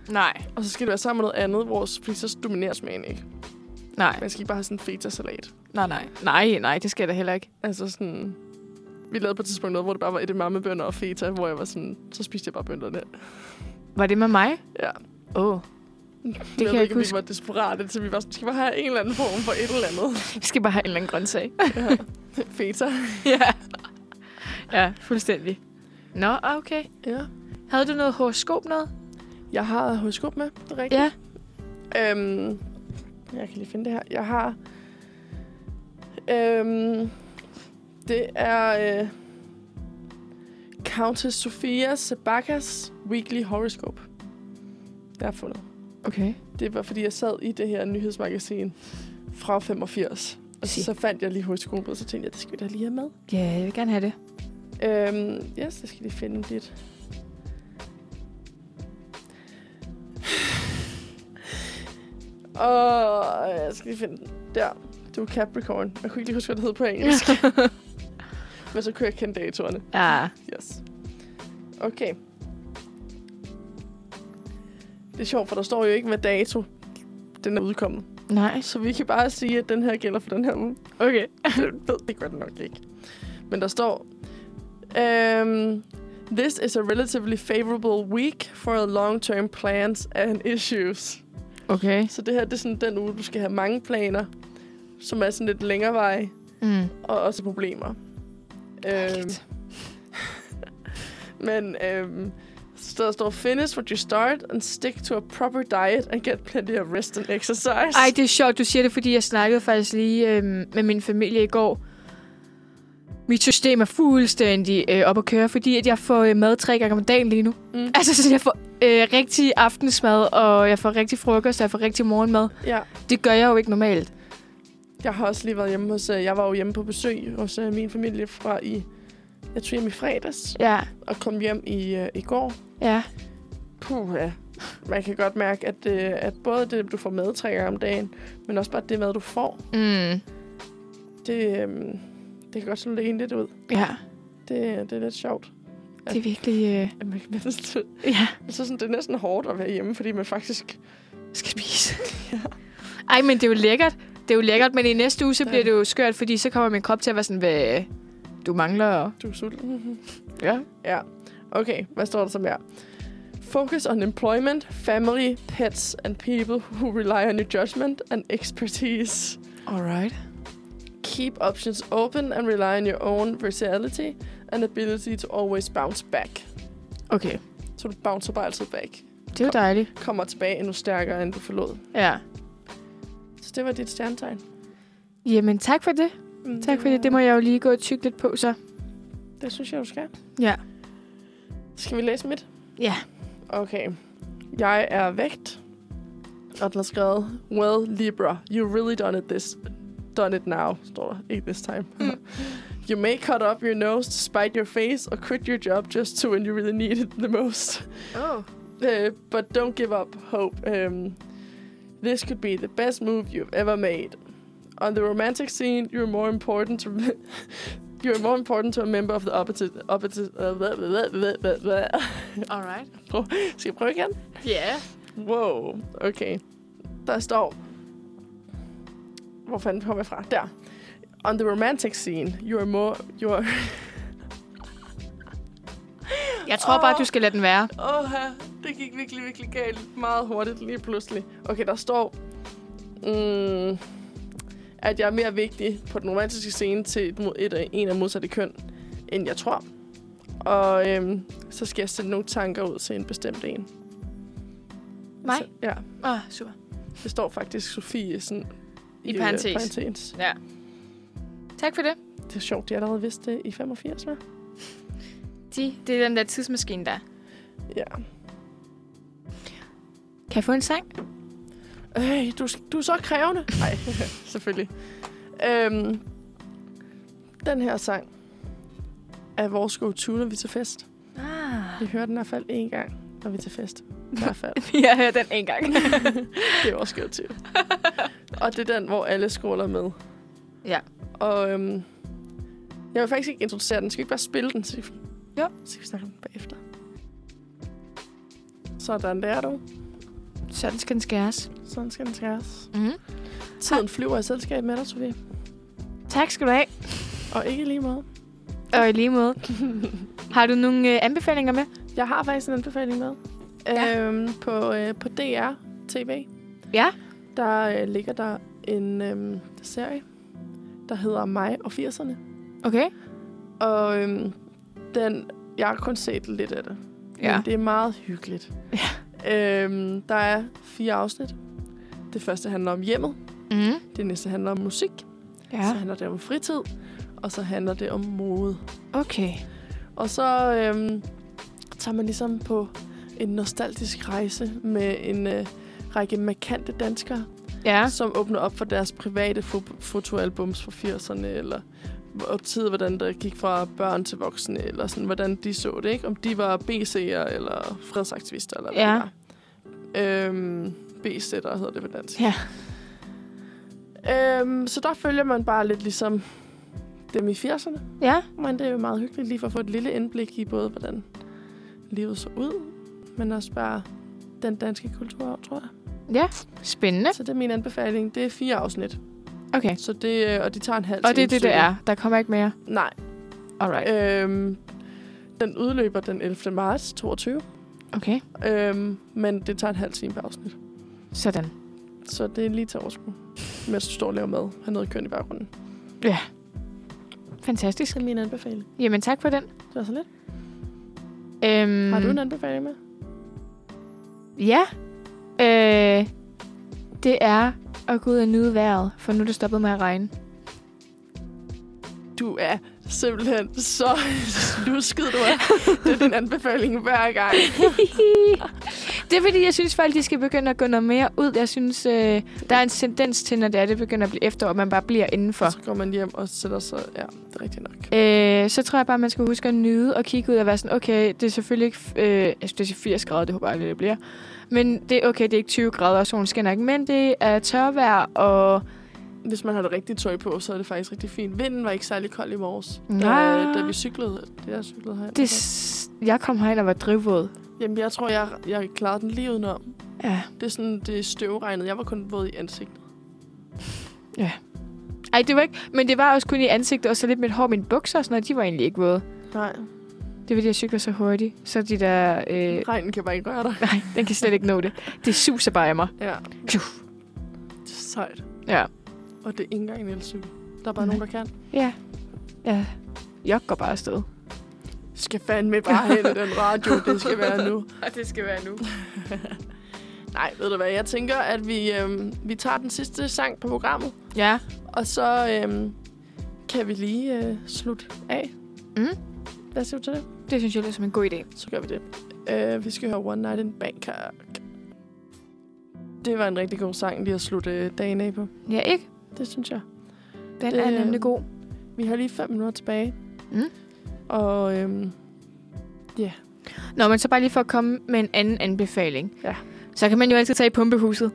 [SPEAKER 1] Nej.
[SPEAKER 2] Og så skal det være sammen med noget andet, hvor, fordi så dominerer smagen ikke.
[SPEAKER 1] Nej.
[SPEAKER 2] Man skal ikke bare have sådan en feta-salat.
[SPEAKER 1] Nej, nej. Nej, nej, det skal jeg da heller ikke.
[SPEAKER 2] Altså sådan... Vi lavede på et tidspunkt noget, hvor det bare var edamamebønner og feta, hvor jeg var sådan, så spiste jeg bare bønderne.
[SPEAKER 1] Var det med mig?
[SPEAKER 2] Ja.
[SPEAKER 1] Åh. Oh.
[SPEAKER 2] Det
[SPEAKER 1] kan jeg ikke
[SPEAKER 2] Vi
[SPEAKER 1] huske.
[SPEAKER 2] var desperate, så vi var sådan, skal bare have en eller anden form for et eller andet.
[SPEAKER 1] Vi skal bare have en eller anden grøntsag.
[SPEAKER 2] Feta.
[SPEAKER 1] ja. Ja, fuldstændig. Nå, okay.
[SPEAKER 2] Ja.
[SPEAKER 1] Havde du noget horoskop noget?
[SPEAKER 2] Jeg har horoskop med, det er rigtigt.
[SPEAKER 1] Ja.
[SPEAKER 2] Ja. Øhm, jeg kan lige finde det her. Jeg har... Øhm, det er... Øh, Countess Sofia Sebakas Weekly Horoscope. Der er fundet.
[SPEAKER 1] Okay.
[SPEAKER 2] Det var, fordi jeg sad i det her nyhedsmagasin fra 85. Og så,
[SPEAKER 1] Shit.
[SPEAKER 2] så fandt jeg lige horoskopet, og så tænkte jeg, det skal vi da lige have med.
[SPEAKER 1] Ja, jeg vil gerne have det.
[SPEAKER 2] Øhm, yes, jeg skal lige finde dit. Og jeg skal lige finde den. Der. Du er Capricorn. Jeg kunne ikke lige huske, hvad det hed på engelsk. Men så kunne jeg kende datorerne.
[SPEAKER 1] Ja.
[SPEAKER 2] Yes. Okay. Det er sjovt, for der står jo ikke, hvad dato den er udkommet.
[SPEAKER 1] Nej.
[SPEAKER 2] Så vi kan bare sige, at den her gælder for den her uge.
[SPEAKER 1] Okay.
[SPEAKER 2] Det ved det godt nok ikke. Men der står... Um, This is a relatively favorable week for long-term plans and issues.
[SPEAKER 1] Okay.
[SPEAKER 2] Så det her, det er sådan den uge, du skal have mange planer, som er sådan lidt længere vej,
[SPEAKER 1] Mm.
[SPEAKER 2] og også problemer. Øhm,
[SPEAKER 1] Dejligt.
[SPEAKER 2] men øhm, så der står, finish what you start and stick to a proper diet and get plenty of rest and exercise.
[SPEAKER 1] Ej, det er sjovt, du siger det, fordi jeg snakkede faktisk lige øh, med min familie i går. Mit system er fuldstændig øh, op at køre, fordi at jeg får øh, mad tre gange om dagen lige nu.
[SPEAKER 2] Mm.
[SPEAKER 1] Altså, så jeg får øh, rigtig aftensmad, og jeg får rigtig frokost, og jeg får rigtig morgenmad.
[SPEAKER 2] Ja,
[SPEAKER 1] Det gør jeg jo ikke normalt.
[SPEAKER 2] jeg har også lige været hjemme hos... øh, Jeg var jo hjemme på besøg hos øh, min familie fra i... Jeg tog hjem i fredags
[SPEAKER 1] Ja,
[SPEAKER 2] og kom hjem i, øh, i går.
[SPEAKER 1] ja,
[SPEAKER 2] Puh, ja. Man kan godt mærke, at, øh, at både det, du får mad tre gange om dagen, men også bare det mad, du får,
[SPEAKER 1] mm.
[SPEAKER 2] det, øh, det kan godt slå en lidt ud.
[SPEAKER 1] ja.
[SPEAKER 2] Det, det er lidt sjovt.
[SPEAKER 1] Det er virkelig... Øh,
[SPEAKER 2] at man kan næsten-
[SPEAKER 1] ja,
[SPEAKER 2] Så sådan, det er næsten hårdt at være hjemme, fordi man faktisk...
[SPEAKER 1] skal spise. Ej, men det er jo lækkert. Det er jo lækkert, men i næste uge, så
[SPEAKER 2] Ja.
[SPEAKER 1] bliver det jo skørt, fordi så kommer min krop til at være sådan, hvad du mangler.
[SPEAKER 2] Du er sulten.
[SPEAKER 1] Ja.
[SPEAKER 2] ja. Okay, hvad står der så mere? Focus on employment, family, pets and people who rely on your judgment and expertise.
[SPEAKER 1] Alright.
[SPEAKER 2] Keep options open and rely on your own versatility and ability to always bounce back.
[SPEAKER 1] Okay,
[SPEAKER 2] Så du bouncer bare altid back.
[SPEAKER 1] det er jo dejligt.
[SPEAKER 2] Kommer tilbage endnu stærkere, end du forlod.
[SPEAKER 1] Ja.
[SPEAKER 2] Så det var dit stjernetegn.
[SPEAKER 1] Jamen, tak for det.
[SPEAKER 2] Mm,
[SPEAKER 1] Tak for det. Det må jeg jo lige gå og tykke lidt på, så.
[SPEAKER 2] Det synes jeg, du skal.
[SPEAKER 1] Ja.
[SPEAKER 2] Skal vi læse mit?
[SPEAKER 1] Ja.
[SPEAKER 2] Okay. Jeg er vægt. Og den er skrevet, Well, Libra, you really done it this... Done it now, står der. Ikke this time.
[SPEAKER 1] Mm.
[SPEAKER 2] you may cut up your nose to spite your face or quit your job just to when you really need it the most.
[SPEAKER 1] Oh.
[SPEAKER 2] Uh, but don't give up hope. Um, this could be the best move you've ever made. On the romantic scene, you're more important to you're more important to a member of the opposite opposite. Uh, blah, blah, blah, blah, blah.
[SPEAKER 1] Alright.
[SPEAKER 2] Skal jeg prøve igen?
[SPEAKER 1] Ja.
[SPEAKER 2] Wow, okay. Der står... Hvor fanden kommer jeg fra? Der. On the romantic scene, you're more... You're...
[SPEAKER 1] Jeg tror bare,
[SPEAKER 2] Åh.
[SPEAKER 1] du skal lade den være.
[SPEAKER 2] Åh, det gik virkelig, virkelig galt meget hurtigt lige pludselig. Okay, der står... Mm, at jeg er mere vigtig på den romantiske scene til et, mod- et, af- en af modsatte køn, end jeg tror. Og øhm, så skal jeg sende nogle tanker ud til en bestemt en.
[SPEAKER 1] Mig?
[SPEAKER 2] Så, ja,
[SPEAKER 1] Åh, oh, super.
[SPEAKER 2] det står faktisk Sofie sådan...
[SPEAKER 1] I parentes.
[SPEAKER 2] Øh, parentes.
[SPEAKER 1] Ja. Tak for det.
[SPEAKER 2] Det er sjovt, de allerede vidste det i 85, hva'?
[SPEAKER 1] De, det er den der tidsmaskine, der.
[SPEAKER 2] Ja.
[SPEAKER 1] Kan jeg få en sang?
[SPEAKER 2] Øh, du, du er så krævende. Nej, selvfølgelig. Øhm, den her sang er vores go-to, når vi er til fest.
[SPEAKER 1] Ah.
[SPEAKER 2] Vi hører den i hvert fald én gang, når vi er til fest. I hvert fald.
[SPEAKER 1] Jeg hørte den en gang.
[SPEAKER 2] Det er vores go-to. Og det er den, hvor alle skråler med.
[SPEAKER 1] Ja.
[SPEAKER 2] Og øhm, jeg vil faktisk ikke introducere den. Skal vi ikke bare spille den? Så kan vi-
[SPEAKER 1] Jo.
[SPEAKER 2] Så kan vi snakke om den bagefter. Sådan der, du.
[SPEAKER 1] Sådan skal den skæres.
[SPEAKER 2] Sådan skal den skæres.
[SPEAKER 1] Mm.
[SPEAKER 2] Tiden flyver i selskab med dig, Sofie.
[SPEAKER 1] Tak skal du have.
[SPEAKER 2] Og ikke lige meget.
[SPEAKER 1] Og i lige måde. Har du nogle øh, anbefalinger med?
[SPEAKER 2] Jeg har faktisk en anbefaling med.
[SPEAKER 1] Ja.
[SPEAKER 2] Øhm, på, øh, på DR TV,
[SPEAKER 1] Ja.
[SPEAKER 2] der øh, ligger der en øhm, serie, der hedder Mig og 80'erne.
[SPEAKER 1] Okay.
[SPEAKER 2] Og øhm, den, jeg har kun set lidt af det. Men det er meget hyggeligt. Ja. Øhm, der er fire afsnit. Det første handler om hjemmet.
[SPEAKER 1] Mm.
[SPEAKER 2] Det næste handler om musik. Ja. Så
[SPEAKER 1] Ja.
[SPEAKER 2] handler det om fritid. Og så handler det om mode.
[SPEAKER 1] Okay.
[SPEAKER 2] Og så øhm, tager man ligesom på en nostalgisk rejse med en øh, række markante danskere,
[SPEAKER 1] Ja.
[SPEAKER 2] ja. som åbner op for deres private fo- fotoalbums fra 80'erne, eller og tid, hvordan der gik fra børn til voksne, eller sådan, hvordan de så det, ikke? Om de var BC'er, eller fredsaktivister, eller hvad
[SPEAKER 1] Ja.
[SPEAKER 2] det var. Øhm, BC'er hedder det på dansk.
[SPEAKER 1] Ja.
[SPEAKER 2] Øhm, så der følger man bare lidt ligesom dem i 80'erne.
[SPEAKER 1] Ja.
[SPEAKER 2] Men det er jo meget hyggeligt lige for at få et lille indblik i både, hvordan livet så ud, men også bare den danske kultur, tror jeg.
[SPEAKER 1] Ja. Spændende.
[SPEAKER 2] Så det er min anbefaling. Det er fire afsnit,
[SPEAKER 1] Okay.
[SPEAKER 2] så det, øh, og de tager en halv
[SPEAKER 1] Og det er
[SPEAKER 2] time
[SPEAKER 1] det, det
[SPEAKER 2] stykket.
[SPEAKER 1] er. Der kommer ikke mere. Øh,
[SPEAKER 2] Nej.
[SPEAKER 1] Alright.
[SPEAKER 2] Øhm, den udløber den 11. marts 22,
[SPEAKER 1] Okay.
[SPEAKER 2] øhm, men det tager en halv time per afsnit.
[SPEAKER 1] Sådan.
[SPEAKER 2] Så det er lige til overskud, mens du står og laver mad. Han noget køn i baggrunden.
[SPEAKER 1] Fantastisk.
[SPEAKER 2] Det er min anbefaling.
[SPEAKER 1] Jamen, tak for den.
[SPEAKER 2] Det var så lidt.
[SPEAKER 1] Øhm,
[SPEAKER 2] Mm. Har du en anbefaling med?
[SPEAKER 1] Ja. Øh, det er at gå ud og nyde vejret, for nu er det stoppet med at regne.
[SPEAKER 2] Du er simpelthen så slusket, du er. Det er din anbefaling hver gang.
[SPEAKER 1] det er fordi, jeg synes folk, de skal begynde at gå noget mere ud. Jeg synes, øh, der er en tendens til, når det, er, det begynder at blive efterår, at man bare bliver indenfor.
[SPEAKER 2] Og så går man hjem og sætter sig... Ja, det er rigtigt nok.
[SPEAKER 1] Øh, så tror jeg bare, man skal huske at nyde og kigge ud og være sådan, okay, det er selvfølgelig ikke... Øh, altså, det er 80 grader, det håber jeg aldrig, det bliver. Men det er okay, det er ikke 20 grader, og solen skinner ikke. Men det er tørvejr, og
[SPEAKER 2] Hvis man har det rigtige tøj på, så er det faktisk rigtig fint. Vinden var ikke særlig kold i morges,
[SPEAKER 1] Nej.
[SPEAKER 2] da, da vi cyklede. Det er cyklede her.
[SPEAKER 1] det... s- Jeg kom herind og var drivvåd.
[SPEAKER 2] Jamen, jeg tror, jeg, jeg klarede den lige udenom.
[SPEAKER 1] Ja.
[SPEAKER 2] Det er sådan, det er støvregnet. Jeg var kun våd i ansigtet.
[SPEAKER 1] Ej, det var ikke... Men det var også kun i ansigtet, og så lidt mit hår, mine bukser og sådan noget, de var egentlig ikke våde.
[SPEAKER 2] Nej,
[SPEAKER 1] Det var, fordi jeg cyklede så hurtigt. Så de der... Øh,
[SPEAKER 2] regnen kan bare ikke røre dig.
[SPEAKER 1] nej, den kan slet ikke nå det. Det suser bare af mig.
[SPEAKER 2] Ja.
[SPEAKER 1] Pju.
[SPEAKER 2] Det er sejt.
[SPEAKER 1] Ja. Mm.
[SPEAKER 2] Og det er ikke engang en elcykel. Der er bare
[SPEAKER 1] Nej.
[SPEAKER 2] nogen, der kan.
[SPEAKER 1] Ja. Ja. Jeg går bare afsted.
[SPEAKER 2] Skal fandme bare hen i den radio, det skal være nu.
[SPEAKER 1] Og det skal være nu.
[SPEAKER 2] Nej, ved du hvad, jeg tænker, at vi, øhm, vi tager den sidste sang på programmet,
[SPEAKER 1] Ja.
[SPEAKER 2] og så øhm, kan vi lige øh, slutte af.
[SPEAKER 1] Mm.
[SPEAKER 2] Hvad siger du til det?
[SPEAKER 1] Det synes jeg lyder som en god idé.
[SPEAKER 2] Så gør vi det. Øh, vi skal høre One Night in Bangkok. Det var en rigtig god sang lige at slutte øh, dagen af på.
[SPEAKER 1] Ja, ikke?
[SPEAKER 2] Det synes jeg.
[SPEAKER 1] Den
[SPEAKER 2] Det,
[SPEAKER 1] er nemlig
[SPEAKER 2] øhm,
[SPEAKER 1] god.
[SPEAKER 2] Vi har lige fem minutter tilbage.
[SPEAKER 1] Mm.
[SPEAKER 2] Og øhm,
[SPEAKER 1] Nå, men så bare lige for at komme med en anden anbefaling.
[SPEAKER 2] Ja.
[SPEAKER 1] Så kan man jo altid tage i pumpehuset.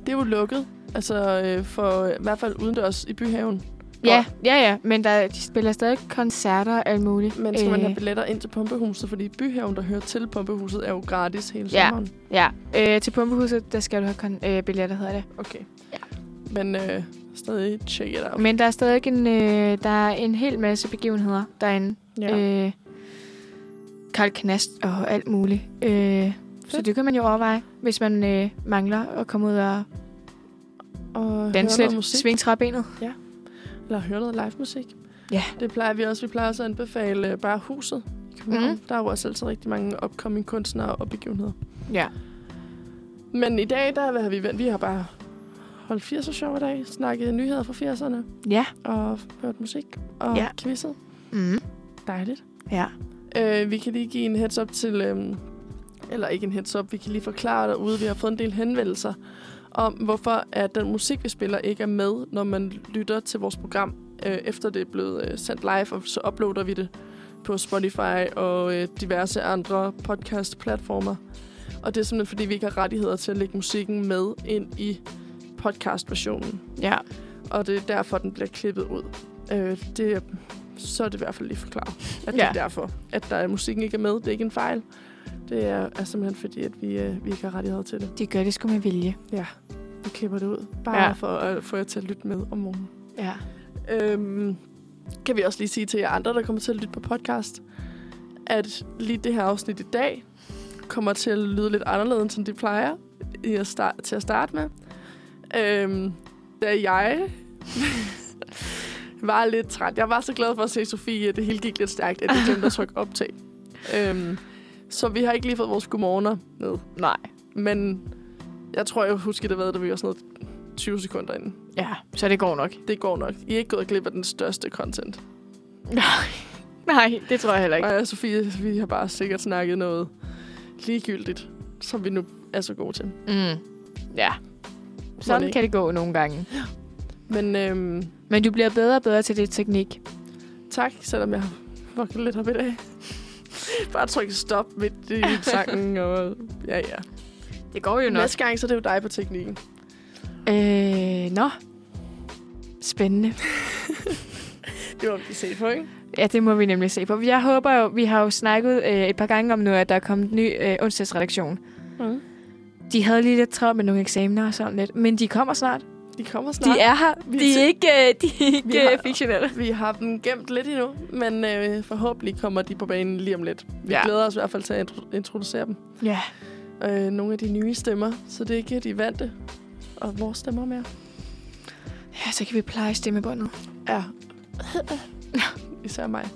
[SPEAKER 2] det er jo lukket. Altså øh, for i hvert fald udendørs i byhaven.
[SPEAKER 1] Ja, ja, ja. Men der, de spiller stadig koncerter og alt muligt.
[SPEAKER 2] Men skal øh. man have billetter ind til pumpehuset, fordi byhaven, der hører til pumpehuset, er jo gratis hele
[SPEAKER 1] Ja.
[SPEAKER 2] sommeren.
[SPEAKER 1] Ja, øh, til pumpehuset, der skal du have kon- øh, billetter, hedder det.
[SPEAKER 2] Okay.
[SPEAKER 1] Ja.
[SPEAKER 2] Men øh, stadig check it out.
[SPEAKER 1] Men der er stadig en, øh, der er en hel masse begivenheder derinde.
[SPEAKER 2] Ja. Øh.
[SPEAKER 1] Ja. Øh, Karl Knast og alt muligt. Øh, så
[SPEAKER 2] Fedt.
[SPEAKER 1] det kan man jo overveje, hvis man øh, mangler at komme ud og
[SPEAKER 2] Og
[SPEAKER 1] danse
[SPEAKER 2] høre noget
[SPEAKER 1] lidt.
[SPEAKER 2] musik.
[SPEAKER 1] Sving træbenet.
[SPEAKER 2] Eller høre noget live musik.
[SPEAKER 1] Ja.
[SPEAKER 2] Det plejer vi også. Vi plejer også at anbefale øh, bare
[SPEAKER 1] Mhm.
[SPEAKER 2] huset i København. Mm. Der er jo også altid rigtig mange upcoming kunstnere og begivenheder.
[SPEAKER 1] Ja.
[SPEAKER 2] Men i dag, der hvad har vi vendt? Vi har bare holdt 80'er sjov i dag. Snakket nyheder fra 80'erne
[SPEAKER 1] Ja.
[SPEAKER 2] og hørt musik og
[SPEAKER 1] Ja.
[SPEAKER 2] ja. quizzet.
[SPEAKER 1] Mm.
[SPEAKER 2] Dejligt.
[SPEAKER 1] Ja.
[SPEAKER 2] Øh, vi kan lige give en heads up til... Øhm, eller ikke en heads up, vi kan lige forklare derude. Vi har fået en del henvendelser om, hvorfor at den musik, vi spiller, ikke er med, når man lytter til vores program, øh, efter det er blevet øh, sendt live, og så uploader vi det på Spotify og øh, diverse andre podcast-platformer. Og det er simpelthen, fordi vi ikke har rettigheder til at lægge musikken med ind i podcast-versionen.
[SPEAKER 1] Ja.
[SPEAKER 2] Og det er derfor, den bliver klippet ud. Øh, det, er- så er det i hvert fald lige forklaret, at ja. det
[SPEAKER 1] Ja.
[SPEAKER 2] er derfor, at der er musikken ikke er med. Det er ikke en fejl. Det er, er simpelthen fordi, at vi, øh, vi ikke har rettighed til det.
[SPEAKER 1] De gør det sgu med vilje.
[SPEAKER 2] Vi klipper det ud, bare ja.
[SPEAKER 1] Ja.
[SPEAKER 2] for at få jer til at lytte med om morgenen.
[SPEAKER 1] Ja.
[SPEAKER 2] Øhm, kan vi også lige sige til jer andre, der kommer til at lytte på podcast, at lige det her afsnit i dag kommer til at lyde lidt anderledes, end det plejer i at start, til at starte med. Øhm, da jeg var lidt træt. Jeg var så glad for at se Sofie, at det hele gik lidt stærkt, at jeg glemte at trykke optag. Øhm, så vi har ikke lige fået vores godmorgener med.
[SPEAKER 1] Nej.
[SPEAKER 2] Men jeg tror, jeg husker det ved, da vi var sådan noget 20 sekunder inden.
[SPEAKER 1] Ja, så det går nok.
[SPEAKER 2] Det går nok. I er ikke gået glip af den største content.
[SPEAKER 1] Nej. Nej, det tror jeg heller ikke.
[SPEAKER 2] Og jeg og Sofie, vi har bare sikkert snakket noget ligegyldigt, som vi nu er så gode til.
[SPEAKER 1] Mm. Ja.
[SPEAKER 2] Mon
[SPEAKER 1] Sådan
[SPEAKER 2] ikke?
[SPEAKER 1] kan det gå nogle gange.
[SPEAKER 2] Men øhm,
[SPEAKER 1] Men du bliver bedre og bedre til det teknik.
[SPEAKER 2] tak, selvom jeg har vokset lidt op i dag. bare tryk stop midt i sangen, og ja, ja.
[SPEAKER 1] Det går jo
[SPEAKER 2] Næste gang, så er det jo dig på teknikken.
[SPEAKER 1] Øh, nå. Spændende.
[SPEAKER 2] Det var vi set på, ikke?
[SPEAKER 1] Ja, det må vi nemlig se på. Jeg håber jo, vi har jo snakket øh, et par gange om nu, at der er kommet en ny øh, onsdagsredaktion.
[SPEAKER 2] Mm.
[SPEAKER 1] De havde lige lidt travlt med nogle eksamener og sådan lidt, men de kommer snart.
[SPEAKER 2] De kommer
[SPEAKER 1] De
[SPEAKER 2] snart.
[SPEAKER 1] er her.
[SPEAKER 2] Vi er
[SPEAKER 1] De er
[SPEAKER 2] til-
[SPEAKER 1] ikke, øh, de er
[SPEAKER 2] Vi
[SPEAKER 1] ikke
[SPEAKER 2] har-
[SPEAKER 1] øh, fiktionelle.
[SPEAKER 2] Vi har dem gemt lidt endnu, men øh, forhåbentlig kommer de på banen lige om lidt. Vi ja.
[SPEAKER 1] Ja.
[SPEAKER 2] glæder os i hvert fald til at intro- introducere dem.
[SPEAKER 1] Ja.
[SPEAKER 2] øh, nogle af de nye stemmer, så det er ikke de vante og vores stemmer mere.
[SPEAKER 1] ja, så kan vi pleje stemmebåndet.
[SPEAKER 2] Ja. Især mig.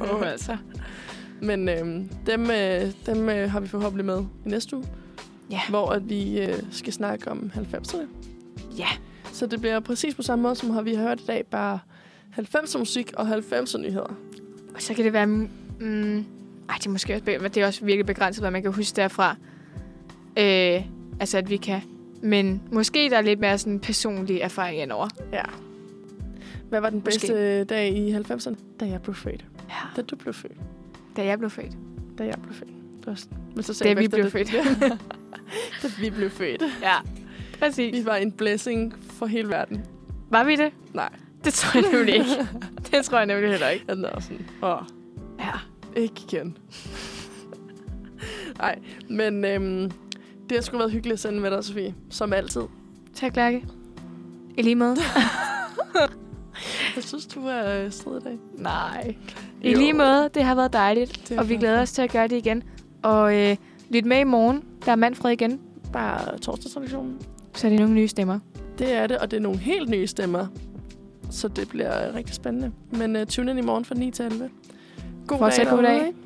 [SPEAKER 1] Åh, altså.
[SPEAKER 2] Men øh, dem, øh, dem øh, har vi forhåbentlig med i næste uge,
[SPEAKER 1] Ja.
[SPEAKER 2] hvor at vi øh, skal snakke om 90'erne.
[SPEAKER 1] Ja.
[SPEAKER 2] Så det bliver præcis på samme måde, som har vi har hørt i dag, bare 90'er musik og 90'er nyheder.
[SPEAKER 1] Og så kan det være... Mm, ej, det er måske også, be- men det er også virkelig begrænset, hvad man kan huske derfra. Øh, altså, at vi kan. Men måske der er lidt mere sådan personlig erfaring indover.
[SPEAKER 2] Ja. Hvad var den
[SPEAKER 1] Måske.
[SPEAKER 2] bedste øh, dag i 90'erne? Da jeg blev født.
[SPEAKER 1] Ja.
[SPEAKER 2] Da du blev født.
[SPEAKER 1] Da jeg blev født.
[SPEAKER 2] Da jeg blev født. Det var sådan- Men så
[SPEAKER 1] Da
[SPEAKER 2] sagde
[SPEAKER 1] vi
[SPEAKER 2] bagefter
[SPEAKER 1] blev
[SPEAKER 2] det.
[SPEAKER 1] født.
[SPEAKER 2] Da vi blev født.
[SPEAKER 1] ja. Præcis.
[SPEAKER 2] Vi var en blessing for hele verden.
[SPEAKER 1] Var vi det?
[SPEAKER 2] Nej.
[SPEAKER 1] Det tror jeg nemlig ikke. det tror jeg nemlig heller ikke.
[SPEAKER 2] Han er sådan, åh,
[SPEAKER 1] Ja.
[SPEAKER 2] ikke igen. Nej, men øhm, det har sgu været hyggeligt at sende med dig, Sofie. Som altid.
[SPEAKER 1] Tak, Lærke. I lige måde.
[SPEAKER 2] Jeg synes, du er øh, strid i dag.
[SPEAKER 1] Nej. I
[SPEAKER 2] Jo.
[SPEAKER 1] lige måde. Det har været dejligt.
[SPEAKER 2] Det
[SPEAKER 1] Og vi
[SPEAKER 2] var-
[SPEAKER 1] glæder os til at gøre det igen. Og øh, lyt med i morgen. Der er Manfred igen.
[SPEAKER 2] Bare torsdagsredaktionen.
[SPEAKER 1] Så er det nogle nye stemmer.
[SPEAKER 2] Det er det, og det er nogle helt nye stemmer. Så det bliver øh, rigtig spændende. Men øh, tune ind i morgen fra 9 til 11. God
[SPEAKER 1] Fortsat god
[SPEAKER 2] derude,
[SPEAKER 1] dag.
[SPEAKER 2] ikke?